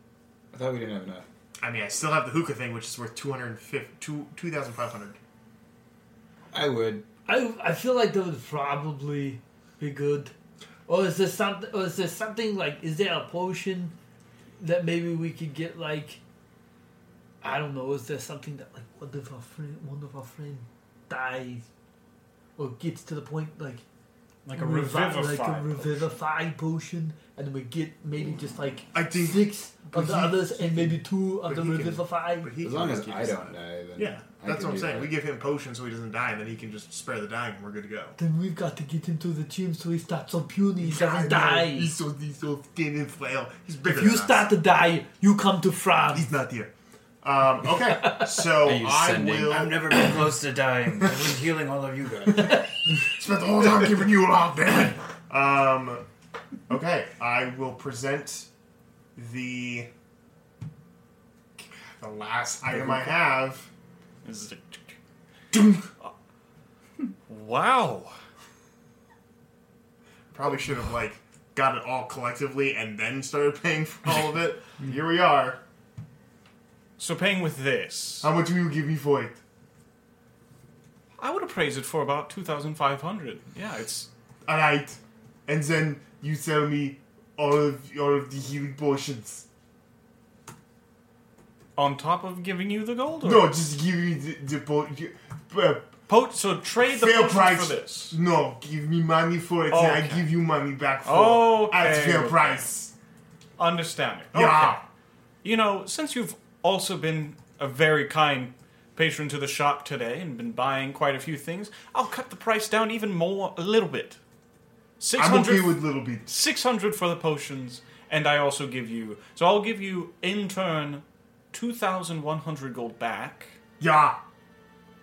[SPEAKER 4] I thought we didn't have enough.
[SPEAKER 3] I mean, I still have the hookah thing, which is worth 250, two- 2,500.
[SPEAKER 4] I would.
[SPEAKER 6] I, I feel like that would probably be good. Or is there something? Or is there something like? Is there a potion that maybe we could get like? I don't know. Is there something that like one of our friend, one of our friend dies, or gets to the point like
[SPEAKER 2] Like a
[SPEAKER 6] revi-
[SPEAKER 2] revivify
[SPEAKER 6] like a revivify potion, and then we get maybe just like
[SPEAKER 3] I think-
[SPEAKER 6] six
[SPEAKER 3] but
[SPEAKER 6] of the
[SPEAKER 3] he-
[SPEAKER 6] others, and maybe two of
[SPEAKER 3] but
[SPEAKER 6] the
[SPEAKER 3] he can-
[SPEAKER 6] revivify.
[SPEAKER 3] But he
[SPEAKER 4] As
[SPEAKER 3] can
[SPEAKER 4] long as
[SPEAKER 3] just keep
[SPEAKER 4] I
[SPEAKER 3] us
[SPEAKER 4] don't
[SPEAKER 3] alive.
[SPEAKER 4] die, then
[SPEAKER 3] Yeah,
[SPEAKER 4] I
[SPEAKER 3] that's
[SPEAKER 4] can
[SPEAKER 3] what I'm
[SPEAKER 4] do
[SPEAKER 3] saying.
[SPEAKER 4] that.
[SPEAKER 3] We give him potions so he doesn't die, and then he can just spare the dying, and we're good to go.
[SPEAKER 6] then we've got to get him to the gym so he's not so puny. He
[SPEAKER 3] I know.
[SPEAKER 6] doesn't die.
[SPEAKER 3] He's so he's so thin and frail. He's
[SPEAKER 6] If
[SPEAKER 3] bigger. than
[SPEAKER 6] you
[SPEAKER 3] us.
[SPEAKER 6] start to die, you come to France.
[SPEAKER 3] he's not here.
[SPEAKER 6] <laughs>
[SPEAKER 3] Um, okay, so
[SPEAKER 4] Are you
[SPEAKER 3] I
[SPEAKER 4] sending-
[SPEAKER 3] will.
[SPEAKER 8] I've never been close to dying. I've been healing all of you guys.
[SPEAKER 3] spent the whole time keeping you alive, damn it. Um, okay, I will present the the last item I have.
[SPEAKER 2] Is it-
[SPEAKER 3] Doom.
[SPEAKER 2] Wow.
[SPEAKER 3] Probably should have like got it all collectively and then started paying for all
[SPEAKER 2] <laughs>
[SPEAKER 3] of it. Here we are.
[SPEAKER 2] So paying with this,
[SPEAKER 3] How much will you give me for it?
[SPEAKER 2] I would appraise it for about two thousand five hundred. Yeah, it's
[SPEAKER 3] All right, and then you sell me all of all of the healing potions.
[SPEAKER 2] on top of giving you the gold. Or
[SPEAKER 3] No, just give me the the po- uh,
[SPEAKER 2] Po- so trade the
[SPEAKER 3] fair
[SPEAKER 2] potions
[SPEAKER 3] price
[SPEAKER 2] for this.
[SPEAKER 3] No, give me money for it, and
[SPEAKER 2] Okay.
[SPEAKER 3] I give you money back for at
[SPEAKER 2] Okay,
[SPEAKER 3] fair
[SPEAKER 2] okay.
[SPEAKER 3] price. Ah.
[SPEAKER 2] Understanding.
[SPEAKER 3] Yeah.
[SPEAKER 2] Okay. You know, since you've also been a very kind patron to the shop today and been buying quite a few things, I'll cut the price down even more a little bit. Six
[SPEAKER 3] I'm okay
[SPEAKER 2] hundred
[SPEAKER 3] with little bit.
[SPEAKER 2] six hundred for the potions, and I also give you so I'll give you in turn two thousand one hundred gold back.
[SPEAKER 3] Yeah,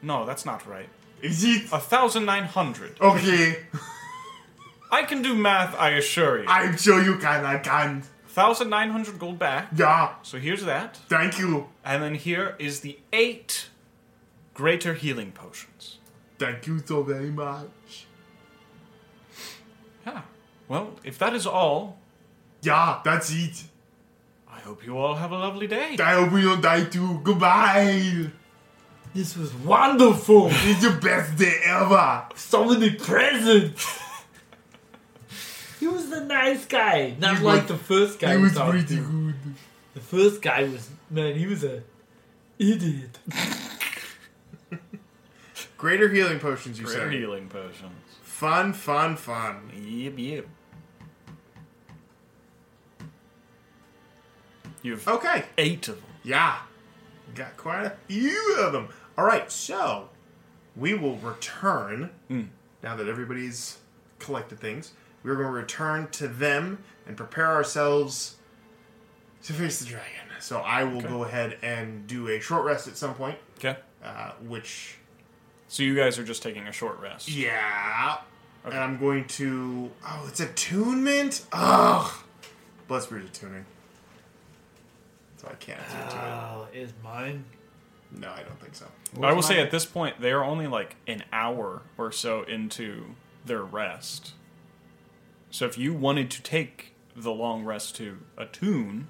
[SPEAKER 2] No, that's not right.
[SPEAKER 3] is it
[SPEAKER 2] A thousand nine hundred.
[SPEAKER 3] okay?
[SPEAKER 2] I can do math, I assure you.
[SPEAKER 3] I'm sure you can. I can.
[SPEAKER 2] Thousand nine hundred gold back.
[SPEAKER 3] Yeah,
[SPEAKER 2] So here's that.
[SPEAKER 3] thank you,
[SPEAKER 2] And then here is the eight greater healing potions.
[SPEAKER 3] thank you so very much.
[SPEAKER 2] Yeah. Well, if that is all,
[SPEAKER 3] Yeah, that's it.
[SPEAKER 2] I hope you all have a lovely day.
[SPEAKER 3] I hope we don't die too. Goodbye.
[SPEAKER 6] This was wonderful.
[SPEAKER 3] It's the best day ever.
[SPEAKER 6] so many presents. he was a nice guy, not
[SPEAKER 3] He
[SPEAKER 6] like
[SPEAKER 3] was-
[SPEAKER 6] the first guy.
[SPEAKER 3] It
[SPEAKER 6] we
[SPEAKER 3] was
[SPEAKER 6] talked
[SPEAKER 3] pretty
[SPEAKER 6] to.
[SPEAKER 3] good.
[SPEAKER 6] The first guy was man. He was a idiot.
[SPEAKER 3] Greater healing potions, you
[SPEAKER 2] Greater healing potions.
[SPEAKER 3] Fun, fun, fun.
[SPEAKER 2] Yep, yep. You've
[SPEAKER 3] Okay.
[SPEAKER 2] eight of them.
[SPEAKER 3] Yeah. Got quite a few of them. All right, so we will return now that everybody's collected things. We're going to return to them and prepare ourselves to face the dragon. So I will go ahead and do a short rest at some point,
[SPEAKER 2] Okay.
[SPEAKER 3] uh, which
[SPEAKER 2] So you guys are just taking a short rest.
[SPEAKER 3] yeah. And I'm going to oh, it's attunement. Ugh, bless spirit attuning. So I can't attune to it.
[SPEAKER 7] Oh, is mine?
[SPEAKER 3] No, I don't think so.
[SPEAKER 2] I will say at this point they are only like an hour or so into their rest. So if you wanted to take the long rest to attune,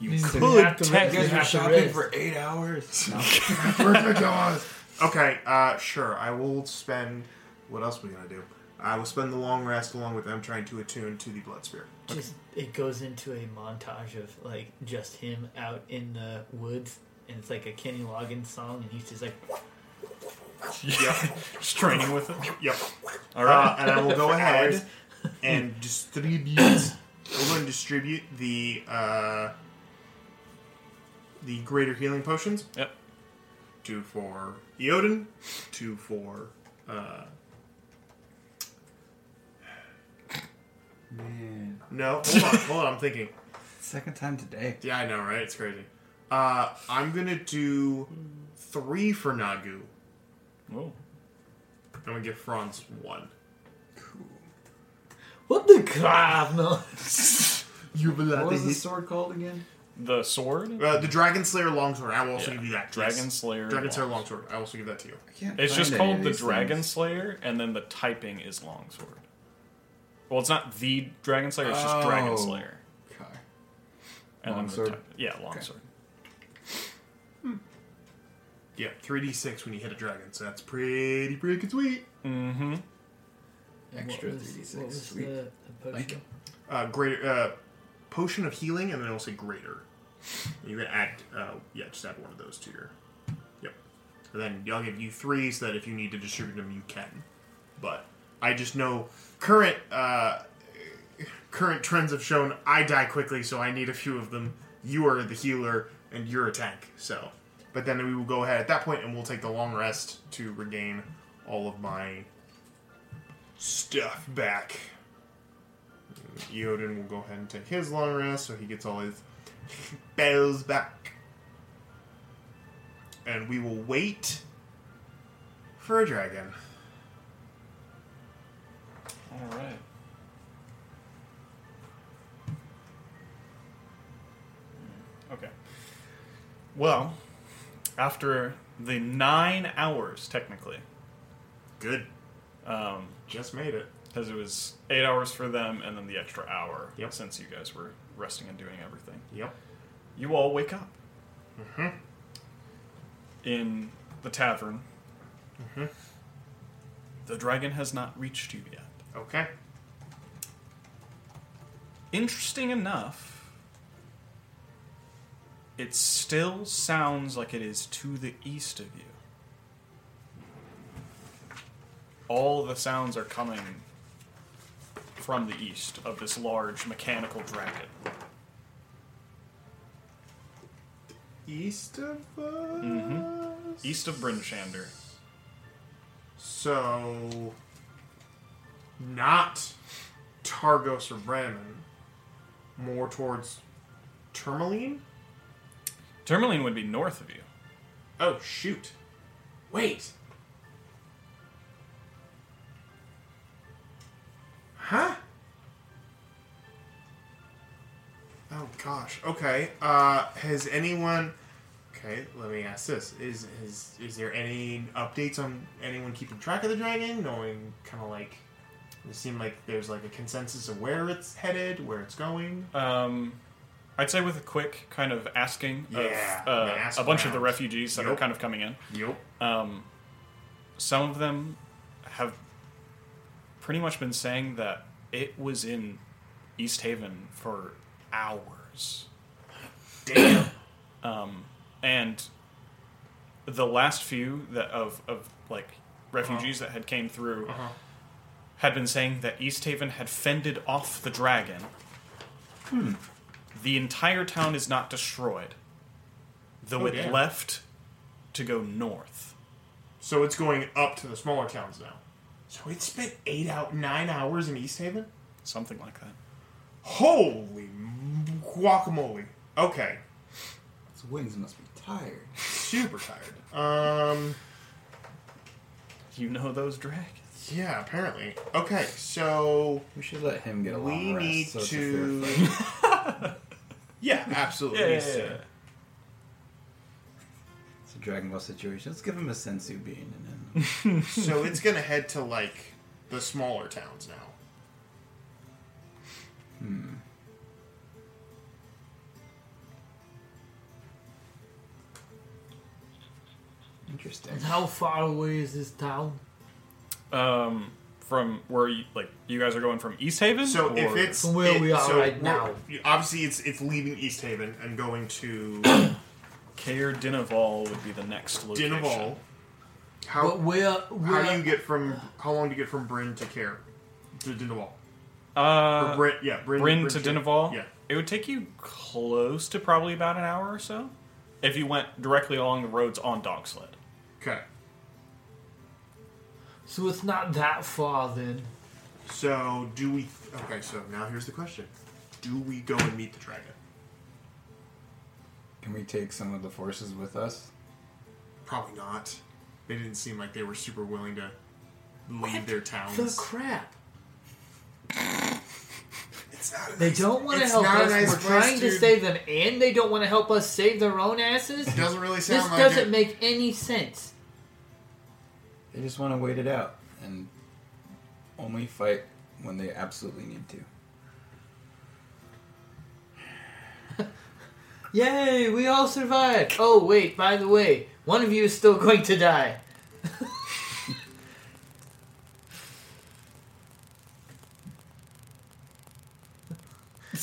[SPEAKER 2] you
[SPEAKER 6] Means they
[SPEAKER 2] could
[SPEAKER 6] have to rest.
[SPEAKER 2] technically.
[SPEAKER 6] have to
[SPEAKER 4] shopping
[SPEAKER 6] rest.
[SPEAKER 4] for eight
[SPEAKER 2] <laughs>
[SPEAKER 4] hours.
[SPEAKER 3] Okay, uh, sure. I will spend. What else are we gonna do? I will spend the long rest along with them trying to attune to the blood spear.
[SPEAKER 7] Just it goes into a montage of like just him out in the woods, and it's like a Kenny Loggins song, and he's just like,
[SPEAKER 2] <laughs>
[SPEAKER 3] Yep.
[SPEAKER 2] Straining with it.
[SPEAKER 3] yep.
[SPEAKER 2] All
[SPEAKER 3] Uh,
[SPEAKER 2] right.
[SPEAKER 3] and I will
[SPEAKER 2] <laughs>
[SPEAKER 3] <laughs> go ahead and distribute. We're going to distribute the uh, the greater healing potions.
[SPEAKER 2] yep.
[SPEAKER 3] Two for Eodin. Two for. Uh,
[SPEAKER 4] Man,
[SPEAKER 3] no, hold on, hold on. I'm thinking.
[SPEAKER 4] <laughs> second time today.
[SPEAKER 3] Yeah, I know, right? It's crazy. Uh, I'm gonna do three for Nagu.
[SPEAKER 2] Oh.
[SPEAKER 3] I'm gonna give Franz one.
[SPEAKER 6] What the crap? No.
[SPEAKER 3] <laughs> You will
[SPEAKER 4] What was the sword called again?
[SPEAKER 2] The sword?
[SPEAKER 3] Uh, the Dragon Slayer longsword. I will also give you that.
[SPEAKER 2] Dragon
[SPEAKER 3] yes.
[SPEAKER 2] Slayer
[SPEAKER 3] Dragon Slayer
[SPEAKER 2] longsword.
[SPEAKER 3] longsword. I also give that to you.
[SPEAKER 4] I can't
[SPEAKER 2] It's
[SPEAKER 4] find
[SPEAKER 2] just
[SPEAKER 4] any of
[SPEAKER 2] called the
[SPEAKER 4] these
[SPEAKER 2] Dragon
[SPEAKER 4] things.
[SPEAKER 2] Slayer, and then the typing is longsword. Well, it's not the Dragon Slayer, it's just
[SPEAKER 4] Oh.
[SPEAKER 2] Dragon Slayer.
[SPEAKER 4] Okay.
[SPEAKER 2] And
[SPEAKER 4] Longsword?
[SPEAKER 2] Then the type- yeah, longsword.
[SPEAKER 3] Yeah, three d six when you hit a dragon. So that's pretty freaking sweet.
[SPEAKER 2] Mm-hmm.
[SPEAKER 4] Extra
[SPEAKER 7] what was,
[SPEAKER 4] three d
[SPEAKER 7] what
[SPEAKER 4] six.
[SPEAKER 7] was
[SPEAKER 4] Sweet.
[SPEAKER 7] the, the
[SPEAKER 4] Like
[SPEAKER 7] potion?
[SPEAKER 3] Uh, greater uh, potion of healing, and then it'll say greater. You can add. Uh, yeah, just add one of those to your. Yep. And then I'll give you three so that if you need to distribute them, you can. But I just know current uh, current trends have shown I die quickly, so I need a few of them. You are the healer, and you're a tank. So, but then we will go ahead at that point, and we'll take the long rest to regain all of my stuff back. Eodin will go ahead and take his long rest, so he gets all his <laughs> bells back. And we will wait for a dragon.
[SPEAKER 2] All right. Okay. Well, after the nine hours, technically.
[SPEAKER 3] Good.
[SPEAKER 2] Um,
[SPEAKER 3] Just made it.
[SPEAKER 2] Because it was eight hours for them and then the extra hour since you guys were resting and doing everything.
[SPEAKER 3] Yep.
[SPEAKER 2] You all wake up.
[SPEAKER 3] Mm-hmm.
[SPEAKER 2] In the tavern.
[SPEAKER 3] Mhm.
[SPEAKER 2] The dragon has not reached you yet.
[SPEAKER 3] Okay.
[SPEAKER 2] Interesting enough, it still sounds like it is to the east of you. All the sounds are coming from the east of this large mechanical dragon.
[SPEAKER 3] East of us?
[SPEAKER 2] Mm-hmm. East of Brinchander.
[SPEAKER 3] So, not Targos or Brandon, more towards Tourmaline?
[SPEAKER 2] Tourmaline would be north of you.
[SPEAKER 3] Oh, shoot. Wait. Huh? Oh gosh. Okay. Uh, has anyone? Okay, let me ask this: Is is is there any updates on anyone keeping track of the dragon, knowing kind of like it seemed like there's like a consensus of where it's headed, where it's going?
[SPEAKER 2] Um, I'd say with a quick kind of asking
[SPEAKER 3] Yeah,
[SPEAKER 2] of uh,
[SPEAKER 3] an ask
[SPEAKER 2] a bunch of the
[SPEAKER 3] round.
[SPEAKER 2] refugees that are
[SPEAKER 3] Yup.
[SPEAKER 2] kind of coming in.
[SPEAKER 3] Yup.
[SPEAKER 2] Um, some of them have pretty much been saying that it was in East Haven for hours.
[SPEAKER 3] Damn.
[SPEAKER 2] <coughs> um, and the last few that of of like refugees that had came through
[SPEAKER 3] Uh-huh.
[SPEAKER 2] had been saying that East Haven had fended off the dragon.
[SPEAKER 3] Hmm.
[SPEAKER 2] The entire town is not destroyed, though
[SPEAKER 3] Oh,
[SPEAKER 2] it
[SPEAKER 3] damn.
[SPEAKER 2] left to go north.
[SPEAKER 3] So it's going up to the smaller towns now. So it spent eight out nine hours in East Haven.
[SPEAKER 2] Something like that.
[SPEAKER 3] Holy guacamole! Okay.
[SPEAKER 4] Its wings must be tired.
[SPEAKER 3] Super tired. Um.
[SPEAKER 2] You know those dragons.
[SPEAKER 3] Yeah, apparently. Okay, so
[SPEAKER 4] we should let him get a
[SPEAKER 3] we
[SPEAKER 4] long rest,
[SPEAKER 3] need
[SPEAKER 4] so it's a
[SPEAKER 3] to. <laughs> yeah, absolutely.
[SPEAKER 4] Yeah, yeah,
[SPEAKER 3] needs to.
[SPEAKER 4] yeah. It's a Dragon Ball situation. Let's give him a sensu bean and then.
[SPEAKER 3] so it's gonna head to like the smaller towns now.
[SPEAKER 4] Hmm. Interesting.
[SPEAKER 6] And how far away is this town?
[SPEAKER 2] Um, from where you like you guys are going from East Haven.
[SPEAKER 3] So if
[SPEAKER 2] or-
[SPEAKER 3] it's it- so we're- obviously it's it's leaving East Haven and going to
[SPEAKER 2] Caer Dinaval would be the next location.
[SPEAKER 3] Dinaval. How
[SPEAKER 2] But where-
[SPEAKER 3] how
[SPEAKER 2] where-
[SPEAKER 3] do you get from how long do you get from Bryn to Care to Dinaval?
[SPEAKER 2] Uh,
[SPEAKER 3] Or Bryn- yeah, Bryn- Bryn
[SPEAKER 2] to
[SPEAKER 3] to-
[SPEAKER 2] Dinaval.
[SPEAKER 3] yeah.
[SPEAKER 2] it would take you close to probably about an hour or so if you went directly along the roads on dog sled.
[SPEAKER 3] Okay.
[SPEAKER 6] So it's not that far then.
[SPEAKER 3] So do we? Okay, so now here's the question: Do we go and meet the dragon?
[SPEAKER 4] Can we take some of the forces with us?
[SPEAKER 3] Probably not. They didn't seem like they were super willing to leave their towns.
[SPEAKER 6] The crap.
[SPEAKER 3] It's not
[SPEAKER 6] They don't want to
[SPEAKER 3] it's
[SPEAKER 6] help
[SPEAKER 3] not a
[SPEAKER 6] us.
[SPEAKER 3] nice
[SPEAKER 6] We're trying
[SPEAKER 3] place,
[SPEAKER 6] to
[SPEAKER 3] dude.
[SPEAKER 6] save them, and they don't want to help us save their own asses.
[SPEAKER 3] It doesn't really
[SPEAKER 6] This
[SPEAKER 3] sound like
[SPEAKER 6] doesn't
[SPEAKER 3] it.
[SPEAKER 6] make any sense.
[SPEAKER 4] They just want to wait it out and only fight when they absolutely need
[SPEAKER 3] <laughs>
[SPEAKER 4] to.
[SPEAKER 6] Yay! We all survived. Oh wait, by the way, one of you is still <laughs> going to die.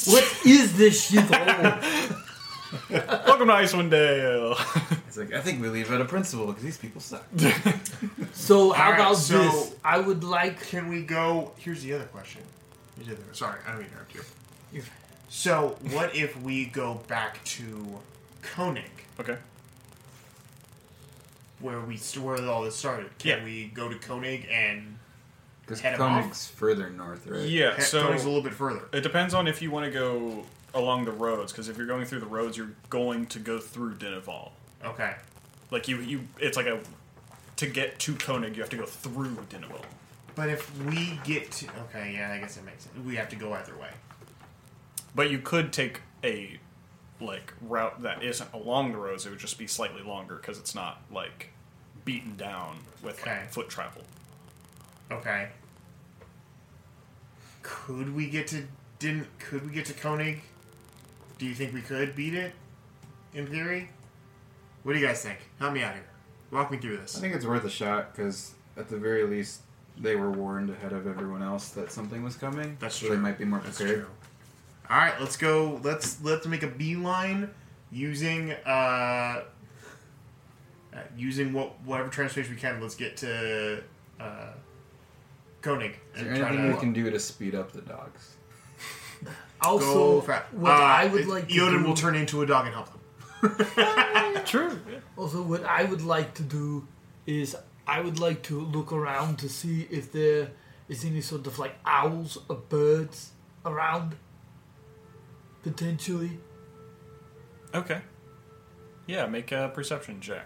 [SPEAKER 6] what is this shithole?
[SPEAKER 2] Welcome to Icewind
[SPEAKER 3] <laughs>
[SPEAKER 2] Dale.
[SPEAKER 4] it's like I think we leave out a principle because these people suck.
[SPEAKER 6] so
[SPEAKER 3] All
[SPEAKER 6] how
[SPEAKER 3] right,
[SPEAKER 6] about
[SPEAKER 3] so
[SPEAKER 6] this? I would like.
[SPEAKER 3] Can we go? Here's the other question. You did that. Sorry, I don't mean to interrupt you. So, what if we go back to Koenig?
[SPEAKER 2] Okay.
[SPEAKER 3] Where we where all this started? Can we go to Koenig and
[SPEAKER 4] Because
[SPEAKER 3] head him off?
[SPEAKER 4] Konig's further north, right?
[SPEAKER 2] Yeah, so
[SPEAKER 3] Koenig's a little bit further.
[SPEAKER 2] It depends on if you want to go along the roads, because if you're going through the roads, you're going to go through Denival.
[SPEAKER 3] Okay.
[SPEAKER 2] Like you, you, it's like a to get to Koenig, you have to go through Denival.
[SPEAKER 3] But if we get to okay, yeah, I guess it makes sense. We have to go either way.
[SPEAKER 2] But you could take a like route that isn't along the roads. It would just be slightly longer because it's not like beaten down with like, foot travel.
[SPEAKER 3] Okay. Could we get to didn't could we get to Koenig? Do you think we could beat it? In theory? What do you guys think? Help me out here. Walk me through this.
[SPEAKER 4] I think it's worth a shot because at the very least, they were warned ahead of everyone else that something was coming. That's so They might be more prepared.
[SPEAKER 3] All right, let's go. Let's let's make a beeline using uh, uh, using what whatever transportation we can. Let's get to uh, Koenig
[SPEAKER 4] Is
[SPEAKER 3] and
[SPEAKER 4] there
[SPEAKER 3] try
[SPEAKER 4] anything
[SPEAKER 3] to
[SPEAKER 4] we can do to speed up
[SPEAKER 3] <laughs>
[SPEAKER 4] the dogs?
[SPEAKER 6] Also,
[SPEAKER 3] go fa-
[SPEAKER 6] what
[SPEAKER 3] Uh,
[SPEAKER 6] I would
[SPEAKER 3] it-
[SPEAKER 6] like to
[SPEAKER 3] Yoden
[SPEAKER 6] do-
[SPEAKER 3] will turn into a dog and help them.
[SPEAKER 2] True.
[SPEAKER 6] Also, what I would like to do is I would like to look around to see if there is any sort of like owls or birds around, potentially.
[SPEAKER 2] Okay. Yeah, make a perception check.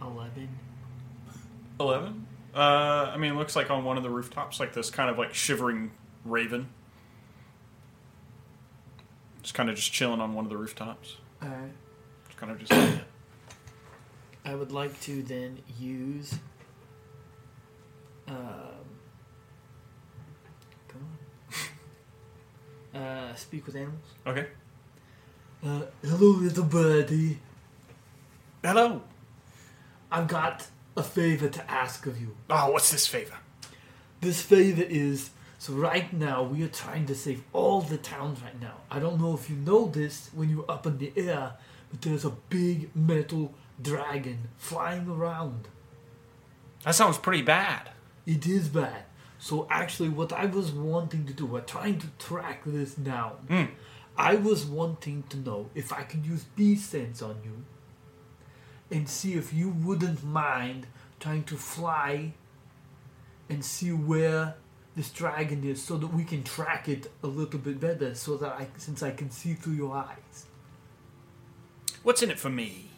[SPEAKER 7] Eleven.
[SPEAKER 2] Eleven. Uh, I mean, it looks like on one of the rooftops, like this kind of like shivering raven, just kind of just chilling on one of the rooftops.
[SPEAKER 7] All right.
[SPEAKER 2] It's kind of just like, <coughs>
[SPEAKER 7] I would like to then use. Um, come on. Uh, speak with animals.
[SPEAKER 2] okay.
[SPEAKER 7] Uh, hello, little birdie.
[SPEAKER 2] Hello.
[SPEAKER 7] I've got a favor to ask of you.
[SPEAKER 2] Oh, what's this favor?
[SPEAKER 7] This favor is so right now we are trying to save all the towns right now. I don't know if you know this when you're up in the air, but there's a big metal dragon flying around.
[SPEAKER 2] That sounds pretty bad.
[SPEAKER 7] It is bad. So actually what I was wanting to do, we're trying to track this down. I was wanting to know if I could use bee sense on you and see if you wouldn't mind
[SPEAKER 6] trying to fly and see where this dragon is so that we can track it a little bit better so that I since I can see through your eyes.
[SPEAKER 9] What's in it for me?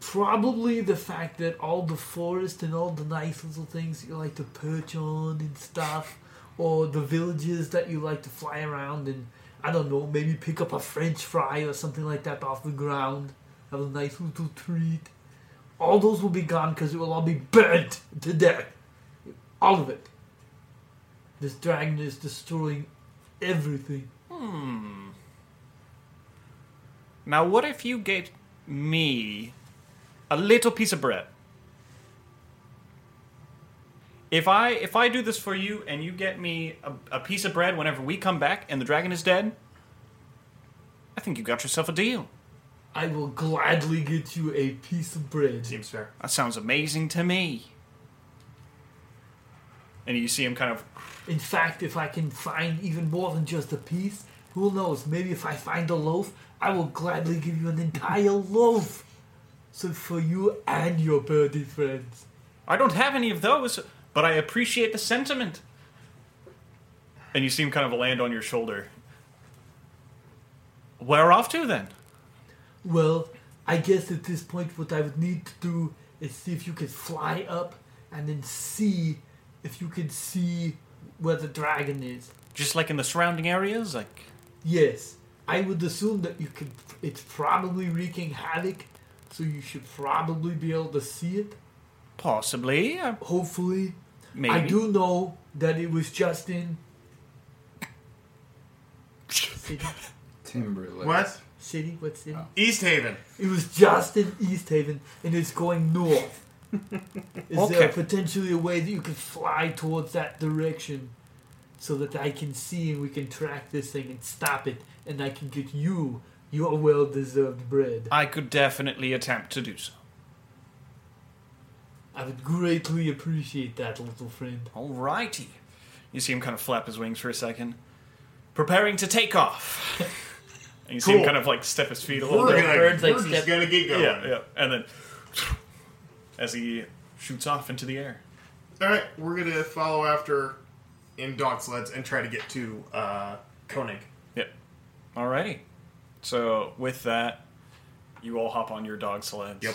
[SPEAKER 6] Probably the fact that all the forest and all the nice little things you like to perch on and stuff, or the villages that you like to fly around and I don't know, maybe pick up a French fry or something like that off the ground, have a nice little treat. All those will be gone because it will all be burnt to death. All of it. This dragon is destroying everything.
[SPEAKER 9] Hmm. Now, what if you gave me a little piece of bread?
[SPEAKER 2] If I if I do this for you and you get me a, a piece of bread whenever we come back and the dragon is dead, I think you got yourself a deal.
[SPEAKER 6] I will gladly get you a piece of bread.
[SPEAKER 2] Seems fair. That sounds amazing to me. And you see him kind of
[SPEAKER 6] In fact, if I can find even more than just a piece, who knows? Maybe if I find a loaf, I will gladly give you an entire loaf. So for you and your birdie friends.
[SPEAKER 2] I don't have any of those, but I appreciate the sentiment. And you see him kind of land on your shoulder. Where off to then?
[SPEAKER 6] Well, I guess at this point, what I would need to do is see if you could fly up and then see if you could see where the dragon is.
[SPEAKER 2] Just like in the surrounding areas, like
[SPEAKER 6] Yes, I would assume that you could. It's probably wreaking havoc, so you should probably be able to see it.
[SPEAKER 2] possibly. uh,
[SPEAKER 6] Hopefully,
[SPEAKER 2] Maybe.
[SPEAKER 6] I do know that it was Justin. City.
[SPEAKER 4] Timberlake.
[SPEAKER 3] What? Oh.
[SPEAKER 6] City? What city?
[SPEAKER 3] East Haven.
[SPEAKER 6] It was Justin East Haven, and it's going north. Is there
[SPEAKER 3] Okay.
[SPEAKER 6] potentially a way that you could fly towards that direction so that I can see and we can track this thing and stop it, and I can get you your well deserved bread?
[SPEAKER 2] I could definitely attempt to do so.
[SPEAKER 6] I would greatly appreciate that, little friend.
[SPEAKER 2] Alrighty. You see him kind of flap his wings for a second, preparing to take
[SPEAKER 3] <laughs>
[SPEAKER 2] off. and you see him
[SPEAKER 3] Cool.
[SPEAKER 2] kind of like step his feet a little
[SPEAKER 3] We're
[SPEAKER 2] bit.
[SPEAKER 3] gonna- Birds, like, we're just step- gonna get going.
[SPEAKER 2] Yeah, yeah. And then as he shoots off into the air.
[SPEAKER 3] All right, we're gonna follow after in dog sleds and try to get to uh, Koenig.
[SPEAKER 2] Yep. Alrighty. So with that, you all hop on your dog sleds. Yep.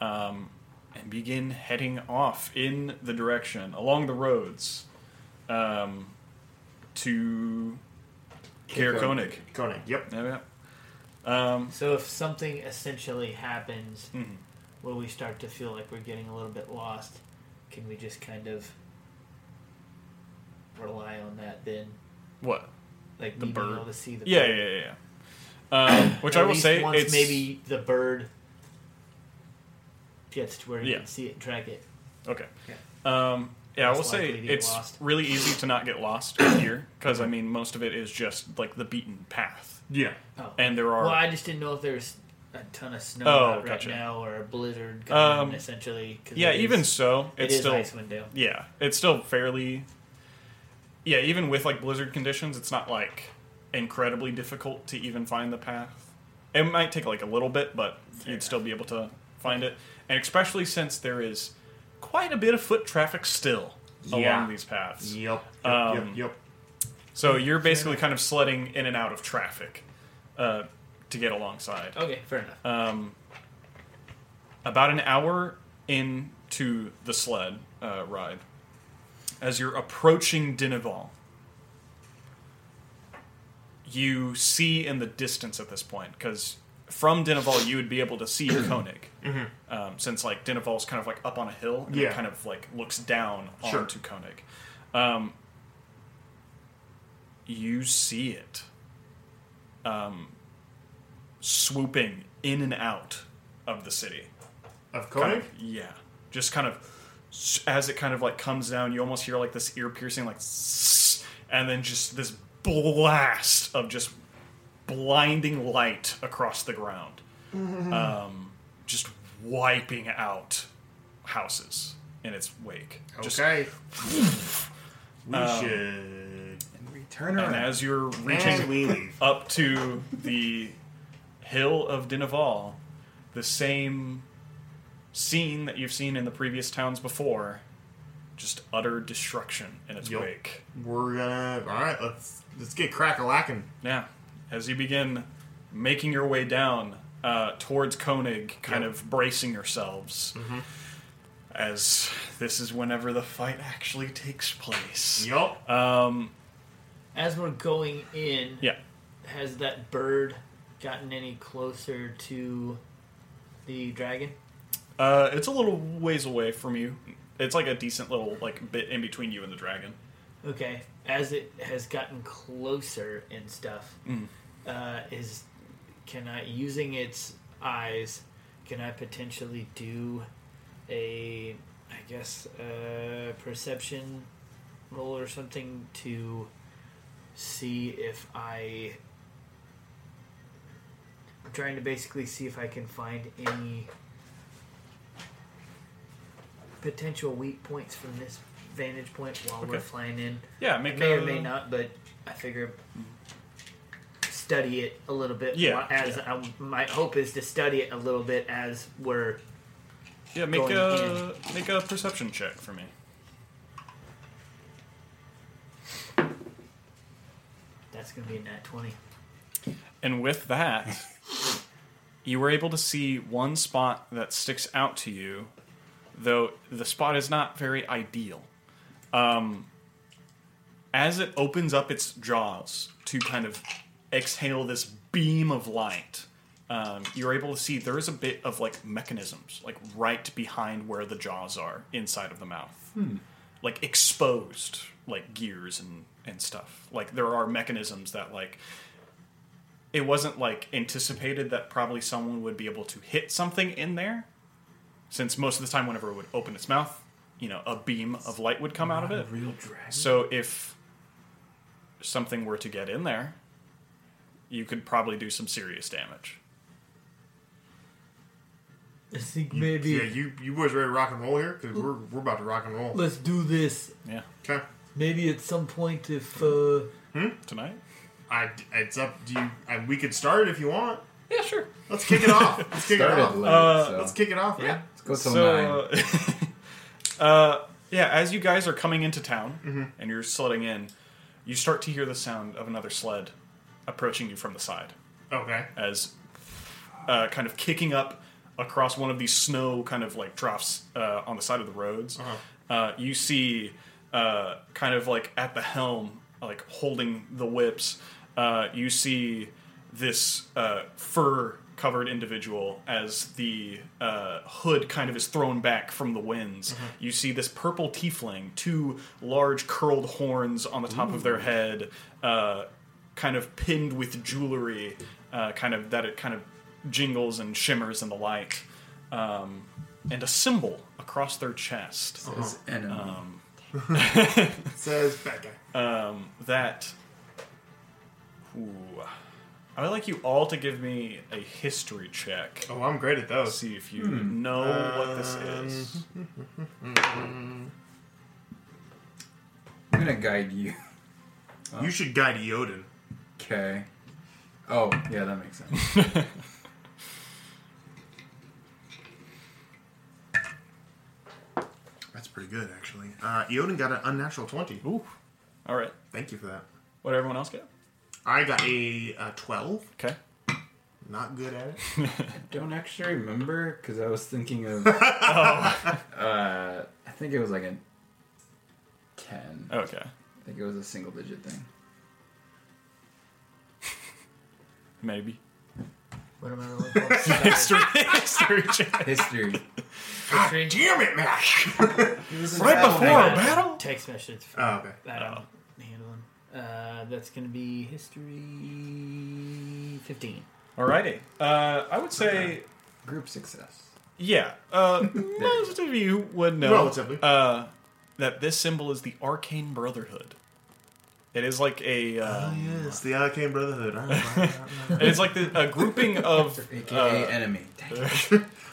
[SPEAKER 2] Um, and begin heading off in the direction along the roads um, to Kier Koenig.
[SPEAKER 3] Koenig. Yep.
[SPEAKER 2] yep. Um,
[SPEAKER 8] so if something essentially happens where we start to feel like we're getting a little bit lost, can we just kind of rely on that then?
[SPEAKER 2] What?
[SPEAKER 8] Like the bird. able to see the
[SPEAKER 2] yeah,
[SPEAKER 8] bird.
[SPEAKER 2] yeah, yeah, yeah.
[SPEAKER 8] <clears throat>
[SPEAKER 2] Um, which
[SPEAKER 8] At
[SPEAKER 2] I will
[SPEAKER 8] least
[SPEAKER 2] say,
[SPEAKER 8] once
[SPEAKER 2] it's
[SPEAKER 8] maybe the bird gets to where you
[SPEAKER 2] Yeah.
[SPEAKER 8] can see it and track it.
[SPEAKER 2] okay. Um, yeah, I
[SPEAKER 8] Less
[SPEAKER 2] will say
[SPEAKER 8] likely to get
[SPEAKER 2] it's
[SPEAKER 8] lost.
[SPEAKER 2] really easy to not get lost here because I mean most of it is just like the beaten path.
[SPEAKER 3] Yeah.
[SPEAKER 8] Oh.
[SPEAKER 2] And there are
[SPEAKER 8] Well, I just didn't know if there's a ton of snow
[SPEAKER 2] Oh,
[SPEAKER 8] out
[SPEAKER 2] gotcha.
[SPEAKER 8] right now or a blizzard going
[SPEAKER 2] um,
[SPEAKER 8] on, essentially. 'cause
[SPEAKER 2] Yeah,
[SPEAKER 8] it
[SPEAKER 2] even
[SPEAKER 8] is-
[SPEAKER 2] so,
[SPEAKER 8] it
[SPEAKER 2] it's
[SPEAKER 8] is
[SPEAKER 2] still
[SPEAKER 8] Icewind Dale.
[SPEAKER 2] Yeah, it's still fairly. Yeah, even with like blizzard conditions, it's not like incredibly difficult to even find the path. It might take like a little bit, but you'd still be able to find it, and especially since there is quite a bit of foot traffic still
[SPEAKER 3] Yeah.
[SPEAKER 2] along these paths.
[SPEAKER 3] Yep. Yep.
[SPEAKER 2] Um,
[SPEAKER 3] yep. yep.
[SPEAKER 2] So you're basically kind of sledding in and out of traffic uh, to get alongside.
[SPEAKER 8] Okay, fair enough.
[SPEAKER 2] Um, about an hour into the sled uh, ride, as you're approaching Dinaval, you see in the distance at this point, because from Dinaval you would be able to
[SPEAKER 3] <clears throat>
[SPEAKER 2] see Koenig.
[SPEAKER 3] Mhm.
[SPEAKER 2] Um, since like Dinaval's kind of like up on a hill and
[SPEAKER 3] Yeah.
[SPEAKER 2] it kind of like looks down
[SPEAKER 3] Sure.
[SPEAKER 2] onto Koenig. Um, you see it um, swooping in and out of the city.
[SPEAKER 3] Of
[SPEAKER 2] Kind
[SPEAKER 3] Koenig?
[SPEAKER 2] of- yeah. Just kind of s- as it kind of like comes down, you almost hear like this ear piercing, like, "Sss," and then just this blast of just blinding light across the
[SPEAKER 3] <laughs>
[SPEAKER 2] ground, um, just wiping out houses in its wake. Just-
[SPEAKER 3] Okay. We
[SPEAKER 2] Um,
[SPEAKER 3] should. And
[SPEAKER 4] we turn
[SPEAKER 2] and as you're reaching
[SPEAKER 3] And we leave.
[SPEAKER 2] up to the hill of Dinaval, the same scene that you've seen in the previous towns before, just utter destruction in its
[SPEAKER 3] Yup.
[SPEAKER 2] wake.
[SPEAKER 3] We're gonna. All right, let's let's get crack a lacking.
[SPEAKER 2] Yeah. As you begin making your way down uh, towards Koenig, kind of bracing yourselves.
[SPEAKER 3] Mm-hmm.
[SPEAKER 2] As this is whenever the fight actually takes place. Yup. Um,
[SPEAKER 8] As we're going in,
[SPEAKER 2] Yeah.
[SPEAKER 8] has that bird gotten any closer to the dragon?
[SPEAKER 2] uh, it's a little ways away from you. It's like a decent little like bit in between you and the dragon.
[SPEAKER 8] Okay, as it has gotten closer and stuff,
[SPEAKER 2] Mm.
[SPEAKER 8] uh, is can I using its eyes? Can I potentially do a, I guess, uh, perception roll or something to see if I. I'm trying to basically see if I can find any potential weak points from this vantage point while we're
[SPEAKER 2] Okay.
[SPEAKER 8] flying in.
[SPEAKER 2] Yeah,
[SPEAKER 8] I
[SPEAKER 2] make
[SPEAKER 8] may or
[SPEAKER 2] a-
[SPEAKER 8] may not, but I figure study it a little bit.
[SPEAKER 2] Yeah,
[SPEAKER 8] while- as
[SPEAKER 2] yeah.
[SPEAKER 8] I- my hope is to study it a little bit as we're
[SPEAKER 2] Yeah, make
[SPEAKER 8] going in.
[SPEAKER 2] a make a perception check for me.
[SPEAKER 8] That's gonna be a nat twenty.
[SPEAKER 2] And with that, you were able to see one spot that sticks out to you, though the spot is not very ideal. Um, as it opens up its jaws to kind of exhale this beam of light, um, you're able to see there is a bit of like mechanisms, like right behind where the jaws are inside of the mouth
[SPEAKER 10] Hmm.
[SPEAKER 2] like exposed like gears and and stuff like there are mechanisms that like it wasn't like anticipated that probably someone would be able to hit something in there since most of the time whenever it would open its mouth you know a beam of light would come out of it
[SPEAKER 5] real dragon.
[SPEAKER 2] so if something were to get in there you could probably do some serious damage
[SPEAKER 3] I
[SPEAKER 8] think
[SPEAKER 3] maybe. Yeah, you you boys ready to rock and roll here? Because we're we're about to rock and roll.
[SPEAKER 7] Let's do this.
[SPEAKER 2] Yeah.
[SPEAKER 3] Okay.
[SPEAKER 7] Maybe at some point, if uh,
[SPEAKER 2] hmm? tonight,
[SPEAKER 3] I it's up to you. I, we could start it if you want.
[SPEAKER 2] Yeah, sure.
[SPEAKER 3] Let's kick it off. Let's kick it
[SPEAKER 4] Started
[SPEAKER 3] off.
[SPEAKER 4] late,
[SPEAKER 3] Uh,
[SPEAKER 4] so-
[SPEAKER 3] Let's kick it off. Man.
[SPEAKER 2] So, <laughs> uh, yeah, as you guys are coming into town
[SPEAKER 3] Mhm.
[SPEAKER 2] and you're sledding in, you start to hear the sound of another sled approaching you from the side.
[SPEAKER 3] Okay.
[SPEAKER 2] As uh, kind of kicking up across one of these snow kind of like drops uh, on the side of the roads, uh
[SPEAKER 3] Uh-huh.
[SPEAKER 2] you see uh, kind of like at the helm, like holding the whips, uh, you see this uh, fur covered individual as the uh, hood kind of is thrown back from the winds.
[SPEAKER 10] Mhm.
[SPEAKER 2] You see this purple tiefling, two large curled horns on the top of their
[SPEAKER 10] Ooh.
[SPEAKER 2] head, uh, kind of pinned with jewelry, uh, kind of that it kind of jingles and shimmers in the light, um, and a symbol across their chest.
[SPEAKER 4] Says enemy.
[SPEAKER 2] Um,
[SPEAKER 3] Says bad guy.
[SPEAKER 2] um, that. Ooh. I would like you all to give me a history check.
[SPEAKER 3] Oh, I'm great at those. Uh,
[SPEAKER 2] See if you
[SPEAKER 3] Hmm.
[SPEAKER 2] know what this
[SPEAKER 3] <laughs>
[SPEAKER 2] is.
[SPEAKER 3] I'm
[SPEAKER 4] gonna guide you. Oh.
[SPEAKER 3] You should guide Yoden.
[SPEAKER 4] Okay. Oh, yeah, that
[SPEAKER 3] <laughs>
[SPEAKER 4] makes sense.
[SPEAKER 3] That's pretty good, actually. Uh, Yoden got an unnatural 20.
[SPEAKER 2] Ooh. All right.
[SPEAKER 3] Thank you for that.
[SPEAKER 2] What did everyone else get?
[SPEAKER 3] I got a, uh 12.
[SPEAKER 2] Okay.
[SPEAKER 3] Not good
[SPEAKER 2] <laughs>
[SPEAKER 3] at it.
[SPEAKER 4] I don't actually remember because I was
[SPEAKER 3] <laughs>
[SPEAKER 4] thinking
[SPEAKER 3] Oh.
[SPEAKER 4] of. uh, I think it was like a ten.
[SPEAKER 2] Okay.
[SPEAKER 4] I think it was a single digit thing.
[SPEAKER 2] Maybe.
[SPEAKER 8] What am I
[SPEAKER 3] <laughs>
[SPEAKER 8] rolling for?
[SPEAKER 2] history, history check.
[SPEAKER 4] History.
[SPEAKER 8] History?
[SPEAKER 3] damn it,
[SPEAKER 8] <laughs>
[SPEAKER 3] Mac! <laughs>
[SPEAKER 2] Right before a battle?
[SPEAKER 8] Text message. From
[SPEAKER 2] Oh, okay.
[SPEAKER 8] Adam handling. Uh, that's gonna be history fifteen.
[SPEAKER 3] <laughs>
[SPEAKER 2] Alrighty. Uh, I would say.
[SPEAKER 4] Group success.
[SPEAKER 2] Yeah. Uh, most of you would know
[SPEAKER 4] Relatively.
[SPEAKER 2] uh, that this symbol is the Arcane Brotherhood. It is like a. Uh,
[SPEAKER 3] Yes, the Arcane Brotherhood. All right, all right,
[SPEAKER 2] <laughs>
[SPEAKER 3] all right.
[SPEAKER 2] And it's like the, a
[SPEAKER 3] <laughs>
[SPEAKER 2] grouping of uh,
[SPEAKER 4] AKA enemy.
[SPEAKER 2] <laughs>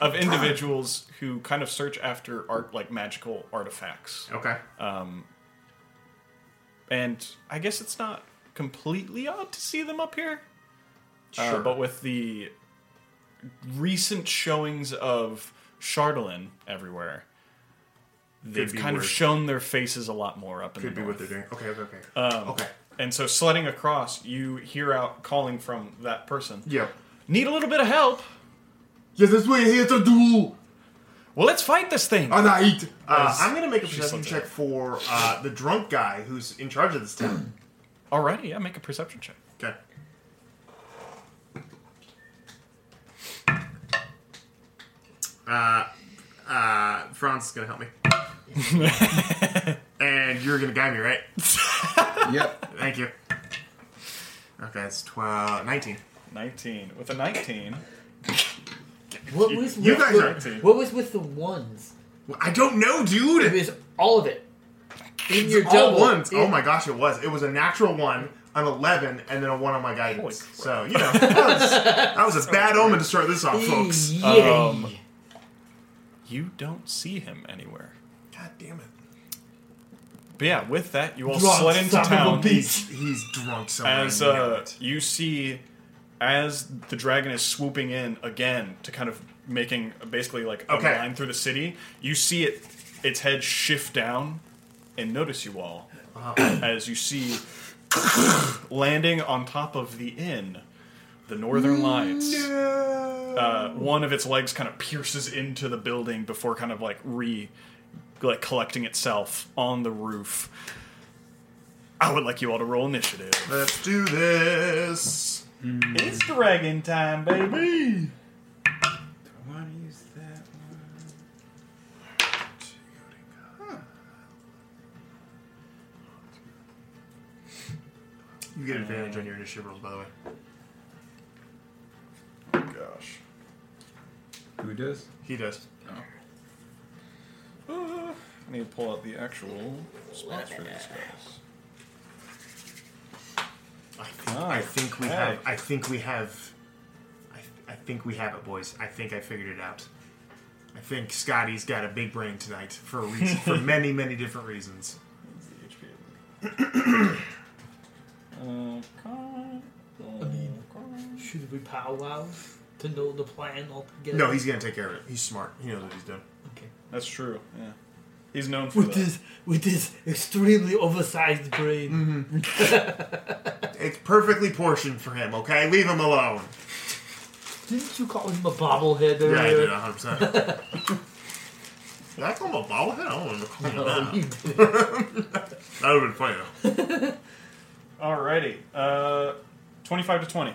[SPEAKER 2] of individuals who kind of search after art like magical artifacts.
[SPEAKER 3] Okay.
[SPEAKER 2] Um, and I guess it's not completely odd to see them up here. Uh,
[SPEAKER 10] Sure.
[SPEAKER 2] but with the recent showings of Shardolin everywhere, they've
[SPEAKER 3] Could be
[SPEAKER 2] kind
[SPEAKER 3] worse.
[SPEAKER 2] of shown their faces a lot more up in
[SPEAKER 3] Could
[SPEAKER 2] the
[SPEAKER 3] be what
[SPEAKER 2] north.
[SPEAKER 3] they're doing. Okay, okay, okay.
[SPEAKER 2] Um,
[SPEAKER 3] Okay.
[SPEAKER 2] And so sledding across, you hear out calling from that person.
[SPEAKER 3] Yeah.
[SPEAKER 2] Need a little bit of help.
[SPEAKER 3] Yes, that's what you're here to do.
[SPEAKER 2] Well, let's fight this thing.
[SPEAKER 3] On night. Uh,
[SPEAKER 2] <laughs> As
[SPEAKER 3] I'm gonna make a
[SPEAKER 2] she
[SPEAKER 3] perception
[SPEAKER 2] slips
[SPEAKER 3] check for uh, the drunk guy who's in charge of this town.
[SPEAKER 2] Alrighty, yeah, make a perception check.
[SPEAKER 3] Okay. Uh, uh, Franz is
[SPEAKER 2] <laughs>
[SPEAKER 3] gonna help me. and you're gonna guide me, right? yep. Thank you. Okay, it's 12, 19.
[SPEAKER 2] 19. With a 19.
[SPEAKER 8] What was
[SPEAKER 3] you
[SPEAKER 8] with
[SPEAKER 3] guys
[SPEAKER 8] the-
[SPEAKER 3] are too.
[SPEAKER 8] What was with the ones?
[SPEAKER 3] I don't know, dude.
[SPEAKER 8] It was all of it. In your
[SPEAKER 3] all
[SPEAKER 8] double.
[SPEAKER 3] ones.
[SPEAKER 8] In-
[SPEAKER 3] oh my gosh, it was. It was a natural one, an eleven, and then a one on my guidance. So you know, <laughs>
[SPEAKER 2] <laughs>
[SPEAKER 3] that was, that was a bad omen to start this off, folks.
[SPEAKER 2] Um, you don't see him anywhere.
[SPEAKER 3] God damn it.
[SPEAKER 2] But yeah, with that, you all
[SPEAKER 3] Drunk
[SPEAKER 2] sled into
[SPEAKER 3] son of a
[SPEAKER 2] town.
[SPEAKER 3] bitch. He's drunk somewhere
[SPEAKER 2] As
[SPEAKER 3] and you know
[SPEAKER 2] uh, you see, as the dragon is swooping in again to kind of making basically like a
[SPEAKER 3] Okay.
[SPEAKER 2] line through the city, you see it, its head shift down, and notice you all
[SPEAKER 3] Uh-huh.
[SPEAKER 2] as you see <laughs> landing on top of the inn, the northern lights. Uh, one of its legs kind of pierces into the building before kind of like re, like collecting itself on the roof. I would like you all to roll initiative.
[SPEAKER 3] Let's do this.
[SPEAKER 4] Hmm.
[SPEAKER 2] It's dragon time, baby.
[SPEAKER 3] You get advantage on your initiative rolls, by the way.
[SPEAKER 2] Gosh.
[SPEAKER 4] Who does? Oh.
[SPEAKER 3] He does.
[SPEAKER 2] Uh, I need to pull out the actual spots for these guys.
[SPEAKER 3] I think, I think we
[SPEAKER 2] Okay.
[SPEAKER 3] have. I think we have. I, th- I think we have it, boys. I think I figured it out. I think Scotty's got a big brain tonight for a
[SPEAKER 2] <laughs>
[SPEAKER 3] reason, for many, many different reasons. Uh,
[SPEAKER 8] I mean, should we powwow to know the plan altogether?
[SPEAKER 3] No, he's gonna take care of it. He's smart. He knows what he's doing.
[SPEAKER 8] Okay.
[SPEAKER 2] That's true. Yeah. He's known for
[SPEAKER 8] with
[SPEAKER 2] that.
[SPEAKER 8] his with his extremely oversized brain.
[SPEAKER 3] Mm-hmm. it's perfectly portioned for him. Okay, leave him alone.
[SPEAKER 8] Didn't you call him a bobblehead earlier?
[SPEAKER 3] Yeah, I did 100. percent
[SPEAKER 8] <laughs>
[SPEAKER 3] Did I call him a bobblehead? I don't remember
[SPEAKER 4] <laughs>
[SPEAKER 3] calling
[SPEAKER 4] Oh,
[SPEAKER 3] him
[SPEAKER 8] No,
[SPEAKER 3] that.
[SPEAKER 8] you
[SPEAKER 3] <laughs> that would have been funny though.
[SPEAKER 2] <laughs> Alrighty. Uh, 25 to 20.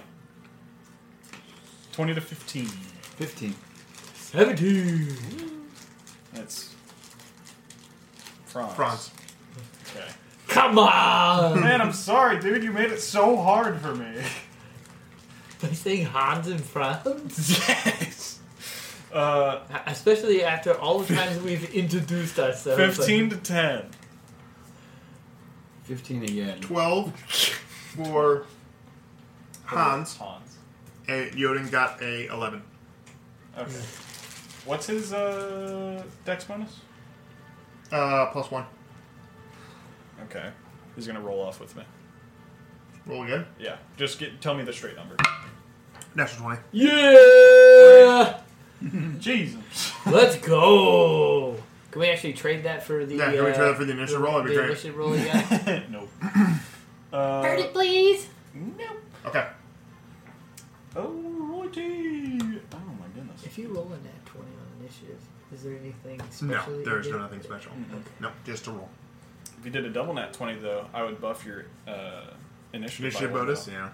[SPEAKER 2] 20 to 15.
[SPEAKER 4] 15.
[SPEAKER 8] 17.
[SPEAKER 2] That's. Franz.
[SPEAKER 3] Franz.
[SPEAKER 2] Okay.
[SPEAKER 8] Come
[SPEAKER 2] <laughs>
[SPEAKER 8] on!
[SPEAKER 2] Man, I'm sorry, dude. You made it so hard for me.
[SPEAKER 8] By saying Hans in France?
[SPEAKER 2] Yes! Uh,
[SPEAKER 8] Especially after all the times we've introduced ourselves.
[SPEAKER 2] 15 to 10.
[SPEAKER 4] 15 again.
[SPEAKER 3] 12 for Hans.
[SPEAKER 2] Hans.
[SPEAKER 3] And Yoden got a 11.
[SPEAKER 2] Okay. What's his uh, dex bonus?
[SPEAKER 3] Uh, plus one.
[SPEAKER 2] Okay. He's gonna roll off with me.
[SPEAKER 3] Roll again.
[SPEAKER 2] Yeah. Just get tell me the straight number.
[SPEAKER 3] Natural 20.
[SPEAKER 8] Yeah!
[SPEAKER 2] Jesus.
[SPEAKER 8] Let's go! Can we actually trade that for the.
[SPEAKER 3] Yeah, can we
[SPEAKER 8] uh,
[SPEAKER 3] trade that for the initial roll? That'd be
[SPEAKER 8] the
[SPEAKER 3] great. Uh,
[SPEAKER 8] initial roll
[SPEAKER 3] <laughs>
[SPEAKER 8] you got?
[SPEAKER 2] nope.
[SPEAKER 10] Burn it, please.
[SPEAKER 3] Okay.
[SPEAKER 2] Alrighty. Oh my goodness.
[SPEAKER 8] If you roll a nat 20 on initiative, is there anything special?
[SPEAKER 3] No,
[SPEAKER 8] that
[SPEAKER 3] there
[SPEAKER 8] you
[SPEAKER 3] is
[SPEAKER 8] get?
[SPEAKER 3] no nothing special. No, just a roll.
[SPEAKER 2] If you did a double nat twenty though, I would buff your uh, initiative. by
[SPEAKER 3] Initiative
[SPEAKER 2] one,
[SPEAKER 3] bonus?
[SPEAKER 2] though.
[SPEAKER 3] Yeah.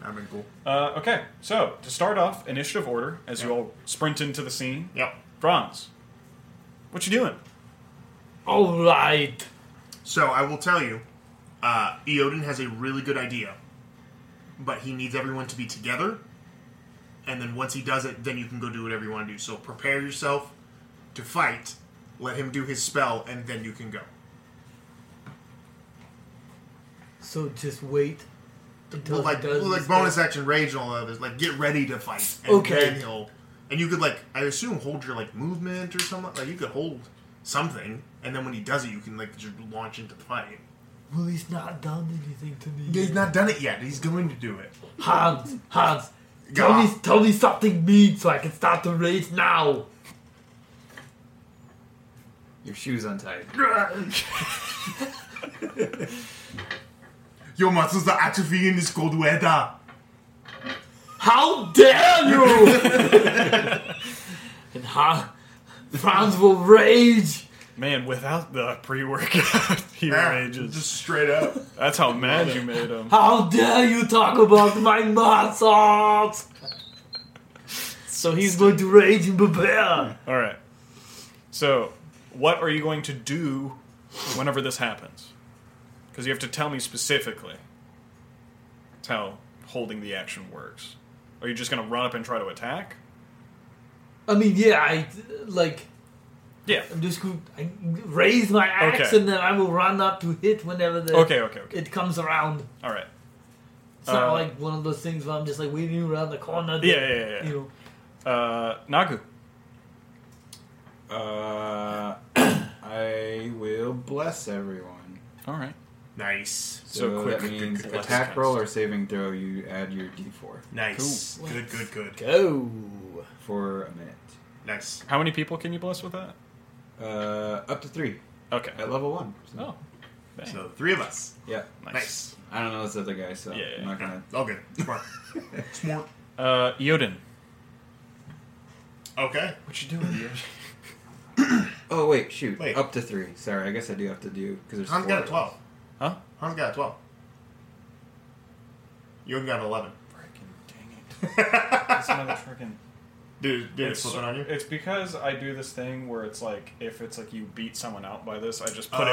[SPEAKER 3] That'd been cool.
[SPEAKER 2] Uh, okay, so to start off, initiative order as you all sprint into the scene.
[SPEAKER 3] Yep.
[SPEAKER 2] Bronze. What you doing?
[SPEAKER 8] All right.
[SPEAKER 3] So I will tell you, uh, Eodin has a really good idea, but he needs everyone to be together. And then once he does it, then you can go do whatever you want to do. So prepare yourself to fight. Let him do his spell, and then you can go.
[SPEAKER 8] So just wait until
[SPEAKER 3] Well,
[SPEAKER 8] he
[SPEAKER 3] like,
[SPEAKER 8] does
[SPEAKER 3] well, like
[SPEAKER 8] this
[SPEAKER 3] bonus
[SPEAKER 8] thing.
[SPEAKER 3] action, rage, and all that. Is like get ready to fight. And
[SPEAKER 8] Okay.
[SPEAKER 3] Then he'll, and you could like I assume hold your like movement or something. Like you could hold something, and then when he does it, you can like just launch into the fight.
[SPEAKER 8] Well, he's not done anything to me.
[SPEAKER 3] He's not done it yet. He's going to do it.
[SPEAKER 8] Hans, Hans,
[SPEAKER 3] Gah.
[SPEAKER 8] tell me, tell me something mean so I can stop the rage now.
[SPEAKER 4] Your shoes untied.
[SPEAKER 3] Your muscles are atrophying in this cold weather.
[SPEAKER 6] How dare you! and how Franz will rage.
[SPEAKER 2] Man, without the pre-workout, <laughs> he rages. Just
[SPEAKER 3] straight up.
[SPEAKER 2] That's how mad you made him.
[SPEAKER 6] How dare you talk about my muscles? So he's going to rage and prepare.
[SPEAKER 2] All right. So, what are you going to do whenever this happens? Because you have to tell me specifically. That's how holding the action works. Are you just going to run up and try to attack?
[SPEAKER 6] I mean, yeah, I like.
[SPEAKER 2] Yeah.
[SPEAKER 6] I'm just going to raise my axe
[SPEAKER 2] Okay.
[SPEAKER 6] and then I will run up to hit whenever the,
[SPEAKER 2] Okay, okay, okay.
[SPEAKER 6] it comes around.
[SPEAKER 2] All right.
[SPEAKER 6] It's not
[SPEAKER 2] Uh,
[SPEAKER 6] like one of those things where I'm just like waiting around the corner.
[SPEAKER 2] Yeah, yeah, yeah. yeah.
[SPEAKER 6] You
[SPEAKER 2] Uh, Nagu.
[SPEAKER 4] Uh, <coughs> I will bless everyone.
[SPEAKER 2] All right.
[SPEAKER 3] Nice.
[SPEAKER 4] So,
[SPEAKER 3] So quick,
[SPEAKER 4] quick, that
[SPEAKER 3] good, good,
[SPEAKER 4] means
[SPEAKER 3] good.
[SPEAKER 4] attack roll or saving throw. You add your D4.
[SPEAKER 3] Nice. Cool. Good, good, good.
[SPEAKER 6] Go
[SPEAKER 4] for a minute.
[SPEAKER 3] Nice.
[SPEAKER 2] How many people can you bless with that?
[SPEAKER 4] Uh, up to three.
[SPEAKER 2] Okay.
[SPEAKER 4] At level one.
[SPEAKER 2] Oh. Dang.
[SPEAKER 3] So three of us.
[SPEAKER 4] Yeah.
[SPEAKER 2] Nice.
[SPEAKER 4] I don't know this other guy, so I'm not gonna.
[SPEAKER 3] All good.
[SPEAKER 4] <laughs>
[SPEAKER 3] Smart. Smart.
[SPEAKER 2] Uh, Yoden.
[SPEAKER 3] Okay.
[SPEAKER 2] What you doing, Yoden?
[SPEAKER 4] <coughs> Oh wait, shoot. Up to three. Sorry, I guess I do have to do because there's.
[SPEAKER 3] Hans
[SPEAKER 4] four
[SPEAKER 3] got a
[SPEAKER 2] <laughs>
[SPEAKER 4] of
[SPEAKER 3] 12.
[SPEAKER 4] us.
[SPEAKER 2] Huh?
[SPEAKER 3] Hans got a 12. You got an 11. <laughs>
[SPEAKER 2] That's another freaking.
[SPEAKER 3] Dude, did it
[SPEAKER 2] It's-
[SPEAKER 3] flip it on you?
[SPEAKER 2] It's because I do this thing where it's like if it's like you beat someone out by this, I just put
[SPEAKER 3] Oh,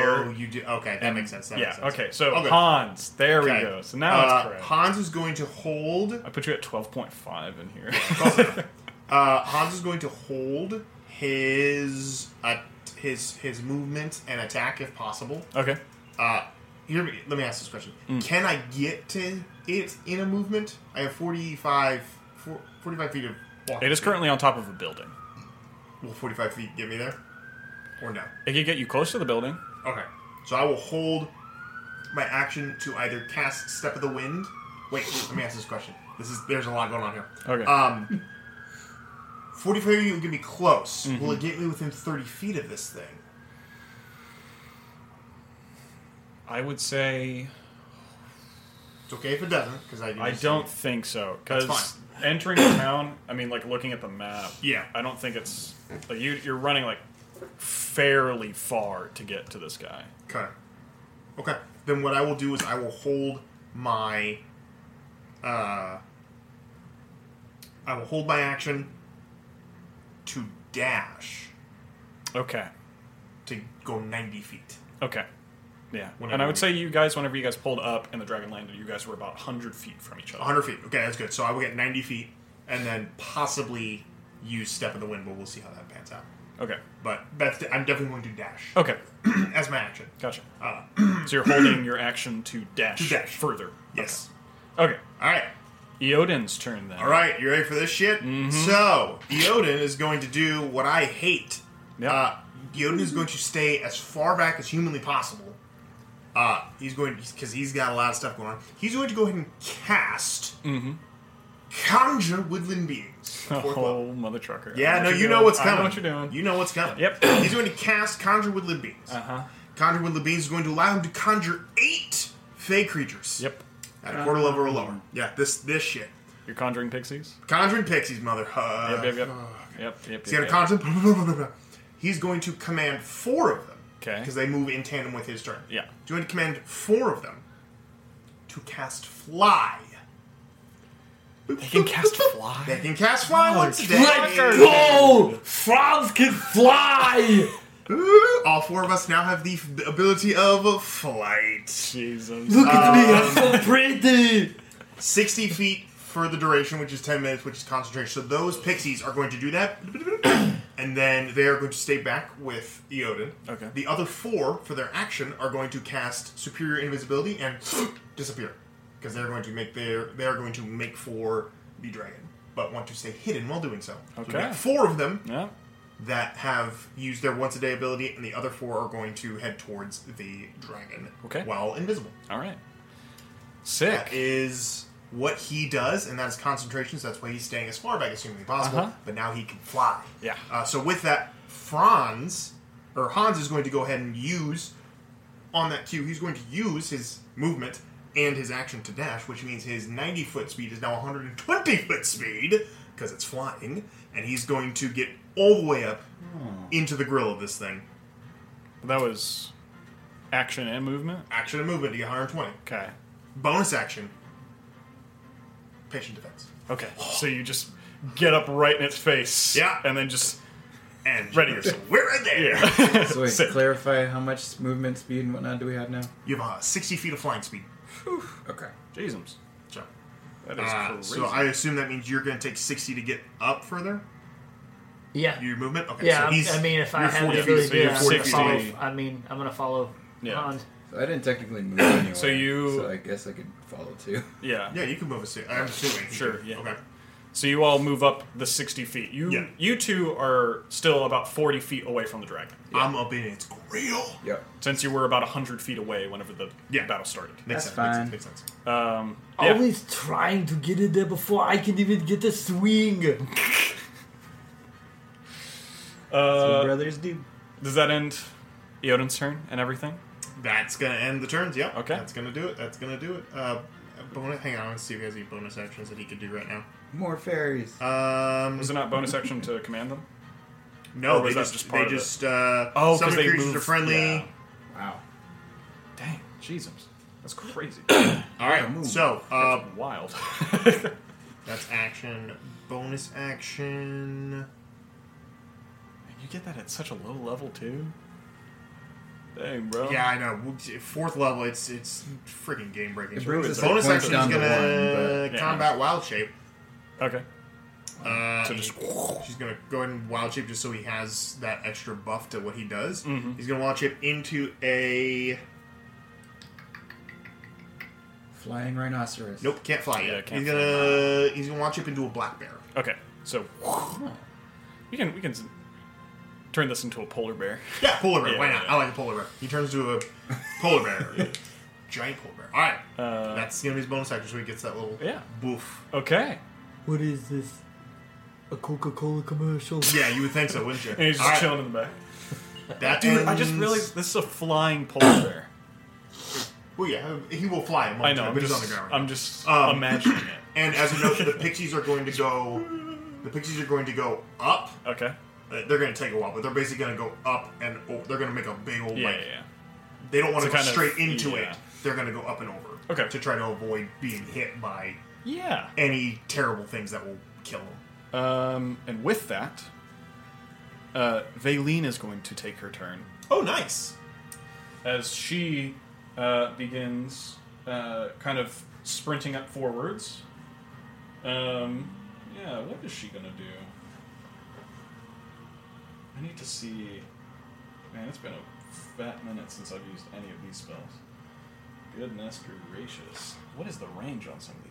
[SPEAKER 2] it one higher.
[SPEAKER 3] you do- okay, that makes sense, that
[SPEAKER 2] yeah.
[SPEAKER 3] makes sense.
[SPEAKER 2] Okay. So
[SPEAKER 3] Okay.
[SPEAKER 2] Hans, there we
[SPEAKER 3] Okay.
[SPEAKER 2] go. So now
[SPEAKER 3] Uh,
[SPEAKER 2] it's correct.
[SPEAKER 3] Hans is going to hold. I
[SPEAKER 2] put you at twelve point five in
[SPEAKER 3] <laughs>
[SPEAKER 2] here. <laughs>
[SPEAKER 3] Uh, Hans is going to hold his uh, his his movement and attack if possible.
[SPEAKER 2] Okay.
[SPEAKER 3] Uh, here, let me ask this question:
[SPEAKER 2] Mm.
[SPEAKER 3] Can I get to it in a movement? I have 45, four- 45 feet of walk.
[SPEAKER 2] it is currently on top of a building.
[SPEAKER 3] Will forty five feet get me there, or no?
[SPEAKER 2] It could get you close to the building.
[SPEAKER 3] Okay. So I will hold my action to either cast Step of the Wind. Wait, let me ask this question. This is there's a lot going on here.
[SPEAKER 2] Okay.
[SPEAKER 3] Um, forty feet will get me close.
[SPEAKER 2] Mhm.
[SPEAKER 3] Will it get me within thirty feet of this thing?
[SPEAKER 2] I would say.
[SPEAKER 3] It's okay if it doesn't, because I do
[SPEAKER 2] I
[SPEAKER 3] this
[SPEAKER 2] don't
[SPEAKER 3] thing.
[SPEAKER 2] think so.
[SPEAKER 3] That's
[SPEAKER 2] Because entering the town, I mean, like looking at the map.
[SPEAKER 3] Yeah.
[SPEAKER 2] I don't think it's like you. You're running like fairly far to get to this guy.
[SPEAKER 3] Okay. Okay. Then what I will do is I will hold my uh I will hold my action to dash
[SPEAKER 2] Okay.
[SPEAKER 3] to go ninety feet.
[SPEAKER 2] Okay. Yeah. and
[SPEAKER 3] Whenever
[SPEAKER 2] I would
[SPEAKER 3] we-
[SPEAKER 2] say you guys, whenever you guys pulled up and the dragon landed, you guys were about 100 feet from each other.
[SPEAKER 3] 100 feet. Okay, that's good. So I will get 90 feet and then possibly use Step of the Wind, but we'll see how that pans out.
[SPEAKER 2] Okay.
[SPEAKER 3] But that's I'm definitely going to dash
[SPEAKER 2] Okay.
[SPEAKER 3] <clears throat> as my action.
[SPEAKER 2] Gotcha.
[SPEAKER 3] Uh,
[SPEAKER 2] so you're holding
[SPEAKER 3] <clears throat>
[SPEAKER 2] your action to dash, further.
[SPEAKER 3] Yes.
[SPEAKER 2] Okay.
[SPEAKER 3] All right.
[SPEAKER 2] Eodin's turn then. <laughs>
[SPEAKER 3] All right, you ready for this shit?
[SPEAKER 2] Mm-hmm.
[SPEAKER 3] So, Eodin is going to do what I hate. Uh, Eodin is going to stay as far back as humanly possible. Uh, he's going because he's got a lot of stuff going on. He's going to go ahead and cast
[SPEAKER 2] Mm-hmm.
[SPEAKER 3] Conjure Woodland Beings. Fourth
[SPEAKER 2] <laughs>
[SPEAKER 3] level.
[SPEAKER 2] Oh, mother trucker. I
[SPEAKER 3] Yeah,
[SPEAKER 2] know
[SPEAKER 3] no,
[SPEAKER 2] you're
[SPEAKER 3] you know
[SPEAKER 2] doing.
[SPEAKER 3] what's
[SPEAKER 2] I know
[SPEAKER 3] coming.
[SPEAKER 2] what you're doing.
[SPEAKER 3] You know what's coming.
[SPEAKER 2] Yep.
[SPEAKER 3] <clears throat> He's going to cast Conjure with Lib Beans. Uh-huh. Conjure with Lib Beans is going to allow him to conjure eight fey creatures.
[SPEAKER 2] Yep.
[SPEAKER 3] At a quarter level or lower. Yeah, this this shit.
[SPEAKER 2] You're conjuring pixies?
[SPEAKER 3] Conjuring pixies, mother. Uh,
[SPEAKER 2] yep, yep, yep.
[SPEAKER 3] uh,
[SPEAKER 2] Yep, yep,
[SPEAKER 3] He's
[SPEAKER 2] yep.
[SPEAKER 3] going to conjure <laughs> blah, blah, blah, blah, blah. He's going to command four of them.
[SPEAKER 2] Okay.
[SPEAKER 3] Because they move in tandem with his turn.
[SPEAKER 2] Yeah.
[SPEAKER 3] He's going to command four of them to cast Fly. They can cast
[SPEAKER 2] Fly?
[SPEAKER 3] They can cast Fly once a day.
[SPEAKER 6] Let's go! Franz can fly!
[SPEAKER 3] <laughs> All four of us now have the f- ability of flight.
[SPEAKER 2] Jesus. Um,
[SPEAKER 6] Look at me, I'm
[SPEAKER 3] so pretty! 60 feet for the duration, which is 10 minutes, which is concentration. So those pixies are going to do that.
[SPEAKER 2] <coughs>
[SPEAKER 3] And then they are going to stay back with Eodin.
[SPEAKER 2] Okay.
[SPEAKER 3] The other four, for their action, are going to cast Superior Invisibility and <gasps> disappear. Because they're going to make their they are going to make for the dragon, but want to stay hidden while doing so. So we
[SPEAKER 2] Okay.
[SPEAKER 3] got four of them
[SPEAKER 2] Yeah.
[SPEAKER 3] that have used their once a day ability, and the other four are going to head towards the dragon
[SPEAKER 2] Okay.
[SPEAKER 3] while invisible.
[SPEAKER 2] All right. Sick.
[SPEAKER 3] That is what he does, and that is concentration, so that's why he's staying as far back as humanly possible,
[SPEAKER 2] Uh-huh.
[SPEAKER 3] but now he can fly.
[SPEAKER 2] Yeah.
[SPEAKER 3] Uh, so with that, Franz or Hans is going to go ahead and use on that cue. He's going to use his movement and his action to dash, which means his 90 foot speed is now 120 foot speed because it's flying, and he's going to get all the way up into the grill of this thing.
[SPEAKER 2] Hmm. That was action and movement.
[SPEAKER 3] Action and movement to get 120.
[SPEAKER 2] Okay.
[SPEAKER 3] Bonus action. Patient defense. <gasps>
[SPEAKER 2] Okay, so you just get up right in its face. Yeah. And then just.
[SPEAKER 3] And
[SPEAKER 2] ready
[SPEAKER 3] <laughs>
[SPEAKER 2] yourself.
[SPEAKER 3] We're in there.
[SPEAKER 2] <laughs> Yeah.
[SPEAKER 4] so wait, clarify how much movement speed and whatnot do we have now?
[SPEAKER 3] You have uh, 60 feet of flying speed.
[SPEAKER 4] Okay.
[SPEAKER 2] Jesus.
[SPEAKER 3] So,
[SPEAKER 2] That is
[SPEAKER 3] uh,
[SPEAKER 2] crazy.
[SPEAKER 3] so I assume that means you're going to take 60 to get up further?
[SPEAKER 8] Yeah.
[SPEAKER 3] Your movement? Okay,
[SPEAKER 8] yeah,
[SPEAKER 3] so
[SPEAKER 8] I'm-
[SPEAKER 3] he's-
[SPEAKER 8] I mean, if I
[SPEAKER 3] you're
[SPEAKER 8] had
[SPEAKER 3] 40
[SPEAKER 8] to
[SPEAKER 3] feet,
[SPEAKER 8] really
[SPEAKER 3] so
[SPEAKER 8] do
[SPEAKER 3] you're
[SPEAKER 8] that, I'm gonna
[SPEAKER 3] 60.
[SPEAKER 8] follow, I mean, I'm gonna follow
[SPEAKER 2] Yeah.
[SPEAKER 8] Hans.
[SPEAKER 4] So I didn't technically move anywhere.
[SPEAKER 2] So you-
[SPEAKER 4] So I guess I could follow too. <laughs>
[SPEAKER 2] Yeah.
[SPEAKER 3] Yeah, you can move a suit. I'm assuming.
[SPEAKER 2] Sure. Yeah.
[SPEAKER 3] Okay.
[SPEAKER 2] So you all move up the sixty feet. You you two are still about forty feet away from the dragon.
[SPEAKER 3] I'm up in its grill.
[SPEAKER 4] Yep.
[SPEAKER 2] Since you were about hundred feet away whenever the battle started.
[SPEAKER 3] Makes That's sense, makes sense, fine. makes sense.
[SPEAKER 2] Um, yeah.
[SPEAKER 7] Always trying to get in there before I can even get a swing.
[SPEAKER 2] Uh,
[SPEAKER 4] brothers do.
[SPEAKER 2] Does that end Eodin's turn and everything?
[SPEAKER 3] That's gonna end the turns. Yep. Okay. That's gonna do it. That's gonna do it. Uh, bonus. Hang on. Let's see if he has any bonus actions that he could do right now.
[SPEAKER 4] More fairies.
[SPEAKER 3] Um,
[SPEAKER 2] was it not bonus action to command them?
[SPEAKER 3] No,
[SPEAKER 2] Or
[SPEAKER 3] they
[SPEAKER 2] was that
[SPEAKER 3] just,
[SPEAKER 2] just part
[SPEAKER 3] they
[SPEAKER 2] of it?
[SPEAKER 3] just uh,
[SPEAKER 2] Oh, 'cause
[SPEAKER 3] summon
[SPEAKER 2] they
[SPEAKER 3] creatures
[SPEAKER 2] moved-
[SPEAKER 3] are friendly.
[SPEAKER 2] yeah.
[SPEAKER 4] Wow.
[SPEAKER 2] Dang, Jesus, that's <coughs> crazy.
[SPEAKER 3] All right. So uh,
[SPEAKER 2] That's
[SPEAKER 3] <laughs>
[SPEAKER 2] wild.
[SPEAKER 3] that's action. Bonus action.
[SPEAKER 2] You get that at such a low level too. Dang, bro.
[SPEAKER 3] Yeah, I know. Whoops, Fourth level, it's it's freaking game breaking.
[SPEAKER 2] It brings us
[SPEAKER 3] Bonus
[SPEAKER 2] like
[SPEAKER 3] action is
[SPEAKER 2] points
[SPEAKER 3] gonna
[SPEAKER 2] down to one, but-
[SPEAKER 3] combat
[SPEAKER 2] Yeah.
[SPEAKER 3] wild shape.
[SPEAKER 2] Okay.
[SPEAKER 3] Uh,
[SPEAKER 2] So
[SPEAKER 3] and
[SPEAKER 2] just-
[SPEAKER 3] he- she's gonna go ahead and wild shape just so he has that extra buff to what he does.
[SPEAKER 2] Mm-hmm.
[SPEAKER 3] He's gonna wild shape into a
[SPEAKER 4] Flying rhinoceros.
[SPEAKER 3] nope, can't fly yet.
[SPEAKER 4] Yeah, can't
[SPEAKER 3] he's
[SPEAKER 4] fly.
[SPEAKER 3] gonna he's gonna wild shape into a black bear.
[SPEAKER 2] Okay, so <laughs> we can we can s- turn this into a polar bear.
[SPEAKER 3] Yeah, polar bear.
[SPEAKER 2] <laughs>
[SPEAKER 3] why
[SPEAKER 2] Yeah,
[SPEAKER 3] not?
[SPEAKER 2] yeah.
[SPEAKER 3] I like a polar bear. He turns into a polar
[SPEAKER 2] <laughs>
[SPEAKER 3] bear, giant polar bear. All right,
[SPEAKER 2] Uh,
[SPEAKER 3] that's gonna be his bonus action, so he gets that little yeah. boof.
[SPEAKER 2] Okay.
[SPEAKER 7] What is this? A Coca Cola commercial?
[SPEAKER 3] Yeah, you would think so, wouldn't you?
[SPEAKER 2] And he's just
[SPEAKER 3] All right.
[SPEAKER 2] chilling in the back.
[SPEAKER 3] That
[SPEAKER 2] Dude, I just
[SPEAKER 3] ends-
[SPEAKER 2] realized this is a flying
[SPEAKER 3] <coughs>
[SPEAKER 2] polar bear.
[SPEAKER 3] Well, yeah, he will fly. At
[SPEAKER 2] I know, I'm
[SPEAKER 3] He's
[SPEAKER 2] just-
[SPEAKER 3] on the ground.
[SPEAKER 2] I'm just
[SPEAKER 3] <coughs>
[SPEAKER 2] imagining it.
[SPEAKER 3] Um, And as a note, the
[SPEAKER 2] <laughs>
[SPEAKER 3] pixies are going to go. The pixies are going to go up. Uh,
[SPEAKER 2] Okay.
[SPEAKER 3] They're going to take a while, but they're basically going to go up and o they're going to make a big old
[SPEAKER 2] Yeah,
[SPEAKER 3] like.
[SPEAKER 2] yeah, yeah.
[SPEAKER 3] They don't want
[SPEAKER 2] So
[SPEAKER 3] to go
[SPEAKER 2] kind of-
[SPEAKER 3] straight into
[SPEAKER 2] yeah.
[SPEAKER 3] it. They're going to go up and over.
[SPEAKER 2] Okay.
[SPEAKER 3] To try to avoid being hit by.
[SPEAKER 2] Yeah.
[SPEAKER 3] Any terrible things that will kill them.
[SPEAKER 2] Um, and with that, uh, Valeen is going to take her turn.
[SPEAKER 3] Oh, nice.
[SPEAKER 2] As she uh, begins uh, kind of sprinting up forwards. Um, yeah, what is she going to do? I need to see. Man, it's been a fat minute since I've used any of these spells. Goodness gracious. What is the range on some of these?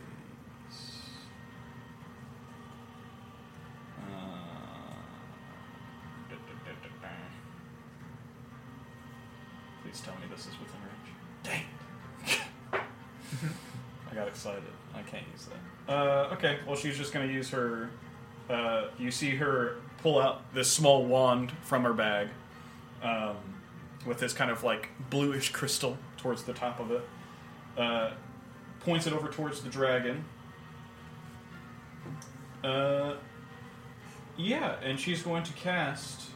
[SPEAKER 2] Uh, Please tell me this is within range. Dang. <laughs> I got excited. I can't use that. Uh, okay, well, she's just going to use her. Uh, you see her pull out this small wand from her bag um, with this kind of like bluish crystal towards the top of it. Uh, points it over towards the dragon. Uh, yeah, and she's going to cast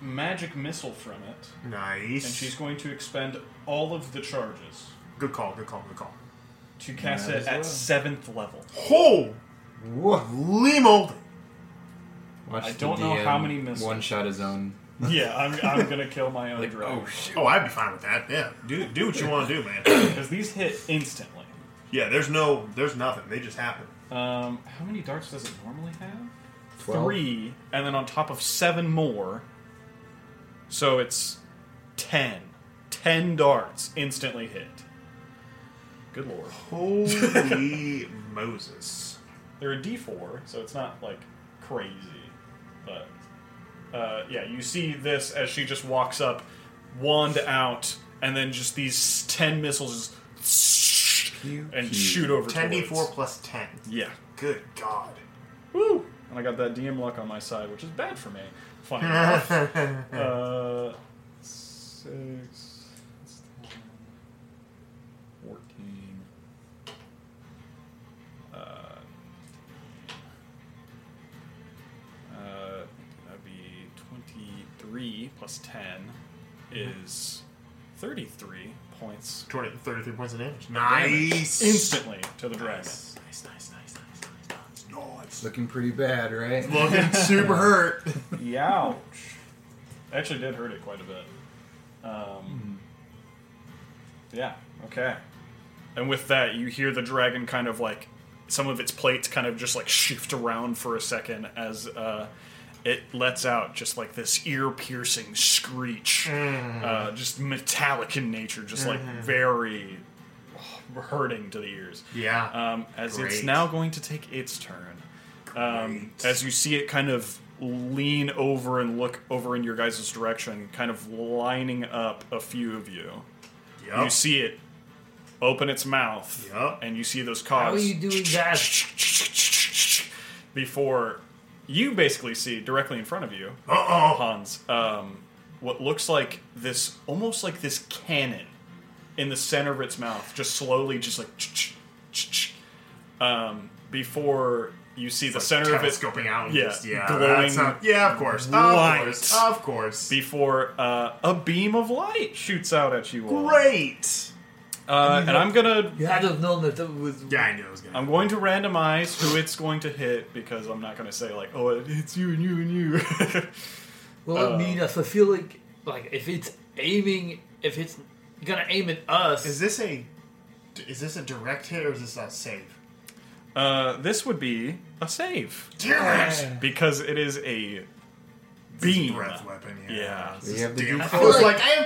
[SPEAKER 2] magic missile from it.
[SPEAKER 3] Nice.
[SPEAKER 2] And she's going to expend all of the charges
[SPEAKER 3] Good call. Good call. Good call.
[SPEAKER 2] to cast
[SPEAKER 3] Might
[SPEAKER 2] it
[SPEAKER 3] as
[SPEAKER 2] at
[SPEAKER 3] well.
[SPEAKER 2] seventh level.
[SPEAKER 3] Oh, limo.
[SPEAKER 2] I don't know how many missiles.
[SPEAKER 4] One shot his own.
[SPEAKER 2] <laughs> yeah, I'm, I'm gonna kill my own dragon. Oh
[SPEAKER 3] shit! Oh, I'd be fine with that. Yeah, do do what you want to do, man.
[SPEAKER 2] <clears throat> Because these hit instantly.
[SPEAKER 3] Yeah, there's no, there's nothing. They just happen.
[SPEAKER 2] Um, how many darts does it normally have?
[SPEAKER 3] Twelve.
[SPEAKER 2] Three, and then on top of seven more. So it's ten. Ten darts instantly hit. Good lord.
[SPEAKER 3] Holy Moses.
[SPEAKER 2] They're a D4, so it's not like crazy, but uh, yeah, you see this as she just walks up, wand out, and then just these ten missiles just and shoot over.
[SPEAKER 3] 10d4
[SPEAKER 2] towards.
[SPEAKER 3] plus 10.
[SPEAKER 2] <laughs> Yeah.
[SPEAKER 3] Good God.
[SPEAKER 2] Woo! And I got that DM luck on my side, which is bad for me.
[SPEAKER 3] <laughs>
[SPEAKER 2] funny enough. Uh, six, 14. Uh, uh, that'd be 23 plus 10 is 33 points.
[SPEAKER 3] 20, 33 points of damage.
[SPEAKER 2] Damage
[SPEAKER 3] Nice.
[SPEAKER 2] Instantly to the dragon.
[SPEAKER 3] Nice, nice, nice, nice, nice, nice.
[SPEAKER 4] It's looking pretty
[SPEAKER 2] <laughs>
[SPEAKER 4] bad, right?
[SPEAKER 3] Looking super
[SPEAKER 4] <laughs>
[SPEAKER 3] hurt.
[SPEAKER 2] Youch. Actually did hurt it quite a bit. Um, Yeah, okay. And with that, you hear the dragon kind of like some of its plates kind of just like shift around for a second as uh, it lets out just like this ear piercing screech.
[SPEAKER 3] Mm.
[SPEAKER 2] Uh, just metallic in nature, just
[SPEAKER 3] Mhm.
[SPEAKER 2] like very hurting to the ears.
[SPEAKER 3] Yeah.
[SPEAKER 2] Um, as it's
[SPEAKER 3] Great.
[SPEAKER 2] now going to take its turn. Um, as you see it kind of lean over and look over in your guys' direction, kind of lining up a few of you.
[SPEAKER 3] Yup.
[SPEAKER 2] You see it open its mouth, and you see those cogs
[SPEAKER 8] How are you doing that?
[SPEAKER 2] before you basically see directly in front of you,
[SPEAKER 3] Uh-oh.
[SPEAKER 2] Hans, um, what looks like this almost like this cannon in the center of its mouth, just slowly, just like um, before you see the
[SPEAKER 3] like
[SPEAKER 2] center of it
[SPEAKER 3] telescoping out and
[SPEAKER 2] yeah,
[SPEAKER 3] just- yeah,
[SPEAKER 2] glowing,
[SPEAKER 3] that's not- yeah, of course, of
[SPEAKER 2] white,
[SPEAKER 3] course, of course.
[SPEAKER 2] Before uh, a beam of light shoots out at you all.
[SPEAKER 3] Great.
[SPEAKER 2] Uh,
[SPEAKER 8] You
[SPEAKER 2] and
[SPEAKER 8] had-
[SPEAKER 2] I'm gonna.
[SPEAKER 8] You had to have known that that was.
[SPEAKER 3] Yeah, I knew it was gonna.
[SPEAKER 2] I'm going to randomize who it's going to hit because I'm not going to say like, oh, it hits you and you and you.
[SPEAKER 8] <laughs>
[SPEAKER 2] Uh,
[SPEAKER 8] Well, I mean, if I feel like like if it's aiming, if it's gonna aim at us,
[SPEAKER 3] Is this a is this a direct hit or is this a save?
[SPEAKER 2] Uh, this would be a save.
[SPEAKER 3] Damn it!
[SPEAKER 2] Because it is a beam. breath
[SPEAKER 3] weapon,
[SPEAKER 2] yeah.
[SPEAKER 3] You have to do
[SPEAKER 8] I feel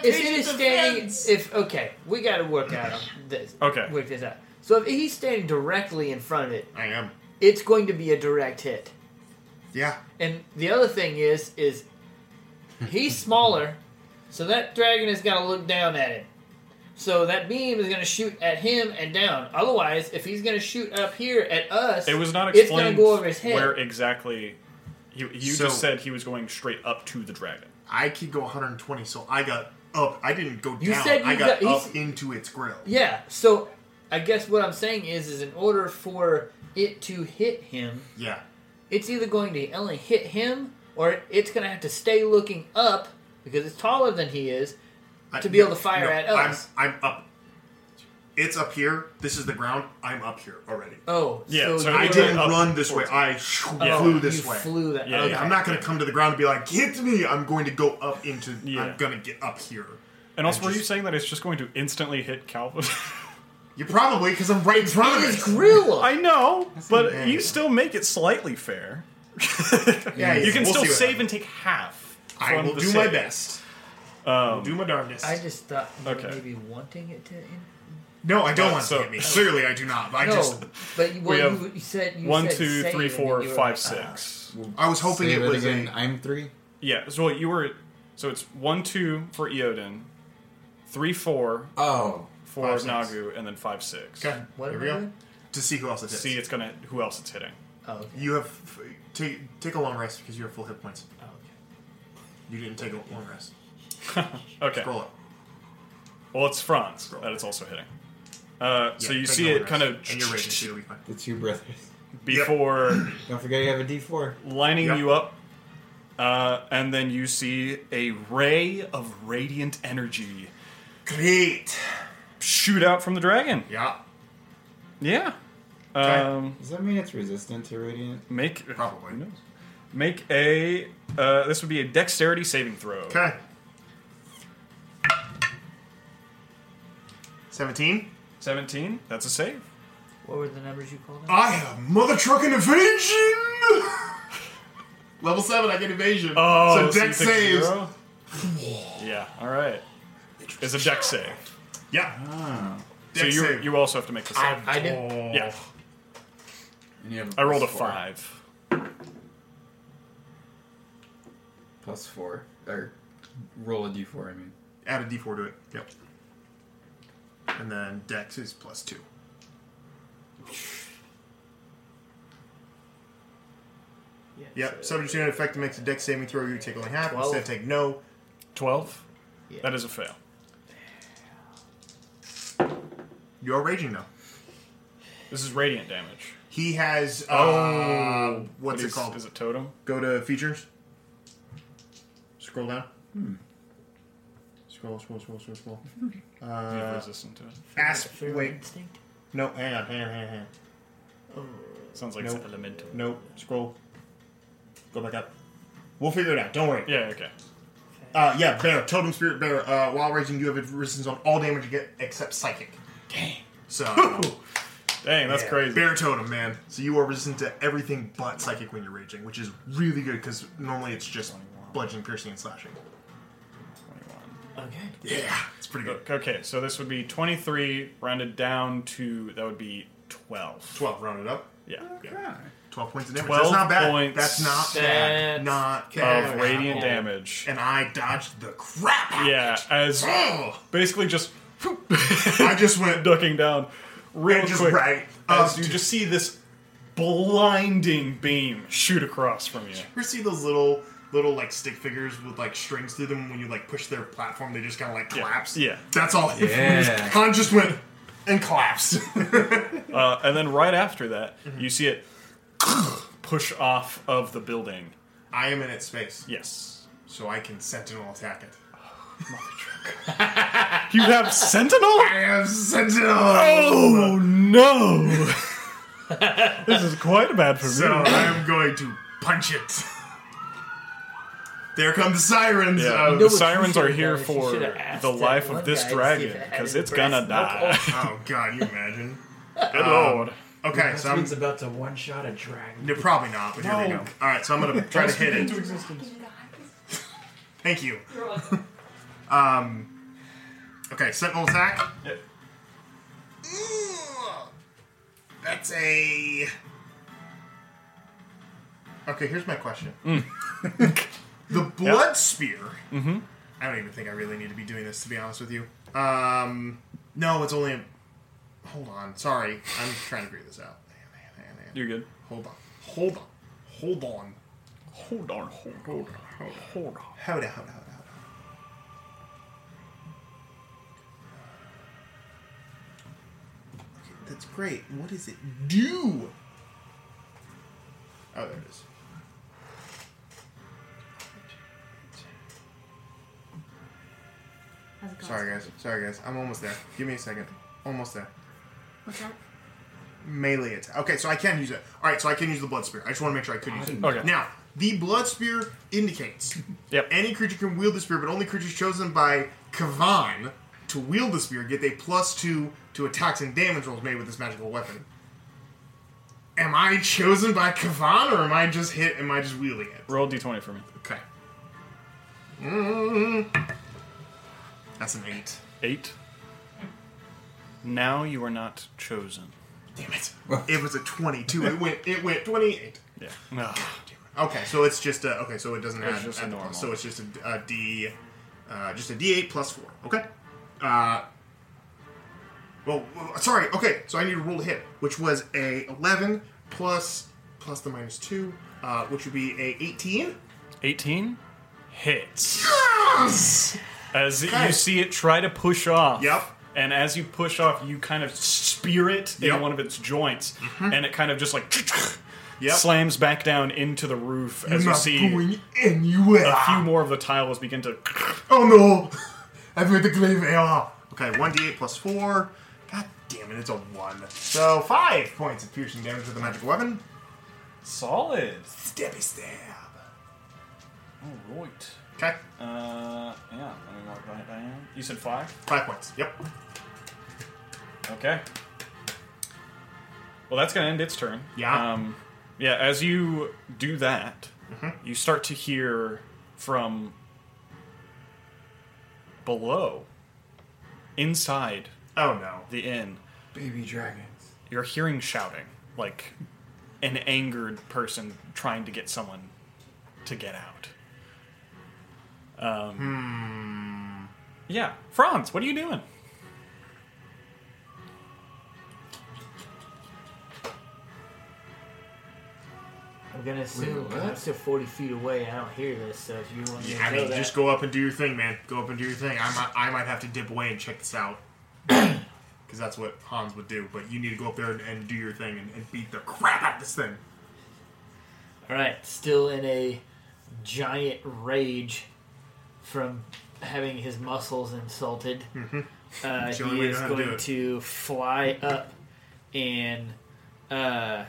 [SPEAKER 8] if it is standing, if okay, we got to work out on this.
[SPEAKER 2] Okay.
[SPEAKER 8] work this out. So if he's standing directly in front of it,
[SPEAKER 3] I am.
[SPEAKER 8] It's going to be a direct hit.
[SPEAKER 3] Yeah.
[SPEAKER 8] And the other thing is, is he's smaller, so that dragon is going to look down at him. So that beam is going to shoot at him and down. Otherwise, if he's going to shoot up here at us,
[SPEAKER 2] It was not
[SPEAKER 8] It's going
[SPEAKER 2] explained
[SPEAKER 8] to go over his head.
[SPEAKER 2] where exactly. You, you
[SPEAKER 3] So-
[SPEAKER 2] just said he was going straight up to the dragon.
[SPEAKER 3] I could go 120, so I got up. I didn't go down.
[SPEAKER 8] You said
[SPEAKER 3] I
[SPEAKER 8] you
[SPEAKER 3] got,
[SPEAKER 8] got- he's-
[SPEAKER 3] up into its grill.
[SPEAKER 8] Yeah. So I guess what I'm saying is, is in order for it to hit him,
[SPEAKER 3] Yeah.
[SPEAKER 8] it's either going to only hit him or it's going to have to stay looking up because it's taller than he is
[SPEAKER 3] I-
[SPEAKER 8] to be able to fire
[SPEAKER 3] no,
[SPEAKER 8] at us.
[SPEAKER 3] I'm, I'm up. It's up here. This is the ground. I'm up here already.
[SPEAKER 8] Oh, Yeah, so so
[SPEAKER 3] I
[SPEAKER 8] you
[SPEAKER 3] didn't
[SPEAKER 8] were up
[SPEAKER 3] run this way. I
[SPEAKER 8] Yeah.
[SPEAKER 3] flew
[SPEAKER 8] Oh,
[SPEAKER 3] this
[SPEAKER 8] you
[SPEAKER 3] way.
[SPEAKER 8] flew that- Yeah,
[SPEAKER 3] Okay,
[SPEAKER 8] yeah,
[SPEAKER 3] I'm not going to
[SPEAKER 8] yeah.
[SPEAKER 3] come to the ground and be like, "Hit me!" I'm going to go up into. I'm going to get up here.
[SPEAKER 2] And also, were you saying that it's just going to instantly hit Calvin? <laughs>
[SPEAKER 3] you probably because I'm right in front of it.
[SPEAKER 8] grill.
[SPEAKER 2] I know, but
[SPEAKER 3] amazing.
[SPEAKER 2] you still make it slightly fair.
[SPEAKER 3] Yeah,
[SPEAKER 2] <laughs> you
[SPEAKER 3] yeah,
[SPEAKER 2] can
[SPEAKER 3] we'll
[SPEAKER 2] still
[SPEAKER 3] see what
[SPEAKER 2] save and take half.
[SPEAKER 3] I
[SPEAKER 2] from
[SPEAKER 3] will
[SPEAKER 2] the
[SPEAKER 3] do my
[SPEAKER 2] save.
[SPEAKER 3] best.
[SPEAKER 2] Um,
[SPEAKER 3] do my darndest.
[SPEAKER 8] I just thought you
[SPEAKER 2] Okay.
[SPEAKER 8] were maybe wanting it to. In-
[SPEAKER 3] No, I don't
[SPEAKER 2] Uh,
[SPEAKER 3] want
[SPEAKER 2] so-
[SPEAKER 3] to hit me. Clearly, I do not. I
[SPEAKER 8] No,
[SPEAKER 3] just.
[SPEAKER 8] but you- well,
[SPEAKER 3] We have
[SPEAKER 8] you- you said- you
[SPEAKER 2] One,
[SPEAKER 8] said
[SPEAKER 2] two,
[SPEAKER 8] save
[SPEAKER 2] three,
[SPEAKER 8] and
[SPEAKER 2] four,
[SPEAKER 8] you were
[SPEAKER 2] five,
[SPEAKER 8] like, ah.
[SPEAKER 2] six.
[SPEAKER 3] I was hoping it was a-
[SPEAKER 4] I'm three.
[SPEAKER 2] Yeah, so you were. So it's one, two for Eodin, three, four.
[SPEAKER 4] Oh.
[SPEAKER 2] for
[SPEAKER 3] Five, six.
[SPEAKER 2] Nagu, and then five, six.
[SPEAKER 3] Okay, What here am we I go. doing? To see who else it hits.
[SPEAKER 2] See, it's gonna who else it's hitting.
[SPEAKER 8] Oh,
[SPEAKER 3] You have f- take take a long rest because you have full hit points. Oh, okay. You didn't take a long rest.
[SPEAKER 2] <laughs> Okay.
[SPEAKER 3] Scroll up.
[SPEAKER 2] Well, it's Franz that it's also hitting. Uh, so
[SPEAKER 3] Yeah,
[SPEAKER 2] you
[SPEAKER 3] take
[SPEAKER 2] see
[SPEAKER 3] a
[SPEAKER 2] it
[SPEAKER 3] long
[SPEAKER 2] kind of
[SPEAKER 3] rest. And you're raging, so you'll be fine.
[SPEAKER 4] The two brothers.
[SPEAKER 2] before.
[SPEAKER 4] <laughs> Don't forget you have a D4.
[SPEAKER 2] lining
[SPEAKER 4] Yep.
[SPEAKER 2] you up, uh, and then you see a ray of radiant energy.
[SPEAKER 3] Great.
[SPEAKER 2] Shoot out from the dragon.
[SPEAKER 3] Yeah.
[SPEAKER 2] Yeah. Um,
[SPEAKER 4] Does that mean it's resistant to radiant?
[SPEAKER 2] Make probably Make a. Uh, this would be a dexterity saving throw.
[SPEAKER 3] Okay. Seventeen.
[SPEAKER 2] Seventeen. That's a save.
[SPEAKER 8] What were the numbers you called? out?
[SPEAKER 3] I have mother trucking evasion. <laughs> Level seven, I get evasion.
[SPEAKER 2] Oh,
[SPEAKER 3] so
[SPEAKER 2] you
[SPEAKER 3] deck
[SPEAKER 2] took
[SPEAKER 3] saves.
[SPEAKER 2] zero? yeah. All right. It's a deck save.
[SPEAKER 3] Yeah.
[SPEAKER 2] So
[SPEAKER 3] Dex
[SPEAKER 2] you
[SPEAKER 3] save.
[SPEAKER 2] you also have to make the save.
[SPEAKER 3] I- I did.
[SPEAKER 2] Yeah.
[SPEAKER 4] And you have
[SPEAKER 2] I rolled a
[SPEAKER 4] plus four.
[SPEAKER 2] five.
[SPEAKER 4] Plus four. Or roll a D4, I mean.
[SPEAKER 3] Add a D4 to it. Yep. And then Dex is plus two. Yep. Subject to an effect that makes a dex saving throw you take only half. Instead, take no.
[SPEAKER 2] Twelve. That is a fail.
[SPEAKER 3] You are raging now.
[SPEAKER 2] This is radiant damage.
[SPEAKER 3] He has. Uh,
[SPEAKER 2] Oh.
[SPEAKER 3] what's
[SPEAKER 2] It
[SPEAKER 3] it
[SPEAKER 2] is-
[SPEAKER 3] called?
[SPEAKER 2] is it totem?
[SPEAKER 3] Go to features. Scroll down.
[SPEAKER 2] Hmm.
[SPEAKER 3] Scroll, scroll, scroll, scroll, scroll.
[SPEAKER 2] Do you have
[SPEAKER 3] Uh,
[SPEAKER 2] resistant to it?
[SPEAKER 3] asp. Wait. No, hang on, hang on, hang on, hang on.
[SPEAKER 2] Sounds like
[SPEAKER 3] nope.
[SPEAKER 2] it's elemental.
[SPEAKER 3] Nope. Scroll. Go back up. We'll figure it out. Don't worry.
[SPEAKER 2] Yeah. Okay.
[SPEAKER 3] Uh, yeah, bear. Totem spirit bear. Uh, while raging, you have resistance on all damage you get except psychic. Dang. So. <laughs>
[SPEAKER 2] Dang, that's crazy.
[SPEAKER 3] Bear totem, man. So you are resistant to everything but psychic when you're raging, which is really good because normally it's just bludgeoning, piercing, and slashing.
[SPEAKER 2] Okay.
[SPEAKER 3] Yeah, it's pretty good.
[SPEAKER 2] Okay, so this would be 23 rounded down to that would be 12.
[SPEAKER 3] 12 rounded up.
[SPEAKER 2] Yeah.
[SPEAKER 3] Yeah. 12 points of damage.
[SPEAKER 2] 12
[SPEAKER 3] That's not bad.
[SPEAKER 2] points.
[SPEAKER 3] That's not
[SPEAKER 2] That's
[SPEAKER 3] bad. Not bad.
[SPEAKER 2] of radiant damage.
[SPEAKER 3] And I dodged the crap out
[SPEAKER 2] Yeah, as
[SPEAKER 3] Oh!
[SPEAKER 2] basically just
[SPEAKER 3] <laughs> I just went
[SPEAKER 2] <laughs> ducking down real
[SPEAKER 3] And just
[SPEAKER 2] quick.
[SPEAKER 3] right
[SPEAKER 2] as
[SPEAKER 3] up
[SPEAKER 2] you
[SPEAKER 3] to-
[SPEAKER 2] just see this blinding beam shoot across from you.
[SPEAKER 3] You ever see those little little like stick figures with like strings through them when you like push their platform they just kind of like collapse
[SPEAKER 2] yeah.
[SPEAKER 3] that's all
[SPEAKER 2] Yeah.
[SPEAKER 3] Han just went and collapsed <laughs>
[SPEAKER 2] Uh, and then right after that,
[SPEAKER 3] Mm-hmm.
[SPEAKER 2] you see it <clears throat> push off of the building.
[SPEAKER 3] I am in its space
[SPEAKER 2] yes
[SPEAKER 3] so I can sentinel attack it
[SPEAKER 2] You
[SPEAKER 3] <laughs>
[SPEAKER 2] have Sentinel? I
[SPEAKER 3] have Sentinel!
[SPEAKER 2] Oh no! <laughs> this is quite bad for
[SPEAKER 3] so
[SPEAKER 2] me.
[SPEAKER 3] I'm going to punch it there come the sirens
[SPEAKER 2] Yeah,
[SPEAKER 3] of-
[SPEAKER 2] the sirens are here for the life of this dragon because it's gonna die.
[SPEAKER 11] <laughs>
[SPEAKER 3] oh god you imagine
[SPEAKER 2] Good
[SPEAKER 3] Um,
[SPEAKER 2] lord.
[SPEAKER 3] okay so I'm
[SPEAKER 11] it's about to one shot a dragon.
[SPEAKER 3] No, probably not, but here we
[SPEAKER 11] No.
[SPEAKER 3] go. Alright, so
[SPEAKER 11] <laughs>
[SPEAKER 3] I'm gonna try to hit
[SPEAKER 11] Into
[SPEAKER 3] it.
[SPEAKER 11] existence.
[SPEAKER 3] Thank you. Um Okay, sentinel attack. That's a Okay, here's my question. <laughs> the blood spear.
[SPEAKER 2] Mm. Mm-hmm.
[SPEAKER 3] I don't even think I really need to be doing this to be honest with you. Um no, it's only a Hold on. Sorry. I'm trying to figure this out.
[SPEAKER 2] You're good.
[SPEAKER 3] Hold on. Hold on. Hold on.
[SPEAKER 2] Hold on. Hold on.
[SPEAKER 3] Hold on. Hold on. Hold on. Hold on. Hold on. Okay, That's great. What does it do? Oh, there it is.
[SPEAKER 10] How's it going?
[SPEAKER 3] Sorry, guys. Sorry, guys. I'm almost there. Give me a second. Almost there.
[SPEAKER 10] What's up?
[SPEAKER 3] melee attack. Okay, so I can use it. All right, so I can use the blood spear. I just want to make sure I could use it.
[SPEAKER 2] Okay.
[SPEAKER 3] Now, the blood spear indicates
[SPEAKER 2] <laughs> yep.
[SPEAKER 3] any creature can wield the spear, but only creatures chosen by Kavan to wield the spear get a plus two to attacks and damage rolls made with this magical weapon. Am I chosen by Kavan, or am I just hit? Am I just wielding it?
[SPEAKER 2] Roll d20 for me.
[SPEAKER 3] Okay. Mm. That's an eight.
[SPEAKER 2] Eight. Now you are not chosen.
[SPEAKER 3] Damn it! It was a twenty-two. It went. It went twenty-eight.
[SPEAKER 2] Yeah. No.
[SPEAKER 3] Okay, so it's just a, okay, so it doesn't
[SPEAKER 2] It's
[SPEAKER 3] have
[SPEAKER 2] just a
[SPEAKER 3] add the plus,
[SPEAKER 2] normal.
[SPEAKER 3] So it's just a, a D, uh, just a D eight plus four. Okay. Uh, well, well, sorry. Okay, so I need to roll to hit, which was a eleven plus plus the minus two, uh, which would be a eighteen.
[SPEAKER 2] 18 hits.
[SPEAKER 3] Yes!
[SPEAKER 2] As
[SPEAKER 3] Okay.
[SPEAKER 2] you see it try to push off. Yep. And as you push off, you kind of spear it
[SPEAKER 3] Yep. Mm-hmm.
[SPEAKER 2] in one of its joints, and it kind of just like <clears throat>
[SPEAKER 3] Yep.
[SPEAKER 2] slams back down into the roof.
[SPEAKER 3] You're
[SPEAKER 2] as you
[SPEAKER 3] not
[SPEAKER 2] see
[SPEAKER 3] going anywhere.
[SPEAKER 2] a few more of the tiles begin to.
[SPEAKER 3] <laughs> Oh no! I've made the glaive AR. Okay, one D eight plus four. God damn it, it's a one. So five points of piercing damage with the magic weapon.
[SPEAKER 2] Solid.
[SPEAKER 3] Stabby stab.
[SPEAKER 2] All right.
[SPEAKER 3] Okay.
[SPEAKER 2] Uh, yeah. Let me mark that down. You said five.
[SPEAKER 3] Five points. Yep.
[SPEAKER 2] Okay. Well, that's going to end its turn.
[SPEAKER 3] Yeah.
[SPEAKER 2] Um, yeah, as you do that,
[SPEAKER 3] Mm-hmm.
[SPEAKER 2] you start to hear from below, inside.
[SPEAKER 3] Oh, no.
[SPEAKER 2] The inn.
[SPEAKER 4] Baby dragons.
[SPEAKER 2] You're hearing shouting, like an angered person trying to get someone to get out. Um, Yeah. Franz, what are you doing?
[SPEAKER 6] Okay,
[SPEAKER 8] gonna assume
[SPEAKER 3] Wait,
[SPEAKER 8] 'cause I'm
[SPEAKER 3] what?
[SPEAKER 8] still 40 feet away. I don't hear this, so if you want
[SPEAKER 3] Yeah,
[SPEAKER 8] to
[SPEAKER 3] I
[SPEAKER 8] know
[SPEAKER 3] mean,
[SPEAKER 8] that-
[SPEAKER 3] just go up and do your thing, man. Go up and do your thing. I might, I might have to dip away and check this <coughs> out. Because that's what Hans would do. But you need to go up there and, and do your thing and, and beat the crap out of this thing.
[SPEAKER 8] All right, still in a giant rage from having his muscles insulted.
[SPEAKER 3] Mhm.
[SPEAKER 8] Uh,
[SPEAKER 3] <laughs> It's the only
[SPEAKER 8] he
[SPEAKER 3] way to
[SPEAKER 8] is
[SPEAKER 3] know how to do
[SPEAKER 8] going
[SPEAKER 3] it.
[SPEAKER 8] to fly up, and uh,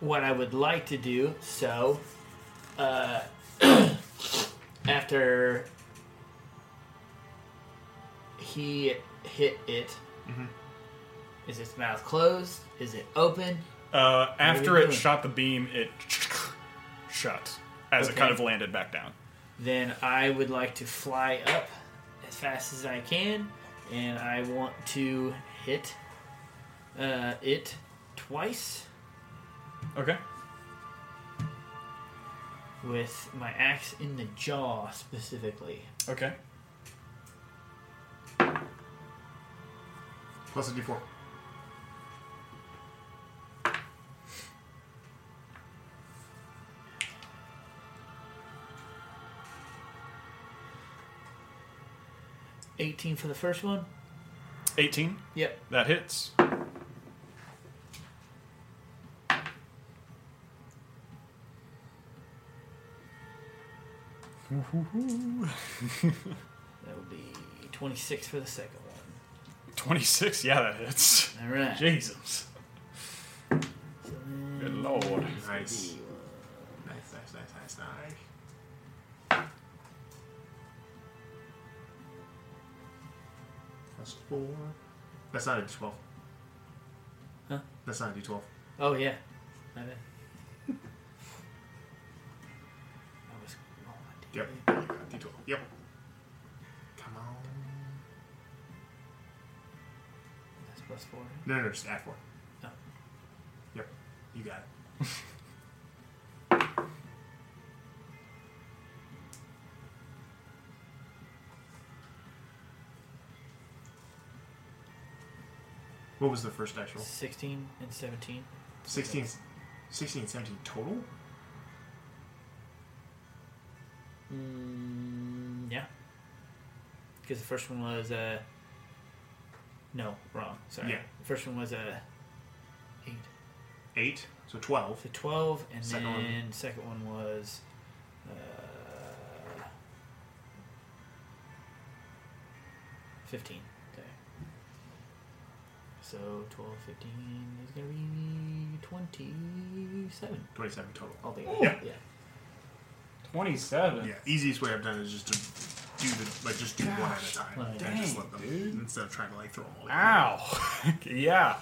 [SPEAKER 8] what I would like to do. So, uh, <coughs> after he hit it, is
[SPEAKER 3] Mm-hmm.
[SPEAKER 8] its mouth closed? Is it open?
[SPEAKER 2] Uh, after
[SPEAKER 8] we
[SPEAKER 2] it
[SPEAKER 8] doing?
[SPEAKER 2] shot the beam, it shut as it
[SPEAKER 8] Okay.
[SPEAKER 2] kind of landed back down.
[SPEAKER 8] then I would like to fly up as fast as I can, and I want to hit uh, it twice
[SPEAKER 2] Okay.
[SPEAKER 8] with my axe in the jaw specifically.
[SPEAKER 2] Okay.
[SPEAKER 3] Plus a d4.
[SPEAKER 8] Eighteen for the first one.
[SPEAKER 2] 18?
[SPEAKER 8] Yep.
[SPEAKER 2] That hits.
[SPEAKER 8] That would be twenty-six for the second one.
[SPEAKER 2] 26? Yeah, that hits.
[SPEAKER 8] All right.
[SPEAKER 2] Jesus. Good lord.
[SPEAKER 3] Nice. Nice, nice, nice, nice, nice. Plus four. That's not a d12.
[SPEAKER 8] Huh?
[SPEAKER 3] That's not a d12.
[SPEAKER 8] Oh yeah, I did. I was
[SPEAKER 3] Yep. You got a d12. Yep. Come on.
[SPEAKER 8] that's plus four. Oh.
[SPEAKER 3] No, no, just add four.
[SPEAKER 8] No.
[SPEAKER 3] Yep. You got it. What was the first actual?
[SPEAKER 8] Sixteen and seventeen.
[SPEAKER 3] 16, 16 17 total?
[SPEAKER 8] Mm, yeah. Because the first one was uh no, wrong. Sorry.
[SPEAKER 3] Yeah.
[SPEAKER 8] The first one was uh eight.
[SPEAKER 3] 8, so 12.
[SPEAKER 8] So twelve, and
[SPEAKER 3] Second one-
[SPEAKER 8] then second one was uh, fifteen. Okay. So 12, 15 is gonna be twenty-seven.
[SPEAKER 3] 27 total.
[SPEAKER 8] All the
[SPEAKER 3] Yeah.
[SPEAKER 8] yeah.
[SPEAKER 2] 27?
[SPEAKER 3] Yeah, easiest way I've done is just to do the, like, just do one at a time.
[SPEAKER 2] Gosh,
[SPEAKER 3] and just
[SPEAKER 2] dang, Ah.
[SPEAKER 3] let them, instead of trying to, like, throw them all
[SPEAKER 2] Ow! <laughs> yeah.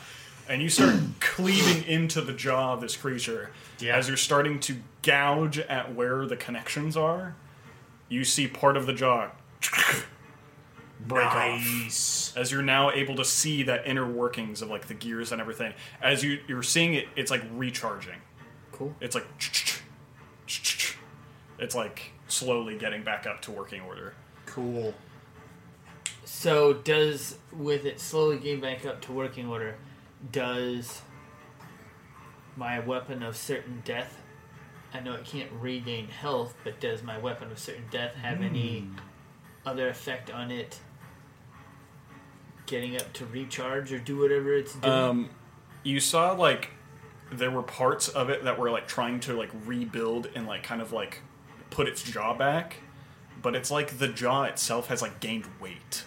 [SPEAKER 2] And you
[SPEAKER 8] <clears throat>
[SPEAKER 2] start cleaving into the jaw of this creature. As you're starting to gouge at where the connections are, you see part of the jaw <clears throat> break off. As you're now able to see that inner workings of like the gears and everything. As you, you're seeing it, it's like recharging.
[SPEAKER 8] Cool.
[SPEAKER 2] It's like it's like slowly getting back up to working order.
[SPEAKER 3] Cool.
[SPEAKER 8] So does with it slowly getting back up to working order, does my weapon of certain death I know it can't regain health, but does my weapon of certain death have any other effect on it getting up to recharge or do whatever it's doing?
[SPEAKER 2] Um, you saw like there were parts of it that were like trying to like rebuild and like kind of like put its jaw back, but it's like the jaw itself has like gained weight,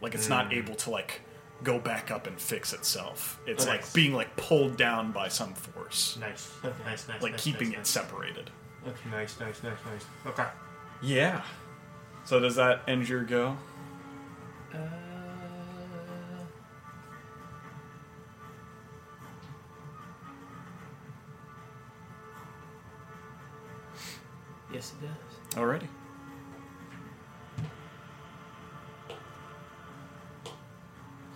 [SPEAKER 2] like it's not
[SPEAKER 3] Mm.
[SPEAKER 2] able to like go back up and fix itself. It's
[SPEAKER 3] Okay.
[SPEAKER 2] like being like pulled down by some force.
[SPEAKER 3] Nice, nice, nice,
[SPEAKER 2] Like
[SPEAKER 3] nice,
[SPEAKER 2] keeping
[SPEAKER 3] nice,
[SPEAKER 2] it
[SPEAKER 3] nice.
[SPEAKER 2] separated.
[SPEAKER 3] Okay. Nice, nice, nice, nice. Okay.
[SPEAKER 2] Yeah. So does that end your go?
[SPEAKER 8] yes it does.
[SPEAKER 2] Alrighty.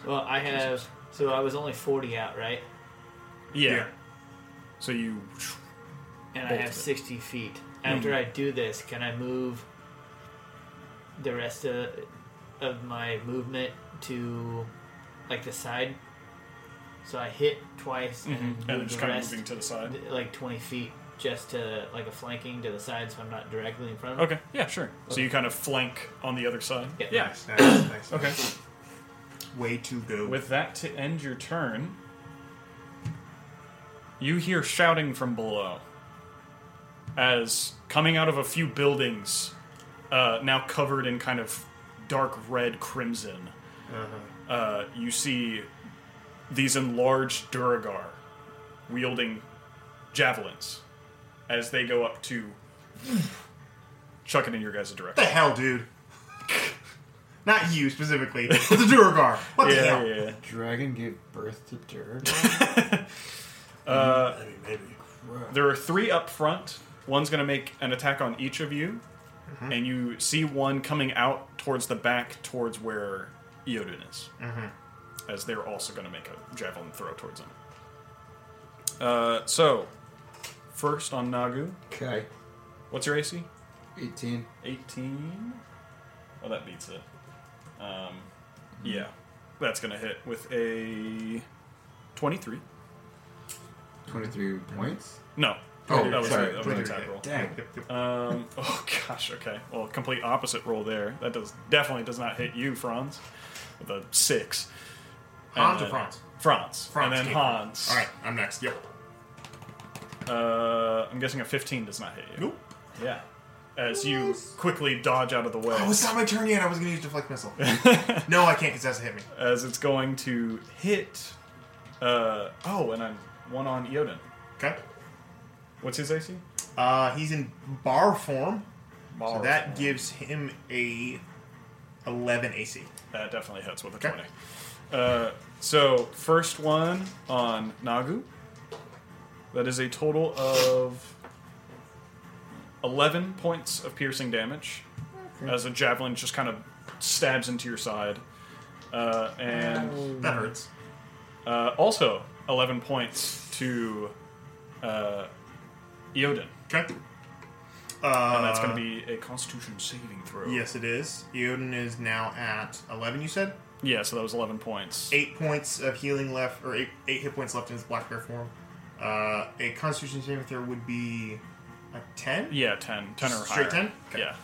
[SPEAKER 8] Well, I have so I was only forty out, right?
[SPEAKER 2] Yeah. So you.
[SPEAKER 8] And I
[SPEAKER 2] Bolted
[SPEAKER 8] have
[SPEAKER 2] it.
[SPEAKER 8] sixty feet. After
[SPEAKER 2] Mhm.
[SPEAKER 8] I do this, can I move the rest of, of my movement to like the side? So I hit twice
[SPEAKER 2] Mhm.
[SPEAKER 8] and
[SPEAKER 2] And
[SPEAKER 8] moved
[SPEAKER 2] just
[SPEAKER 8] the
[SPEAKER 2] kinda
[SPEAKER 8] rest,
[SPEAKER 2] moving to the side?
[SPEAKER 8] th- like twenty feet, just to like a flanking to the side, so I'm not directly in front of.
[SPEAKER 2] Okay, yeah, sure. So you kind of flank on the other side.
[SPEAKER 8] Yeah.
[SPEAKER 3] Nice, nice,
[SPEAKER 2] <coughs>
[SPEAKER 3] nice.
[SPEAKER 2] Okay.
[SPEAKER 3] Way to go.
[SPEAKER 2] With that to end your turn, you hear shouting from below as coming out of a few buildings, uh, now covered in kind of dark red crimson.
[SPEAKER 3] Uh-huh.
[SPEAKER 2] Uh, you see these enlarged Duragar wielding javelins as they go up to
[SPEAKER 3] <laughs>
[SPEAKER 2] chuck it in your guys'
[SPEAKER 3] What
[SPEAKER 2] direction.
[SPEAKER 3] the hell, dude? <laughs> Not
[SPEAKER 2] <laughs>
[SPEAKER 3] you specifically, but the Duragar. <laughs> What the hell?
[SPEAKER 4] Dragon gave birth to Duragar.
[SPEAKER 2] <laughs> Uh,
[SPEAKER 3] maybe.
[SPEAKER 2] There are three up front. One's going to make an attack on each of you,
[SPEAKER 3] Mm-hmm.
[SPEAKER 2] and you see one coming out towards the back, towards where Eodin is,
[SPEAKER 3] Mhm.
[SPEAKER 2] as they're also going to make a javelin throw towards him. Uh, so, first on Nagu.
[SPEAKER 4] Okay.
[SPEAKER 2] What's your AC?
[SPEAKER 4] 18.
[SPEAKER 2] 18. Oh, that beats it. Um, yeah, that's going to hit with a 23.
[SPEAKER 4] 23 points?
[SPEAKER 2] No.
[SPEAKER 4] Oh,
[SPEAKER 2] that was,
[SPEAKER 4] sorry.
[SPEAKER 2] that was an
[SPEAKER 4] 23.
[SPEAKER 2] attack roll.
[SPEAKER 4] Dang.
[SPEAKER 2] Um, <laughs> oh gosh. Okay. Well, complete opposite roll there. That does definitely does not hit you, Franz, with a six.
[SPEAKER 3] Hans
[SPEAKER 2] And then-
[SPEAKER 3] or Franz?
[SPEAKER 2] Franz.
[SPEAKER 3] Franz
[SPEAKER 2] And then
[SPEAKER 3] came
[SPEAKER 2] Hans.
[SPEAKER 3] All right, I'm next. Yep.
[SPEAKER 2] Uh, I'm guessing a 15 does not hit you. Nope. Yeah. As you quickly dodge out of the way.
[SPEAKER 3] Oh, it's not my turn yet. I was going to use deflect missile. no, I can't because that's a hit me.
[SPEAKER 2] As it's going to hit. Uh, oh, and I'm <laughs> one on Eodin.
[SPEAKER 3] Okay.
[SPEAKER 2] What's his AC?
[SPEAKER 3] Uh, he's in bar form,
[SPEAKER 2] Bar
[SPEAKER 3] so that
[SPEAKER 2] form.
[SPEAKER 3] gives him a 11 AC.
[SPEAKER 2] That definitely hits with a 20. Uh, so first one on Nagu. That is a total of eleven points of piercing damage,
[SPEAKER 3] Okay.
[SPEAKER 2] as a javelin just kind of stabs into your side, uh, and
[SPEAKER 3] That hurts.
[SPEAKER 2] Uh, also, eleven points to uh, Eodin.
[SPEAKER 3] Okay.
[SPEAKER 2] and that's
[SPEAKER 3] Uh,
[SPEAKER 2] going to be a Constitution saving throw.
[SPEAKER 3] Yes, it is. Eodin is now at 11, you said?
[SPEAKER 2] Yeah, so that was 11 points.
[SPEAKER 3] 8 points of healing left, or 8, eight hit points left in his black bear form. Uh, a constitution saving throw would be a 10?
[SPEAKER 2] Yeah, 10. 10 or higher.
[SPEAKER 3] Straight 10?
[SPEAKER 2] Yeah.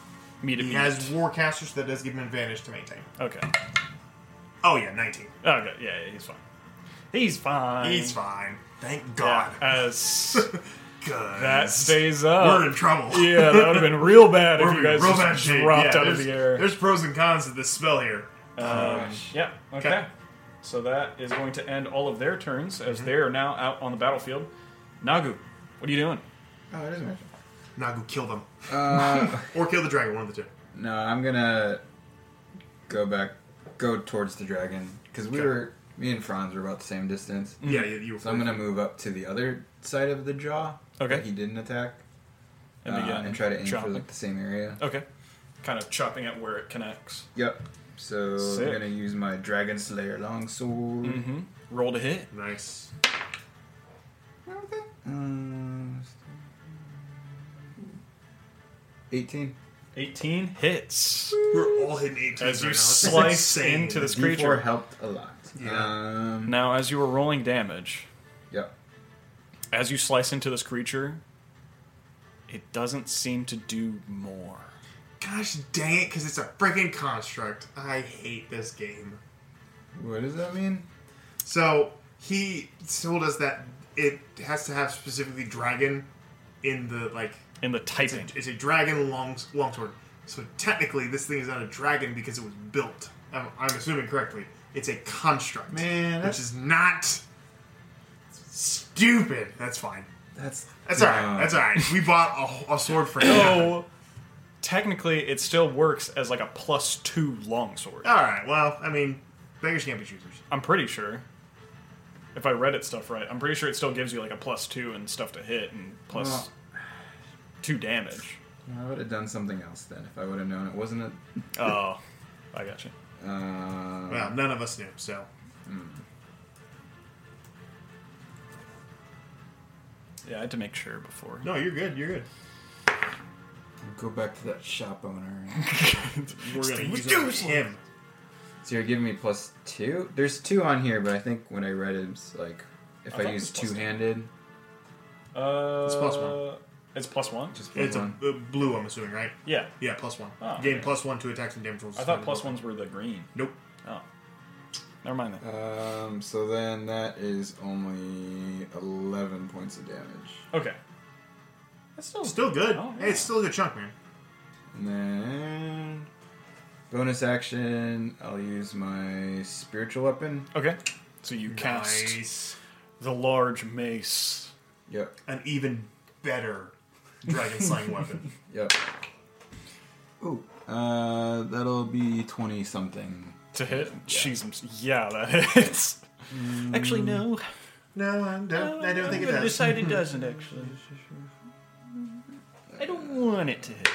[SPEAKER 2] Meet it.
[SPEAKER 3] He has Warcaster, so that does give him advantage to maintain.
[SPEAKER 2] Okay.
[SPEAKER 3] Oh, yeah, 19.
[SPEAKER 2] Okay, yeah, yeah, he's fine. He's fine.
[SPEAKER 3] He's fine. Thank
[SPEAKER 2] God.
[SPEAKER 3] <laughs>
[SPEAKER 2] as that stays up.
[SPEAKER 3] We're in trouble.
[SPEAKER 2] Yeah, that would have been real bad
[SPEAKER 3] <laughs> We're
[SPEAKER 2] if you guys
[SPEAKER 3] real
[SPEAKER 2] just
[SPEAKER 3] bad shape.
[SPEAKER 2] dropped
[SPEAKER 3] Yeah,
[SPEAKER 2] out of
[SPEAKER 3] there's-
[SPEAKER 2] the air.
[SPEAKER 3] There's pros and cons to this spell here.
[SPEAKER 2] Um, yeah, okay. So that is going to end all of their turns
[SPEAKER 3] Mm-hmm.
[SPEAKER 2] as they are now out on the battlefield. Nagu, what are you doing?
[SPEAKER 4] Oh, it is my turn.
[SPEAKER 3] Nagu, kill them.
[SPEAKER 4] Uh,
[SPEAKER 3] <laughs> or kill the dragon, one of the two.
[SPEAKER 4] No, I'm gonna go back, go towards the dragon because we
[SPEAKER 3] Okay. Mm-hmm.
[SPEAKER 4] were, me and Franz were about the same distance.
[SPEAKER 3] Yeah, you- you were
[SPEAKER 4] so I'm gonna move up to the other side of the jaw.
[SPEAKER 2] Okay.
[SPEAKER 4] that he didn't attack.
[SPEAKER 2] And
[SPEAKER 4] uh,
[SPEAKER 2] begin
[SPEAKER 4] and try to aim for
[SPEAKER 2] chopping.
[SPEAKER 4] like the same area.
[SPEAKER 2] <laughs> Okay. Kind of chopping at where it connects.
[SPEAKER 4] Yep. So
[SPEAKER 2] Sick.
[SPEAKER 4] I'm gonna use my dragon slayer longsword.
[SPEAKER 2] Mhm. Roll to hit.
[SPEAKER 3] Nice.
[SPEAKER 4] Um, Eighteen.
[SPEAKER 2] 18 hits.
[SPEAKER 3] We're all hitting 18
[SPEAKER 2] As you
[SPEAKER 3] right now. <laughs> This is
[SPEAKER 2] slice
[SPEAKER 3] insane.
[SPEAKER 2] into this
[SPEAKER 4] D4
[SPEAKER 2] creature.
[SPEAKER 4] helped a lot. Yeah. Um,
[SPEAKER 2] now, as you were rolling damage,
[SPEAKER 4] Yep.
[SPEAKER 2] as you slice into this creature, it doesn't seem to do more.
[SPEAKER 3] Gosh dang it, because it's a freaking construct. I hate this game.
[SPEAKER 4] What does that mean?
[SPEAKER 3] So, he told us that it has to have specifically dragon in the, like...
[SPEAKER 2] In the typing.
[SPEAKER 3] It's a, it's a dragon long, longsword. So, technically, this thing is not a dragon because it was built. I'm, I'm assuming correctly. It's a construct.
[SPEAKER 4] Man,
[SPEAKER 3] Which
[SPEAKER 4] that's-
[SPEAKER 3] is not stupid. That's fine.
[SPEAKER 4] That's...
[SPEAKER 3] That's all right.
[SPEAKER 2] No.
[SPEAKER 3] That's all right. We bought a, a sword for him.
[SPEAKER 2] So, Oh. technically, it still works as like a plus two longsword.
[SPEAKER 3] All right. Well, I mean, beggars can't be choosers.
[SPEAKER 2] I'm pretty sure. If I read it stuff right, I'm pretty sure it still gives you like a plus two and stuff to hit and plus
[SPEAKER 4] Well-
[SPEAKER 2] two damage.
[SPEAKER 4] I would have done something else then if I would have known it wasn't it. <laughs>
[SPEAKER 2] Oh, I got you.
[SPEAKER 4] Um,
[SPEAKER 3] Well, none of us knew, so.
[SPEAKER 4] hmm.
[SPEAKER 2] Yeah, I had to make sure before.
[SPEAKER 3] No, you're good. You're good.
[SPEAKER 4] Go back to that shop owner.
[SPEAKER 2] <laughs>
[SPEAKER 3] We're gonna
[SPEAKER 4] Steve
[SPEAKER 3] use
[SPEAKER 4] Deuce.
[SPEAKER 3] him.
[SPEAKER 4] So you're giving me plus two? There's two on here, but I think when I read it, it's like if
[SPEAKER 2] I
[SPEAKER 4] I,
[SPEAKER 2] thought it
[SPEAKER 4] use
[SPEAKER 2] was plus
[SPEAKER 4] two handed.
[SPEAKER 2] Uh,
[SPEAKER 3] It's plus one.
[SPEAKER 2] It's plus one.
[SPEAKER 4] Just
[SPEAKER 3] It's a uh, blue, I'm assuming, right?
[SPEAKER 2] Yeah.
[SPEAKER 3] Yeah, plus one.
[SPEAKER 2] Oh,
[SPEAKER 3] Gain
[SPEAKER 2] okay.
[SPEAKER 3] plus one to attacks and damage rolls.
[SPEAKER 2] I thought plus ones were the green.
[SPEAKER 3] Nope.
[SPEAKER 2] Oh. Never mind that.
[SPEAKER 4] Um, so then that is only 11 points of damage.
[SPEAKER 2] Okay. That's still,
[SPEAKER 3] still good.
[SPEAKER 2] Oh,
[SPEAKER 3] Hey, it's still a good chunk, man.
[SPEAKER 4] And then. Bonus action, I'll use my spiritual weapon.
[SPEAKER 2] Okay. So you cast the large mace.
[SPEAKER 4] Yep.
[SPEAKER 3] An even better dragon slaying
[SPEAKER 2] <laughs>
[SPEAKER 3] weapon.
[SPEAKER 4] Yep. Ooh. Uh, that'll be 20 something.
[SPEAKER 2] To hit? Jeez, I'm s- yeah, that hits.
[SPEAKER 4] Actually,
[SPEAKER 3] no. No, I don't,
[SPEAKER 2] Uh,
[SPEAKER 3] I don't think it does.
[SPEAKER 2] Decide
[SPEAKER 3] <laughs>
[SPEAKER 2] it doesn't, actually. I don't want it to hit.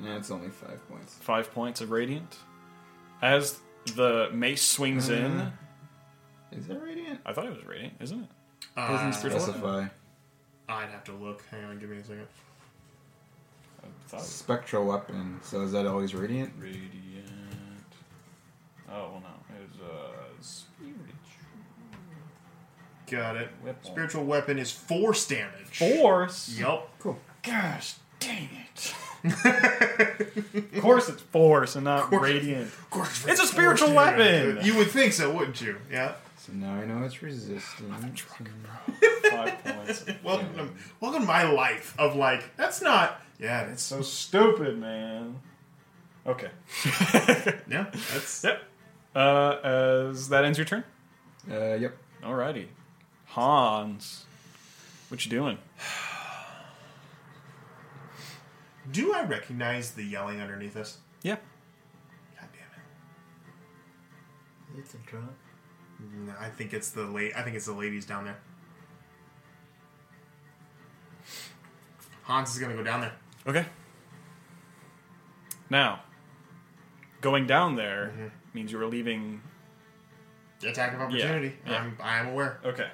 [SPEAKER 4] Yeah, it's only five points.
[SPEAKER 2] Five points of radiant. As the mace swings
[SPEAKER 4] Uh,
[SPEAKER 2] in.
[SPEAKER 4] Is it radiant?
[SPEAKER 2] I thought it was Mm-hmm. radiant, isn't it?
[SPEAKER 3] Uh,
[SPEAKER 4] Doesn't
[SPEAKER 2] Spiritual weapon?
[SPEAKER 4] specify.
[SPEAKER 3] I'd have to look. Hang on, give me a second.
[SPEAKER 4] Spectral weapon. So is that always radiant?
[SPEAKER 2] Radiant. Oh well, no. It was uh,
[SPEAKER 3] Got it.
[SPEAKER 2] Weapon.
[SPEAKER 3] Spiritual weapon is force damage.
[SPEAKER 2] Force.
[SPEAKER 3] Yep.
[SPEAKER 2] Cool. Gosh, dang it! of course, it's force and not
[SPEAKER 3] <laughs>
[SPEAKER 2] radiant. Of course, it's a spiritual
[SPEAKER 3] Force damage.
[SPEAKER 2] weapon.
[SPEAKER 3] You would think so, wouldn't you? Yeah.
[SPEAKER 4] So now I know it's resistant.
[SPEAKER 2] Five points.
[SPEAKER 3] welcome, to, welcome to my life of like that's not. Yeah, that's
[SPEAKER 2] so stupid, man. Okay.
[SPEAKER 3] <laughs> yeah. That's
[SPEAKER 2] yep. Uh, as that ends your turn.
[SPEAKER 4] Uh, yep.
[SPEAKER 2] Alrighty, Hans. What you doing?
[SPEAKER 3] Do I recognize the yelling underneath us?
[SPEAKER 2] Yeah.
[SPEAKER 6] It's a drunk.
[SPEAKER 3] No, I think it's the la- I think it's the ladies down there. Hans is gonna go down there.
[SPEAKER 2] Okay. Now, going down there means you are leaving.
[SPEAKER 3] Mm-hmm. Attack of opportunity.
[SPEAKER 2] Yeah, yeah.
[SPEAKER 3] I'm I'm aware.
[SPEAKER 2] Okay.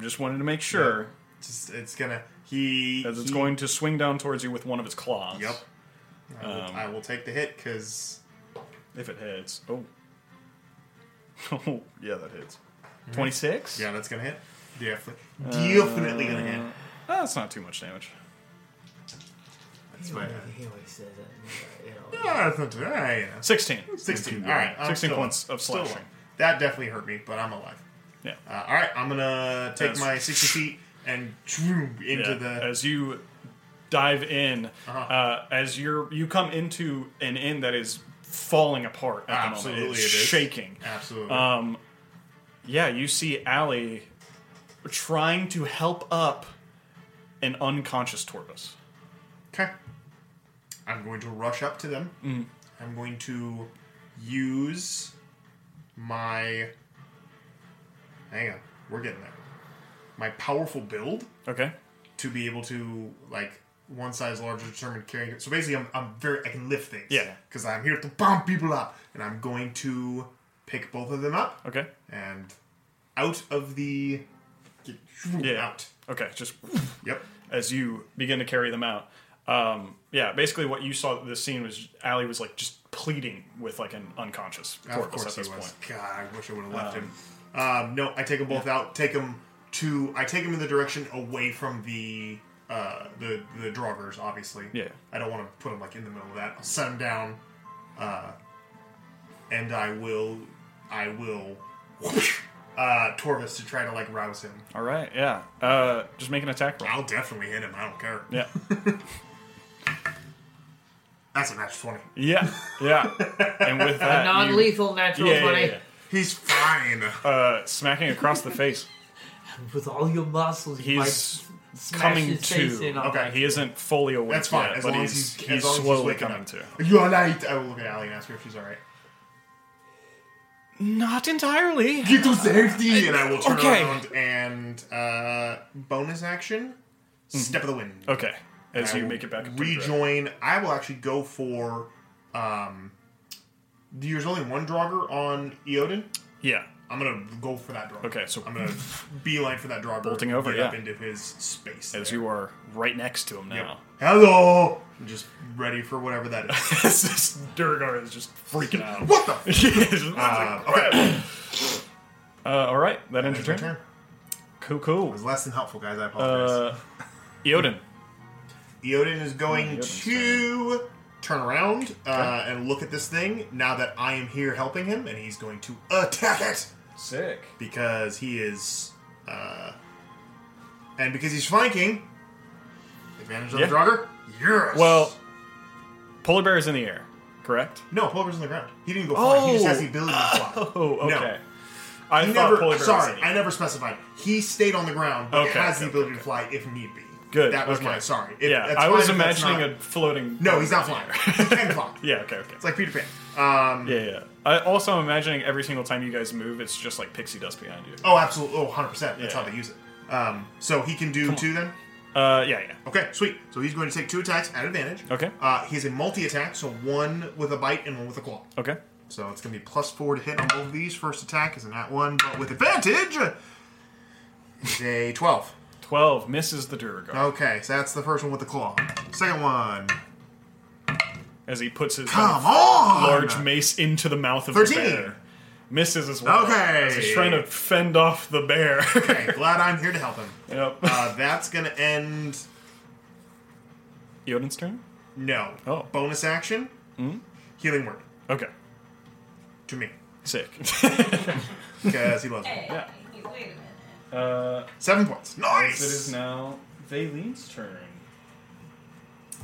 [SPEAKER 2] Just wanted to make sure.
[SPEAKER 3] Just it's gonna he.
[SPEAKER 2] As it's
[SPEAKER 3] he-
[SPEAKER 2] going to swing down towards you with one of its claws.
[SPEAKER 3] Yep. I will,
[SPEAKER 2] Um,
[SPEAKER 3] I will take the hit because
[SPEAKER 2] if it hits. Oh. Oh yeah, that hits. Twenty six.
[SPEAKER 3] Mhm. Yeah, that's gonna hit. Definitely, definitely gonna hit.
[SPEAKER 2] Uh, That's not too much damage.
[SPEAKER 3] That's fine.
[SPEAKER 6] He always says that. You know,
[SPEAKER 3] Yeah, that's not too bad, you know.
[SPEAKER 2] 16.
[SPEAKER 3] 16.
[SPEAKER 2] Yeah.
[SPEAKER 3] All right. I'm
[SPEAKER 2] 16
[SPEAKER 3] still
[SPEAKER 2] points
[SPEAKER 3] alive.
[SPEAKER 2] of
[SPEAKER 3] Still
[SPEAKER 2] slashing.
[SPEAKER 3] alive. That definitely hurt me, but I'm alive.
[SPEAKER 2] Yeah.
[SPEAKER 3] Uh, all right. I'm going to take
[SPEAKER 2] That's-
[SPEAKER 3] my 60 feet and zoom into
[SPEAKER 2] Yeah,
[SPEAKER 3] the. Uh-huh.
[SPEAKER 2] as you dive in uh, as you're you come into an inn that is falling apart at the
[SPEAKER 3] Absolutely,
[SPEAKER 2] moment.
[SPEAKER 3] it is.
[SPEAKER 2] It's shaking
[SPEAKER 3] Absolutely.
[SPEAKER 2] um yeah you see Allie trying to help up an unconscious tortoise
[SPEAKER 3] Okay. I'm going to rush up to them.
[SPEAKER 2] Mm.
[SPEAKER 3] I'm going to use my. Hang on. We're getting there. My powerful build.
[SPEAKER 2] Okay.
[SPEAKER 3] To be able to, like, one size larger determined carrying. So basically, I'm, I'm very. I can lift things.
[SPEAKER 2] Yeah.
[SPEAKER 3] Because I'm here to bomb people up. And I'm going to pick both of them up.
[SPEAKER 2] Okay.
[SPEAKER 3] And out of the.
[SPEAKER 2] yeah out okay just
[SPEAKER 3] yep
[SPEAKER 2] as you begin to carry them out um yeah basically what you saw this scene was Allie was like just pleading with like an unconscious tortoise
[SPEAKER 3] Of course
[SPEAKER 2] at this
[SPEAKER 3] he was.
[SPEAKER 2] point
[SPEAKER 3] God, I wish I would have left
[SPEAKER 2] Um,
[SPEAKER 3] him. Um, no, I take them both out. Take them to. I take them in the direction away from the uh, the the drawers. Obviously,
[SPEAKER 2] Yeah.
[SPEAKER 3] I don't want to put them like in the middle of that. I'll set them down, uh, and I will. I will. Uh, Torvis to try to like rouse him.
[SPEAKER 2] all right yeah uh just make an attack roll
[SPEAKER 3] I'll definitely hit him. I don't care.
[SPEAKER 2] yeah
[SPEAKER 3] <laughs> That's a match twenty.
[SPEAKER 2] Yeah, yeah.
[SPEAKER 6] <laughs>
[SPEAKER 2] And with
[SPEAKER 3] A
[SPEAKER 2] that, you-
[SPEAKER 3] non-lethal natural 20.
[SPEAKER 2] He's
[SPEAKER 3] fine.
[SPEAKER 2] Uh, smacking across the face.
[SPEAKER 6] with all your muscles, you
[SPEAKER 2] He's
[SPEAKER 6] might smash
[SPEAKER 2] coming
[SPEAKER 6] his face
[SPEAKER 2] to.
[SPEAKER 6] in on
[SPEAKER 2] Okay,
[SPEAKER 6] that.
[SPEAKER 2] he isn't fully awake
[SPEAKER 3] That's fine.
[SPEAKER 2] yet,
[SPEAKER 3] as
[SPEAKER 2] but
[SPEAKER 3] long
[SPEAKER 2] he's,
[SPEAKER 3] as he's,
[SPEAKER 2] he's,
[SPEAKER 3] as long as he's
[SPEAKER 2] slowly
[SPEAKER 3] waking
[SPEAKER 2] coming
[SPEAKER 3] up.
[SPEAKER 2] to.
[SPEAKER 3] You're right. I will look at Allie and ask her if she's all right.
[SPEAKER 2] Not entirely.
[SPEAKER 3] Get
[SPEAKER 2] <laughs>
[SPEAKER 3] to safety, and I will turn
[SPEAKER 2] Okay.
[SPEAKER 3] around and uh, bonus action, step of the wind.
[SPEAKER 2] Mm-hmm. Okay,
[SPEAKER 3] And
[SPEAKER 2] as
[SPEAKER 3] I
[SPEAKER 2] you
[SPEAKER 3] will
[SPEAKER 2] make it back up to the drag.
[SPEAKER 3] rejoin. I will actually go for. Um, there's only one Draugr on Eodin.
[SPEAKER 2] Yeah,
[SPEAKER 3] I'm gonna go for that draw.
[SPEAKER 2] Okay, so
[SPEAKER 3] I'm gonna beeline for that draw.
[SPEAKER 2] bolting over,
[SPEAKER 3] get
[SPEAKER 2] yeah.
[SPEAKER 3] up into his space.
[SPEAKER 2] As you are right next to him now.
[SPEAKER 3] Hello. I'm just ready for whatever that
[SPEAKER 2] <laughs>
[SPEAKER 3] is.
[SPEAKER 2] Durgar is just freaking out. <laughs>
[SPEAKER 3] What the? uh, okay.
[SPEAKER 2] Uh, all right, that ends your turn.
[SPEAKER 3] Cool, cool. It was less than helpful, guys. I apologize.
[SPEAKER 2] Uh, Eodin.
[SPEAKER 3] Eodin is
[SPEAKER 2] Oh,
[SPEAKER 3] going to turn around uh, and look at this thing now that I am here helping him, and he's going to attack it.
[SPEAKER 2] Sick.
[SPEAKER 3] Because he is. Uh, and because he's flanking. Advantage on
[SPEAKER 2] Yeah.
[SPEAKER 3] the Draugr? Yes!
[SPEAKER 2] Well, polar bear is in the air, correct?
[SPEAKER 3] No, polar bear's on the ground. He didn't go flying. He just has the ability to fly.
[SPEAKER 2] Oh,
[SPEAKER 3] No.
[SPEAKER 2] okay. I
[SPEAKER 3] He
[SPEAKER 2] thought
[SPEAKER 3] never,
[SPEAKER 2] polar bear was
[SPEAKER 3] sorry,
[SPEAKER 2] in the
[SPEAKER 3] I never specified. He stayed on the ground, but
[SPEAKER 2] Okay,
[SPEAKER 3] has
[SPEAKER 2] okay,
[SPEAKER 3] the ability to fly if need be.
[SPEAKER 2] Good.
[SPEAKER 3] That was
[SPEAKER 2] okay.
[SPEAKER 3] my sorry. It-
[SPEAKER 2] yeah,
[SPEAKER 3] that's
[SPEAKER 2] I was
[SPEAKER 3] fine if that's
[SPEAKER 2] imagining
[SPEAKER 3] not-
[SPEAKER 2] a floating.
[SPEAKER 3] No, he's not flying. He can fly.
[SPEAKER 2] Yeah. Okay. Okay. It's
[SPEAKER 3] like Peter Pan. Um,
[SPEAKER 2] yeah, yeah. I also am imagining every single time you guys move, it's just like pixie dust behind you.
[SPEAKER 3] Oh, absolutely. Oh, 100%. That's how
[SPEAKER 2] Yeah.
[SPEAKER 3] they use it. Um, so he can do two then?
[SPEAKER 2] Uh, yeah, yeah.
[SPEAKER 3] Okay, sweet. So he's going to take two attacks at advantage.
[SPEAKER 2] Okay.
[SPEAKER 3] Uh, he has a multi attack, so one with a bite and one with a claw.
[SPEAKER 2] Okay.
[SPEAKER 3] So it's going to be plus four to hit on both of these. First attack is a nat one, but with advantage is a 12.
[SPEAKER 2] 12 misses the Duragar.
[SPEAKER 3] Okay, so that's the first one with the claw. Second one.
[SPEAKER 2] As he puts his
[SPEAKER 3] Come
[SPEAKER 2] kind of
[SPEAKER 3] on!
[SPEAKER 2] large mace into the mouth of
[SPEAKER 3] 13.
[SPEAKER 2] the bear. Misses as well.
[SPEAKER 3] Okay.
[SPEAKER 2] As he's trying to fend off the
[SPEAKER 3] <laughs>
[SPEAKER 2] bear. okay,
[SPEAKER 3] glad I'm here to help him.
[SPEAKER 2] Yep.
[SPEAKER 3] Uh, that's going to end.
[SPEAKER 2] Yoden's turn?
[SPEAKER 3] No. Oh. Bonus action.
[SPEAKER 2] Mm?
[SPEAKER 3] Healing word.
[SPEAKER 2] Okay.
[SPEAKER 3] To me. <laughs>
[SPEAKER 2] Sick.
[SPEAKER 3] Because he loves me.
[SPEAKER 2] Yeah. Uh,
[SPEAKER 3] Seven points. Nice.
[SPEAKER 2] It is now Valeen's turn.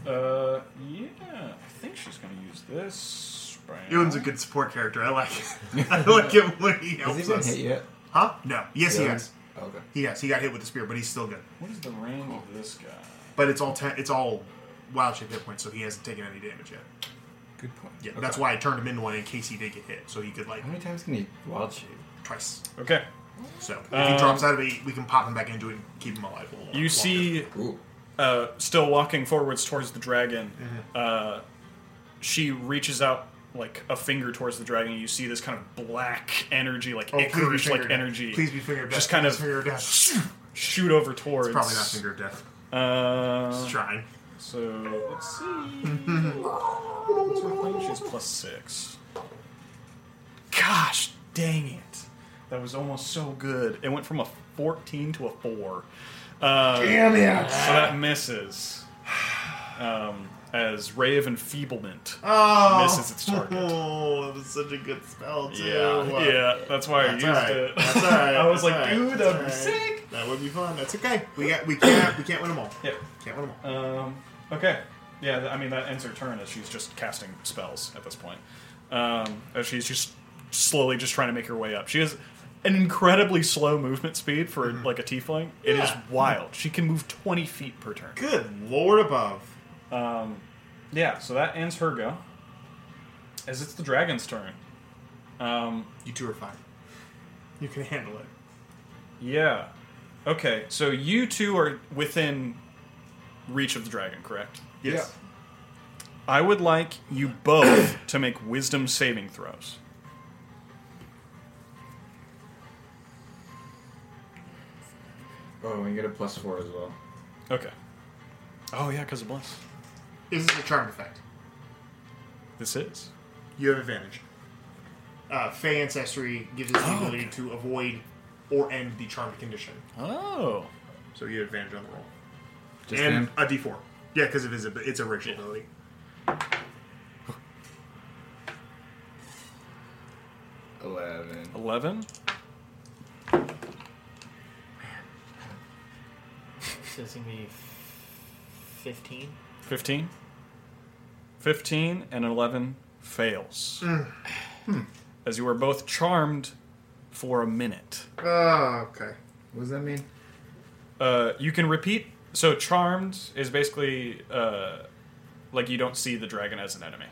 [SPEAKER 2] Uh, yeah, I think she's gonna use this. Right
[SPEAKER 3] Ewan's a good support character. I like it. <laughs> I like him when he
[SPEAKER 4] Has
[SPEAKER 3] helps
[SPEAKER 4] he been
[SPEAKER 3] us.
[SPEAKER 4] hit yet?
[SPEAKER 3] Huh? No. Yes, he
[SPEAKER 4] Yeah.
[SPEAKER 3] has.
[SPEAKER 4] Okay.
[SPEAKER 3] He has. He got hit with the spear, but he's still good.
[SPEAKER 2] What is the range of this guy?
[SPEAKER 3] But it's all ten, it's all wild shape hit points, so he hasn't taken any damage yet.
[SPEAKER 4] Good point.
[SPEAKER 3] Yeah,
[SPEAKER 4] Okay.
[SPEAKER 3] that's why I turned him into one in case he did get hit, so he could like. How
[SPEAKER 4] many times can he wild shape?
[SPEAKER 3] Twice.
[SPEAKER 2] Okay.
[SPEAKER 3] So if
[SPEAKER 2] Um,
[SPEAKER 3] he drops out of it, we can pop him back into it and keep him alive. a little
[SPEAKER 2] You
[SPEAKER 3] longer.
[SPEAKER 2] see, uh, still walking forwards towards the dragon,
[SPEAKER 3] Mm-hmm.
[SPEAKER 2] uh, she reaches out like a finger towards the dragon. You see this kind of black energy, like
[SPEAKER 3] Oh, please be
[SPEAKER 2] Icarish
[SPEAKER 3] finger
[SPEAKER 2] like
[SPEAKER 3] death.
[SPEAKER 2] energy.
[SPEAKER 3] Please be finger death.
[SPEAKER 2] Just kind
[SPEAKER 3] Please
[SPEAKER 2] of
[SPEAKER 3] finger death.
[SPEAKER 2] shoot over towards.
[SPEAKER 3] probably not finger death.
[SPEAKER 2] Uh,
[SPEAKER 3] Just trying.
[SPEAKER 2] So
[SPEAKER 3] <laughs>
[SPEAKER 2] let's see. What's her thing? She's plus six. Gosh, dang it! That was almost so good. It went from a fourteen to a four. Uh,
[SPEAKER 3] Damn it.
[SPEAKER 2] So that misses. <sighs> Um, as ray of enfeeblement
[SPEAKER 3] Oh,
[SPEAKER 2] misses its
[SPEAKER 3] <laughs>
[SPEAKER 2] target.
[SPEAKER 3] Oh, that was such a good spell too.
[SPEAKER 2] Yeah, yeah, that's why I
[SPEAKER 3] That's
[SPEAKER 2] used
[SPEAKER 3] alright.
[SPEAKER 2] it.
[SPEAKER 3] That's all
[SPEAKER 2] <laughs>
[SPEAKER 3] right.
[SPEAKER 2] I was like, dude, that'd be sick.
[SPEAKER 3] That would be fun. That's okay. We got, we can't, we can't win them all.
[SPEAKER 2] Yep.
[SPEAKER 3] Can't win them all.
[SPEAKER 2] Um, okay. Yeah, th- I mean, that ends her turn as she's just casting spells at this point. Um, as she's just slowly just trying to make her way up. She has an incredibly slow movement speed for, like, a tiefling. It is
[SPEAKER 3] Mm-hmm. Yeah.
[SPEAKER 2] wild. She can move 20 feet per turn.
[SPEAKER 3] Good lord above.
[SPEAKER 2] Um, yeah, so that ends her go. As it's the dragon's turn. Um,
[SPEAKER 3] you two are fine. You can handle it.
[SPEAKER 2] Yeah. Okay, so you two are within reach of the dragon, correct?
[SPEAKER 3] Yes.
[SPEAKER 2] I would like you both <coughs> to make wisdom saving throws.
[SPEAKER 4] Oh, and you get a plus four as well.
[SPEAKER 2] Okay. Oh, yeah, because of bless.
[SPEAKER 3] This is a charm effect.
[SPEAKER 2] This is.
[SPEAKER 3] You have advantage. Uh, Fey ancestry gives us the ability to avoid or end the charmed condition.
[SPEAKER 2] Oh.
[SPEAKER 3] So you have advantage on the roll.
[SPEAKER 4] Just
[SPEAKER 3] and
[SPEAKER 4] him?
[SPEAKER 3] a D4. Yeah, because it is a, it's a racial ability.
[SPEAKER 4] Eleven.
[SPEAKER 2] 11?
[SPEAKER 8] So it's gonna be fifteen.
[SPEAKER 2] 15? 15 and 11 fails.
[SPEAKER 3] Mm.
[SPEAKER 2] As you are both charmed for a minute.
[SPEAKER 3] Oh, okay.
[SPEAKER 4] What does that mean?
[SPEAKER 2] Uh, you can repeat. So, charmed is basically uh, like you don't see the dragon as an enemy.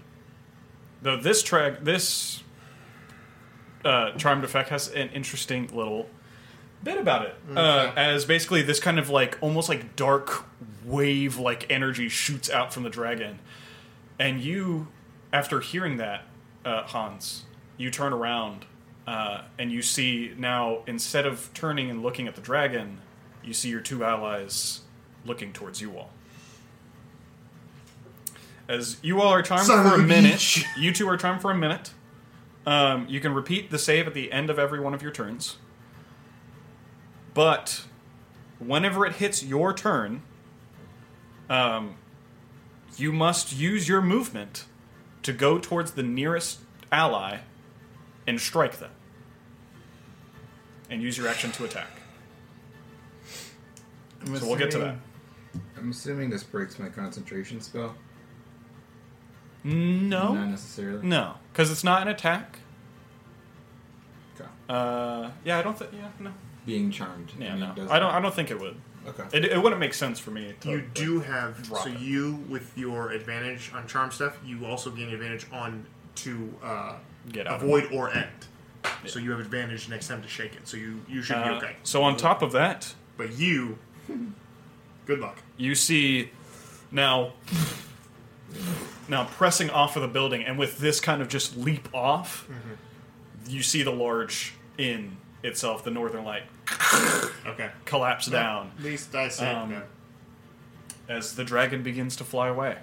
[SPEAKER 2] Though this track, this uh, charmed effect has an interesting little bit about it. Uh, as basically this kind of like almost like dark wave like energy shoots out from the dragon, and you, after hearing that, uh, Hans, you turn around Uh, and you see now, instead of turning and looking at the dragon, you see your two allies looking towards you all. As you all are charmed
[SPEAKER 3] Son
[SPEAKER 2] for
[SPEAKER 3] of
[SPEAKER 2] a
[SPEAKER 3] a
[SPEAKER 2] minute,
[SPEAKER 3] bitch. <laughs>
[SPEAKER 2] you two are charmed for a minute. Um, you can repeat the save at the end of every one of your turns. But whenever it hits your turn, um, you must use your movement to go towards the nearest ally and strike them. And use your action to attack. So we'll get to that.
[SPEAKER 4] I'm assuming this breaks my concentration spell.
[SPEAKER 2] No.
[SPEAKER 4] Not necessarily.
[SPEAKER 2] No, because it's not an attack. Uh, yeah, I don't think. Yeah, no.
[SPEAKER 4] Being charmed.
[SPEAKER 2] Yeah,
[SPEAKER 4] and it
[SPEAKER 2] no.
[SPEAKER 4] doesn't-
[SPEAKER 2] I don't. I don't think it would.
[SPEAKER 4] Okay.
[SPEAKER 2] It, it wouldn't make sense for me. To,
[SPEAKER 3] You
[SPEAKER 2] to
[SPEAKER 3] do have
[SPEAKER 2] drop
[SPEAKER 3] so
[SPEAKER 2] it.
[SPEAKER 3] you with your advantage on charm stuff. You also gain advantage on to uh,
[SPEAKER 2] Get out of
[SPEAKER 3] avoid
[SPEAKER 2] it.
[SPEAKER 3] or end. So you have advantage next time to shake it. So you you should be
[SPEAKER 2] Uh,
[SPEAKER 3] okay.
[SPEAKER 2] So on top of that,
[SPEAKER 3] but you, good luck.
[SPEAKER 2] You see now now pressing off of the building and with this kind of just leap off,
[SPEAKER 3] Mhm.
[SPEAKER 2] you see the large inn itself, the northern light
[SPEAKER 3] <laughs> okay.
[SPEAKER 2] collapse
[SPEAKER 3] Well,
[SPEAKER 2] down. um,
[SPEAKER 3] at least I saved them.
[SPEAKER 2] As the dragon begins to fly away.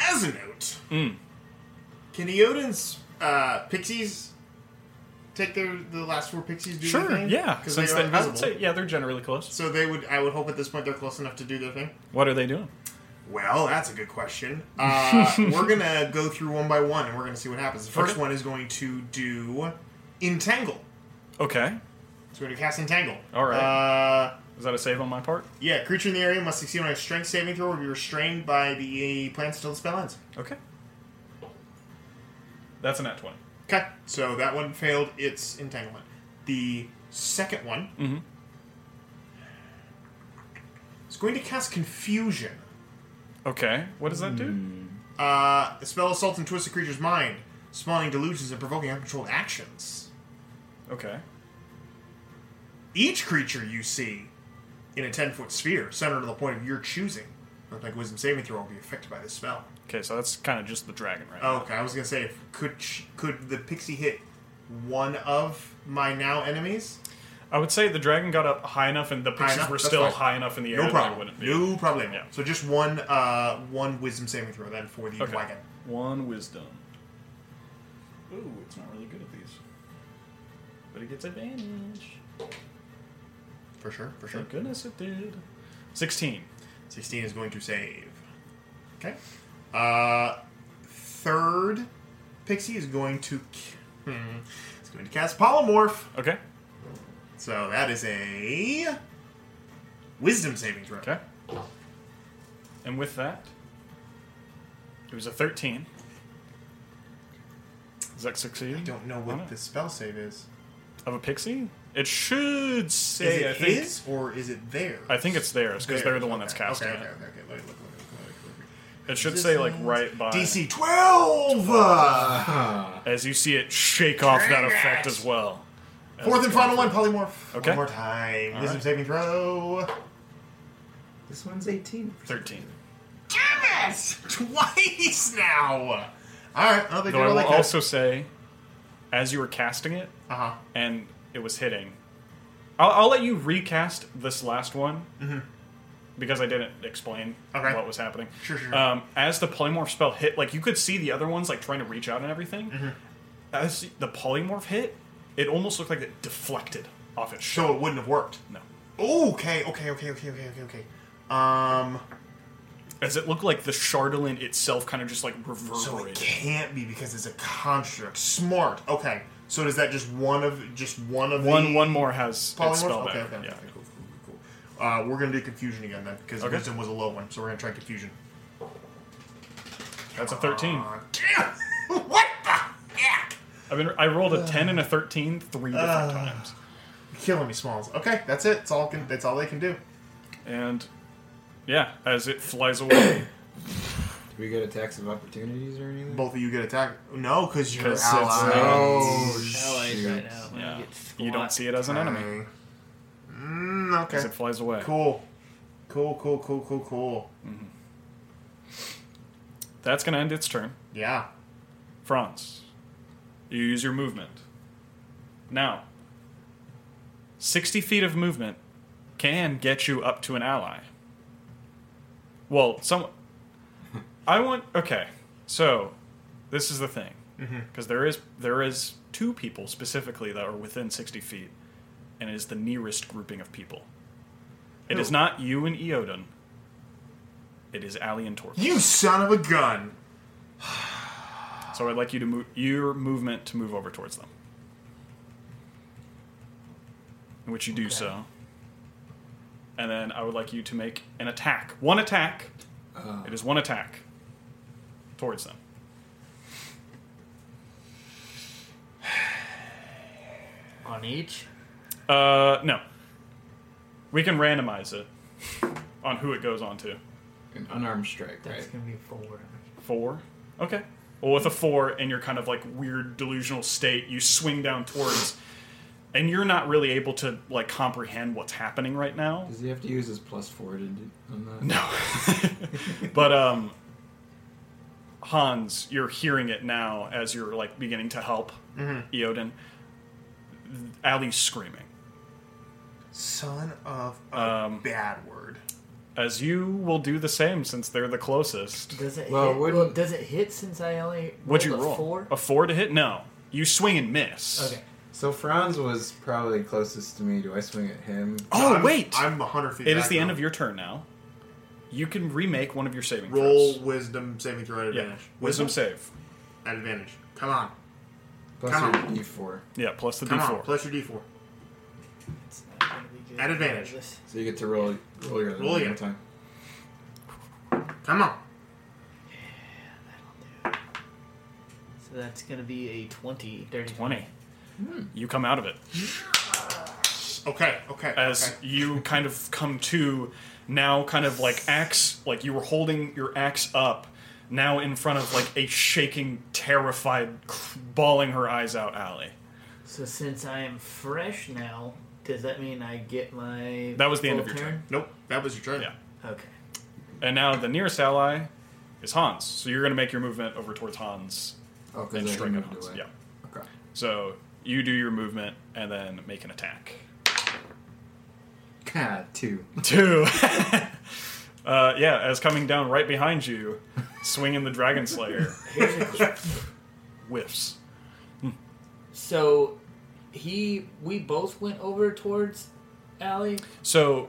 [SPEAKER 3] As a note, can Eodin's uh, pixies take their the last four pixies? Do
[SPEAKER 2] Sure,
[SPEAKER 3] their thing?
[SPEAKER 2] yeah,
[SPEAKER 3] 'Cause
[SPEAKER 2] since
[SPEAKER 3] they are
[SPEAKER 2] they- I would
[SPEAKER 3] invisible.
[SPEAKER 2] say- yeah, they're generally close.
[SPEAKER 3] So they would. I would hope at this point they're close enough to do
[SPEAKER 2] <laughs>
[SPEAKER 3] their thing.
[SPEAKER 2] What are they doing?
[SPEAKER 3] Well, that's a
[SPEAKER 2] <laughs>
[SPEAKER 3] good question. Uh, we're gonna go through one by one, and we're gonna see what happens. The first
[SPEAKER 2] Okay.
[SPEAKER 3] one is going to do entangle.
[SPEAKER 2] Okay.
[SPEAKER 3] So we're gonna cast entangle.
[SPEAKER 2] All right.
[SPEAKER 3] Uh,
[SPEAKER 2] Is that a save on my part?
[SPEAKER 3] yeah, creature in the area must succeed on a strength saving throw or be restrained by the E plants until the spell ends.
[SPEAKER 2] Okay. That's an at twenty.
[SPEAKER 3] Okay, so that one failed its entanglement. The second one
[SPEAKER 2] Mm-hmm.
[SPEAKER 3] is going to cast confusion.
[SPEAKER 2] Okay. What does that do?
[SPEAKER 3] Uh, the spell assaults and twists a creature's mind, spawning delusions and provoking uncontrolled actions.
[SPEAKER 2] Okay.
[SPEAKER 3] Each creature you see in a 10 foot sphere, centered on the point of your choosing, must make a wisdom saving throw, will be affected by this spell.
[SPEAKER 2] Okay, so that's kind of just the dragon, right?
[SPEAKER 3] Oh, okay, I was gonna say, if- could sh- could the pixie hit one of my now enemies?
[SPEAKER 2] I would say the dragon got up high enough and the
[SPEAKER 3] High
[SPEAKER 2] pixies
[SPEAKER 3] enough?
[SPEAKER 2] were
[SPEAKER 3] That's
[SPEAKER 2] still
[SPEAKER 3] fine.
[SPEAKER 2] high enough in the air
[SPEAKER 3] No
[SPEAKER 2] that they
[SPEAKER 3] problem.
[SPEAKER 2] wouldn't be.
[SPEAKER 3] No problem.
[SPEAKER 2] Yeah.
[SPEAKER 3] So just one uh, one wisdom saving throw then for the
[SPEAKER 2] Okay.
[SPEAKER 3] dragon.
[SPEAKER 2] One wisdom. Ooh, it's not really good at these. But it gets advantage.
[SPEAKER 3] For sure, for sure.
[SPEAKER 2] Thank goodness it did. 16.
[SPEAKER 3] 16 is going to save. Okay. Uh, third pixie is going to ca- hmm, it's going to cast polymorph.
[SPEAKER 2] Okay.
[SPEAKER 3] So that is a wisdom saving throw.
[SPEAKER 2] Okay. And with that, it was a 13. Does that succeed? I
[SPEAKER 3] don't know what the spell save is.
[SPEAKER 2] Of a pixie? It should say,
[SPEAKER 3] it
[SPEAKER 2] I think.
[SPEAKER 3] his, or is it theirs?
[SPEAKER 2] I think it's theirs, because they're the one
[SPEAKER 3] Theirs,
[SPEAKER 2] that's casting
[SPEAKER 3] okay,
[SPEAKER 2] it.
[SPEAKER 3] Okay, okay, okay. Wait, look, look, look, look,
[SPEAKER 2] It should say, like, right by.
[SPEAKER 3] look. DC 12! Uh,
[SPEAKER 2] as you see it shake off that effect as well. As
[SPEAKER 3] Fourth and
[SPEAKER 2] it's
[SPEAKER 3] final
[SPEAKER 2] going
[SPEAKER 3] one, polymorph.
[SPEAKER 2] Okay.
[SPEAKER 3] One more time.
[SPEAKER 2] All
[SPEAKER 3] wisdom
[SPEAKER 2] right.
[SPEAKER 3] saving throw. This one's 18.
[SPEAKER 2] for- 13.
[SPEAKER 3] Damn it! <laughs> Twice now! Alright, well, they
[SPEAKER 2] Though
[SPEAKER 3] do
[SPEAKER 2] I will
[SPEAKER 3] really good.
[SPEAKER 2] also say, as you were casting it,
[SPEAKER 3] Uh-huh.
[SPEAKER 2] and it was hitting, I'll, I'll let you recast this last one
[SPEAKER 3] Mhm.
[SPEAKER 2] because I didn't explain
[SPEAKER 3] Okay.
[SPEAKER 2] what was happening.
[SPEAKER 3] Sure, sure, sure.
[SPEAKER 2] Um, as the polymorph spell hit, like you could see the other ones like trying to reach out and everything.
[SPEAKER 3] Mhm.
[SPEAKER 2] As the polymorph hit, it almost looked like it deflected off its
[SPEAKER 3] So it wouldn't have worked.
[SPEAKER 2] No.
[SPEAKER 3] Okay, okay, okay, okay, okay, okay, okay. Um,
[SPEAKER 2] As it looked like the Shardolin itself kind of just like
[SPEAKER 3] So it
[SPEAKER 2] reverberated.
[SPEAKER 3] can't be because it's a construct. Smart. Okay. So does that just one of just one of
[SPEAKER 2] One-
[SPEAKER 3] the
[SPEAKER 2] one more has
[SPEAKER 3] polymorphs?
[SPEAKER 2] its spell
[SPEAKER 3] Okay,
[SPEAKER 2] back,
[SPEAKER 3] okay, okay,
[SPEAKER 2] yeah.
[SPEAKER 3] okay, cool, cool, cool, cool. Uh, we're gonna do confusion again then because
[SPEAKER 2] Okay.
[SPEAKER 3] wisdom was a low one, so we're gonna try confusion.
[SPEAKER 2] That's a 13.
[SPEAKER 3] what
[SPEAKER 2] I've been, I rolled a 10 and a 13 three different
[SPEAKER 3] Ugh.
[SPEAKER 2] times.
[SPEAKER 3] Killing me, Smalls. Okay, that's it. That's all. Can, that's all they can do.
[SPEAKER 2] And yeah, as it flies away.
[SPEAKER 4] Do we get attacks of opportunities or anything?
[SPEAKER 3] Both of <coughs> you get attacked. No, because you're
[SPEAKER 2] 'Cause it's
[SPEAKER 3] allies.
[SPEAKER 2] not-
[SPEAKER 3] Oh,
[SPEAKER 2] Allies right
[SPEAKER 3] shoot.
[SPEAKER 2] now. When you Yeah. get You don't see it as an enemy.
[SPEAKER 3] Mm, okay.
[SPEAKER 2] As it flies away.
[SPEAKER 3] Cool. Cool. Cool. Cool. Cool. Cool.
[SPEAKER 2] Mm-hmm. That's going to end its turn.
[SPEAKER 3] Yeah.
[SPEAKER 2] Franz, You use your movement. Now, 60 feet of movement can get you up to an ally. Well, some. I want. Okay, so this is the thing.
[SPEAKER 3] Mhm.
[SPEAKER 2] Because there is there is two people specifically that are within 60 feet, and it is the nearest grouping of people. It is
[SPEAKER 3] Who?
[SPEAKER 2] not you and Eodon. It is Ali and Torp.
[SPEAKER 3] You son of a gun!
[SPEAKER 2] So I'd like you to move your movement to move over towards them. In which you do so. And then I would like you to make an attack. One attack.
[SPEAKER 3] Uh.
[SPEAKER 2] It is one attack towards them.
[SPEAKER 8] On each?
[SPEAKER 2] Uh, no. We can randomize it on who it goes on to.
[SPEAKER 4] An unarmed strike, That's right?
[SPEAKER 8] gonna be four.
[SPEAKER 2] Four? Okay. Well, with a four in your kind of like weird delusional state, you swing down towards, and you're not really able to like comprehend what's happening right now.
[SPEAKER 4] Does he have to use his plus four to do on that?
[SPEAKER 2] No. <laughs> but um Hans, you're hearing it now as you're like beginning to help
[SPEAKER 3] Mhm.
[SPEAKER 2] Eodin. Ali's screaming.
[SPEAKER 3] Son of a
[SPEAKER 2] Um,
[SPEAKER 3] bad word.
[SPEAKER 2] As you will do the same since they're the closest.
[SPEAKER 8] Does it hit? Well, does it hit since I only
[SPEAKER 2] What'd you
[SPEAKER 8] rolled a
[SPEAKER 2] roll?
[SPEAKER 8] Four?
[SPEAKER 2] A four to hit? No. You swing and miss.
[SPEAKER 8] Okay.
[SPEAKER 4] So Franz was probably closest to me. Do I swing at him?
[SPEAKER 2] Oh wait!
[SPEAKER 3] a hundred feet
[SPEAKER 2] It is
[SPEAKER 3] back
[SPEAKER 2] the end
[SPEAKER 3] now.
[SPEAKER 2] of your turn now. You can remake one of your saving
[SPEAKER 3] Roll
[SPEAKER 2] throws.
[SPEAKER 3] wisdom saving throw at
[SPEAKER 2] Yeah.
[SPEAKER 3] advantage.
[SPEAKER 2] Wisdom save.
[SPEAKER 3] At advantage. Come on.
[SPEAKER 4] Plus
[SPEAKER 3] Come
[SPEAKER 4] your
[SPEAKER 3] on.
[SPEAKER 4] D4.
[SPEAKER 2] Yeah, plus the
[SPEAKER 3] Come
[SPEAKER 2] d4.
[SPEAKER 3] on. Plus your d4. At advantage.
[SPEAKER 4] So you get to roll roll your
[SPEAKER 3] Roll
[SPEAKER 4] roll
[SPEAKER 3] again.
[SPEAKER 4] your time.
[SPEAKER 3] Come on.
[SPEAKER 8] So that's gonna be a twenty. Dirty
[SPEAKER 2] 20.
[SPEAKER 8] Hmm.
[SPEAKER 2] You come out of it.
[SPEAKER 3] Okay, okay.
[SPEAKER 2] As you kind of come to, now kind of like axe, like you were holding your axe up, now in front of like a shaking, terrified, cr- bawling her eyes out alley.
[SPEAKER 8] So since I am fresh now, does that mean I get my?
[SPEAKER 2] That was the end of
[SPEAKER 8] full
[SPEAKER 2] your turn.
[SPEAKER 3] Nope, that was your turn.
[SPEAKER 2] Yeah.
[SPEAKER 8] Okay.
[SPEAKER 2] And now the nearest ally is Hans. So you're going to make your movement over towards Hans
[SPEAKER 4] Oh, 'cause
[SPEAKER 2] and
[SPEAKER 4] I
[SPEAKER 2] strike at
[SPEAKER 4] moved
[SPEAKER 2] Hans.
[SPEAKER 4] away.
[SPEAKER 2] Yeah.
[SPEAKER 4] Okay.
[SPEAKER 2] So you do your movement and then make an attack.
[SPEAKER 4] God, two.
[SPEAKER 2] Two. <laughs> uh, yeah, as coming down right behind you, swinging the Dragon Slayer. Whiffs.
[SPEAKER 8] So he, we both went over towards Allie.
[SPEAKER 2] So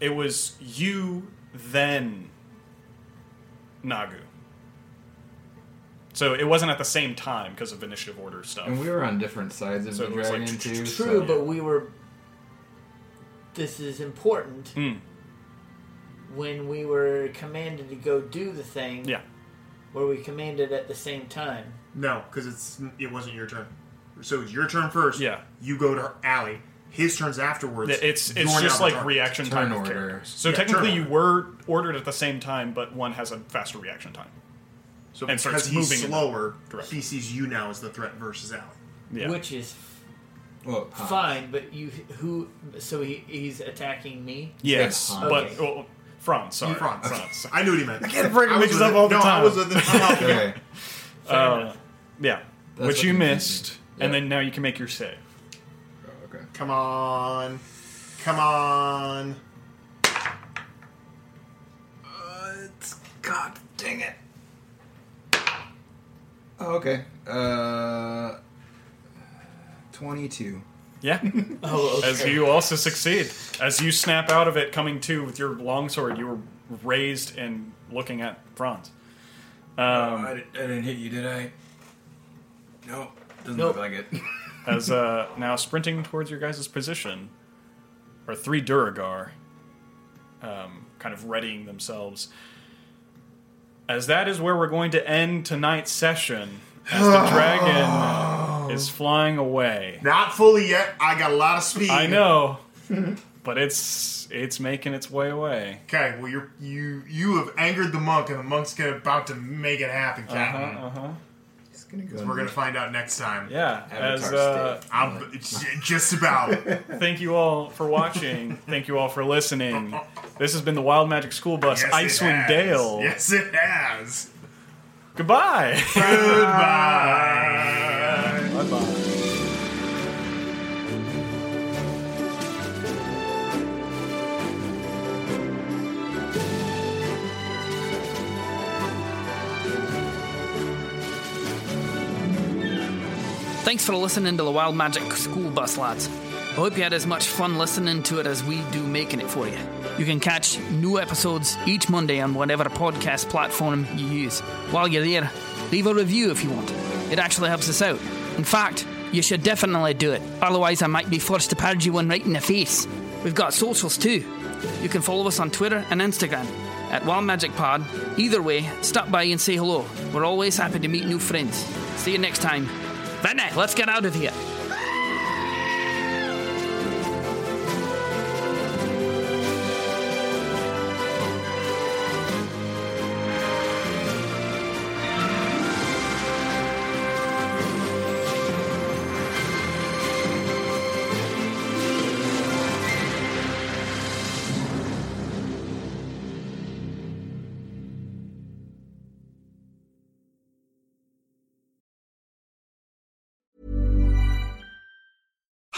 [SPEAKER 2] it was you, then Nagu. So it wasn't at the same time because of initiative order stuff.
[SPEAKER 4] <laughs> And we were on different sides of
[SPEAKER 2] So
[SPEAKER 4] the
[SPEAKER 2] it was like
[SPEAKER 4] dragon too.
[SPEAKER 8] True,
[SPEAKER 4] so-
[SPEAKER 8] but we were. This is important.
[SPEAKER 2] Hmm.
[SPEAKER 8] When we were commanded to go do the thing,
[SPEAKER 2] yeah,
[SPEAKER 8] were we commanded at the same time?
[SPEAKER 3] No, because it's it wasn't your turn. So it's your turn first.
[SPEAKER 2] Yeah.
[SPEAKER 3] You go to Alley. His turn's afterwards.
[SPEAKER 2] It's
[SPEAKER 3] You're now
[SPEAKER 2] it's just
[SPEAKER 3] the
[SPEAKER 2] like
[SPEAKER 3] target.
[SPEAKER 2] reaction time of characters. So
[SPEAKER 3] Yeah, turn
[SPEAKER 2] technically,
[SPEAKER 3] order.
[SPEAKER 2] you were ordered at the same time, but one has a faster reaction time.
[SPEAKER 3] So
[SPEAKER 2] and starts
[SPEAKER 3] because he's
[SPEAKER 2] moving in-
[SPEAKER 3] slower, he sees you now as the threat versus Alley.
[SPEAKER 2] Yeah.
[SPEAKER 8] Which is
[SPEAKER 4] well,
[SPEAKER 8] fine, but you who? So he, he's attacking me.
[SPEAKER 2] Yes,
[SPEAKER 8] Okay.
[SPEAKER 2] but well, Franz, sorry,
[SPEAKER 8] You- Franz.
[SPEAKER 2] Franz.
[SPEAKER 3] I knew what
[SPEAKER 2] <laughs>
[SPEAKER 3] he meant.
[SPEAKER 2] I get freaking
[SPEAKER 3] I was
[SPEAKER 2] mixed
[SPEAKER 3] with
[SPEAKER 2] up
[SPEAKER 3] it.
[SPEAKER 2] all the
[SPEAKER 3] No, I
[SPEAKER 2] time.
[SPEAKER 3] was with
[SPEAKER 2] <laughs>
[SPEAKER 3] it. I'm helping you.
[SPEAKER 2] Okay.
[SPEAKER 3] Fair
[SPEAKER 2] Uh,
[SPEAKER 3] enough.
[SPEAKER 2] yeah,
[SPEAKER 3] That's
[SPEAKER 2] which
[SPEAKER 3] what
[SPEAKER 2] you
[SPEAKER 3] you
[SPEAKER 2] missed, and then now you can make your save.
[SPEAKER 4] okay.
[SPEAKER 3] Come on. Come on.
[SPEAKER 4] God dang it. Oh, okay. Uh, twenty-two.
[SPEAKER 2] Yeah.
[SPEAKER 4] <laughs> Oh, okay.
[SPEAKER 2] As you also succeed, as you snap out of it, coming to with your longsword, you were raised and looking at Franz. Um,
[SPEAKER 4] I, didn't hit you, did I? No, doesn't
[SPEAKER 2] Nope.
[SPEAKER 4] look like it.
[SPEAKER 2] <laughs> as uh, now sprinting towards your guys' position are three Duragar, um, kind of readying themselves. As that is where we're going to end tonight's session, as
[SPEAKER 4] <sighs>
[SPEAKER 2] the dragon is flying away.
[SPEAKER 3] Oh. Not fully yet. I got a lot of speed.
[SPEAKER 2] I know,
[SPEAKER 3] <laughs>
[SPEAKER 2] but it's it's making its way away.
[SPEAKER 3] Okay, well you're you you have angered the monk, and the monk's gonna about to make it happen, Captain.
[SPEAKER 2] Uh huh.
[SPEAKER 3] gonna We're gonna find out next time.
[SPEAKER 2] Yeah, as, uh,
[SPEAKER 3] I'm j- just
[SPEAKER 2] <laughs>
[SPEAKER 3] about.
[SPEAKER 2] Thank you all for watching. Thank you all for listening. This has been the Wild Magic School Bus,
[SPEAKER 3] Yes, it
[SPEAKER 2] Icewind
[SPEAKER 3] has.
[SPEAKER 2] Dale.
[SPEAKER 3] Yes, it has.
[SPEAKER 2] Goodbye. <laughs>
[SPEAKER 3] Goodbye.
[SPEAKER 1] Thanks for listening to the Wild Magic School Bus, lads. I hope you had as much fun listening to it as we do making it for you. You can catch new episodes each Monday on whatever podcast platform you use. While you're there, leave a review if you want. It actually helps us out. In fact, you should definitely do it, otherwise, I might be forced to pound you one right in the face. We've got socials too. You can follow us on Twitter and Instagram at Wild Magic Pod. Either way, stop by and say hello. We're always happy to meet new friends. See you next time. Vinny, let's get out of here.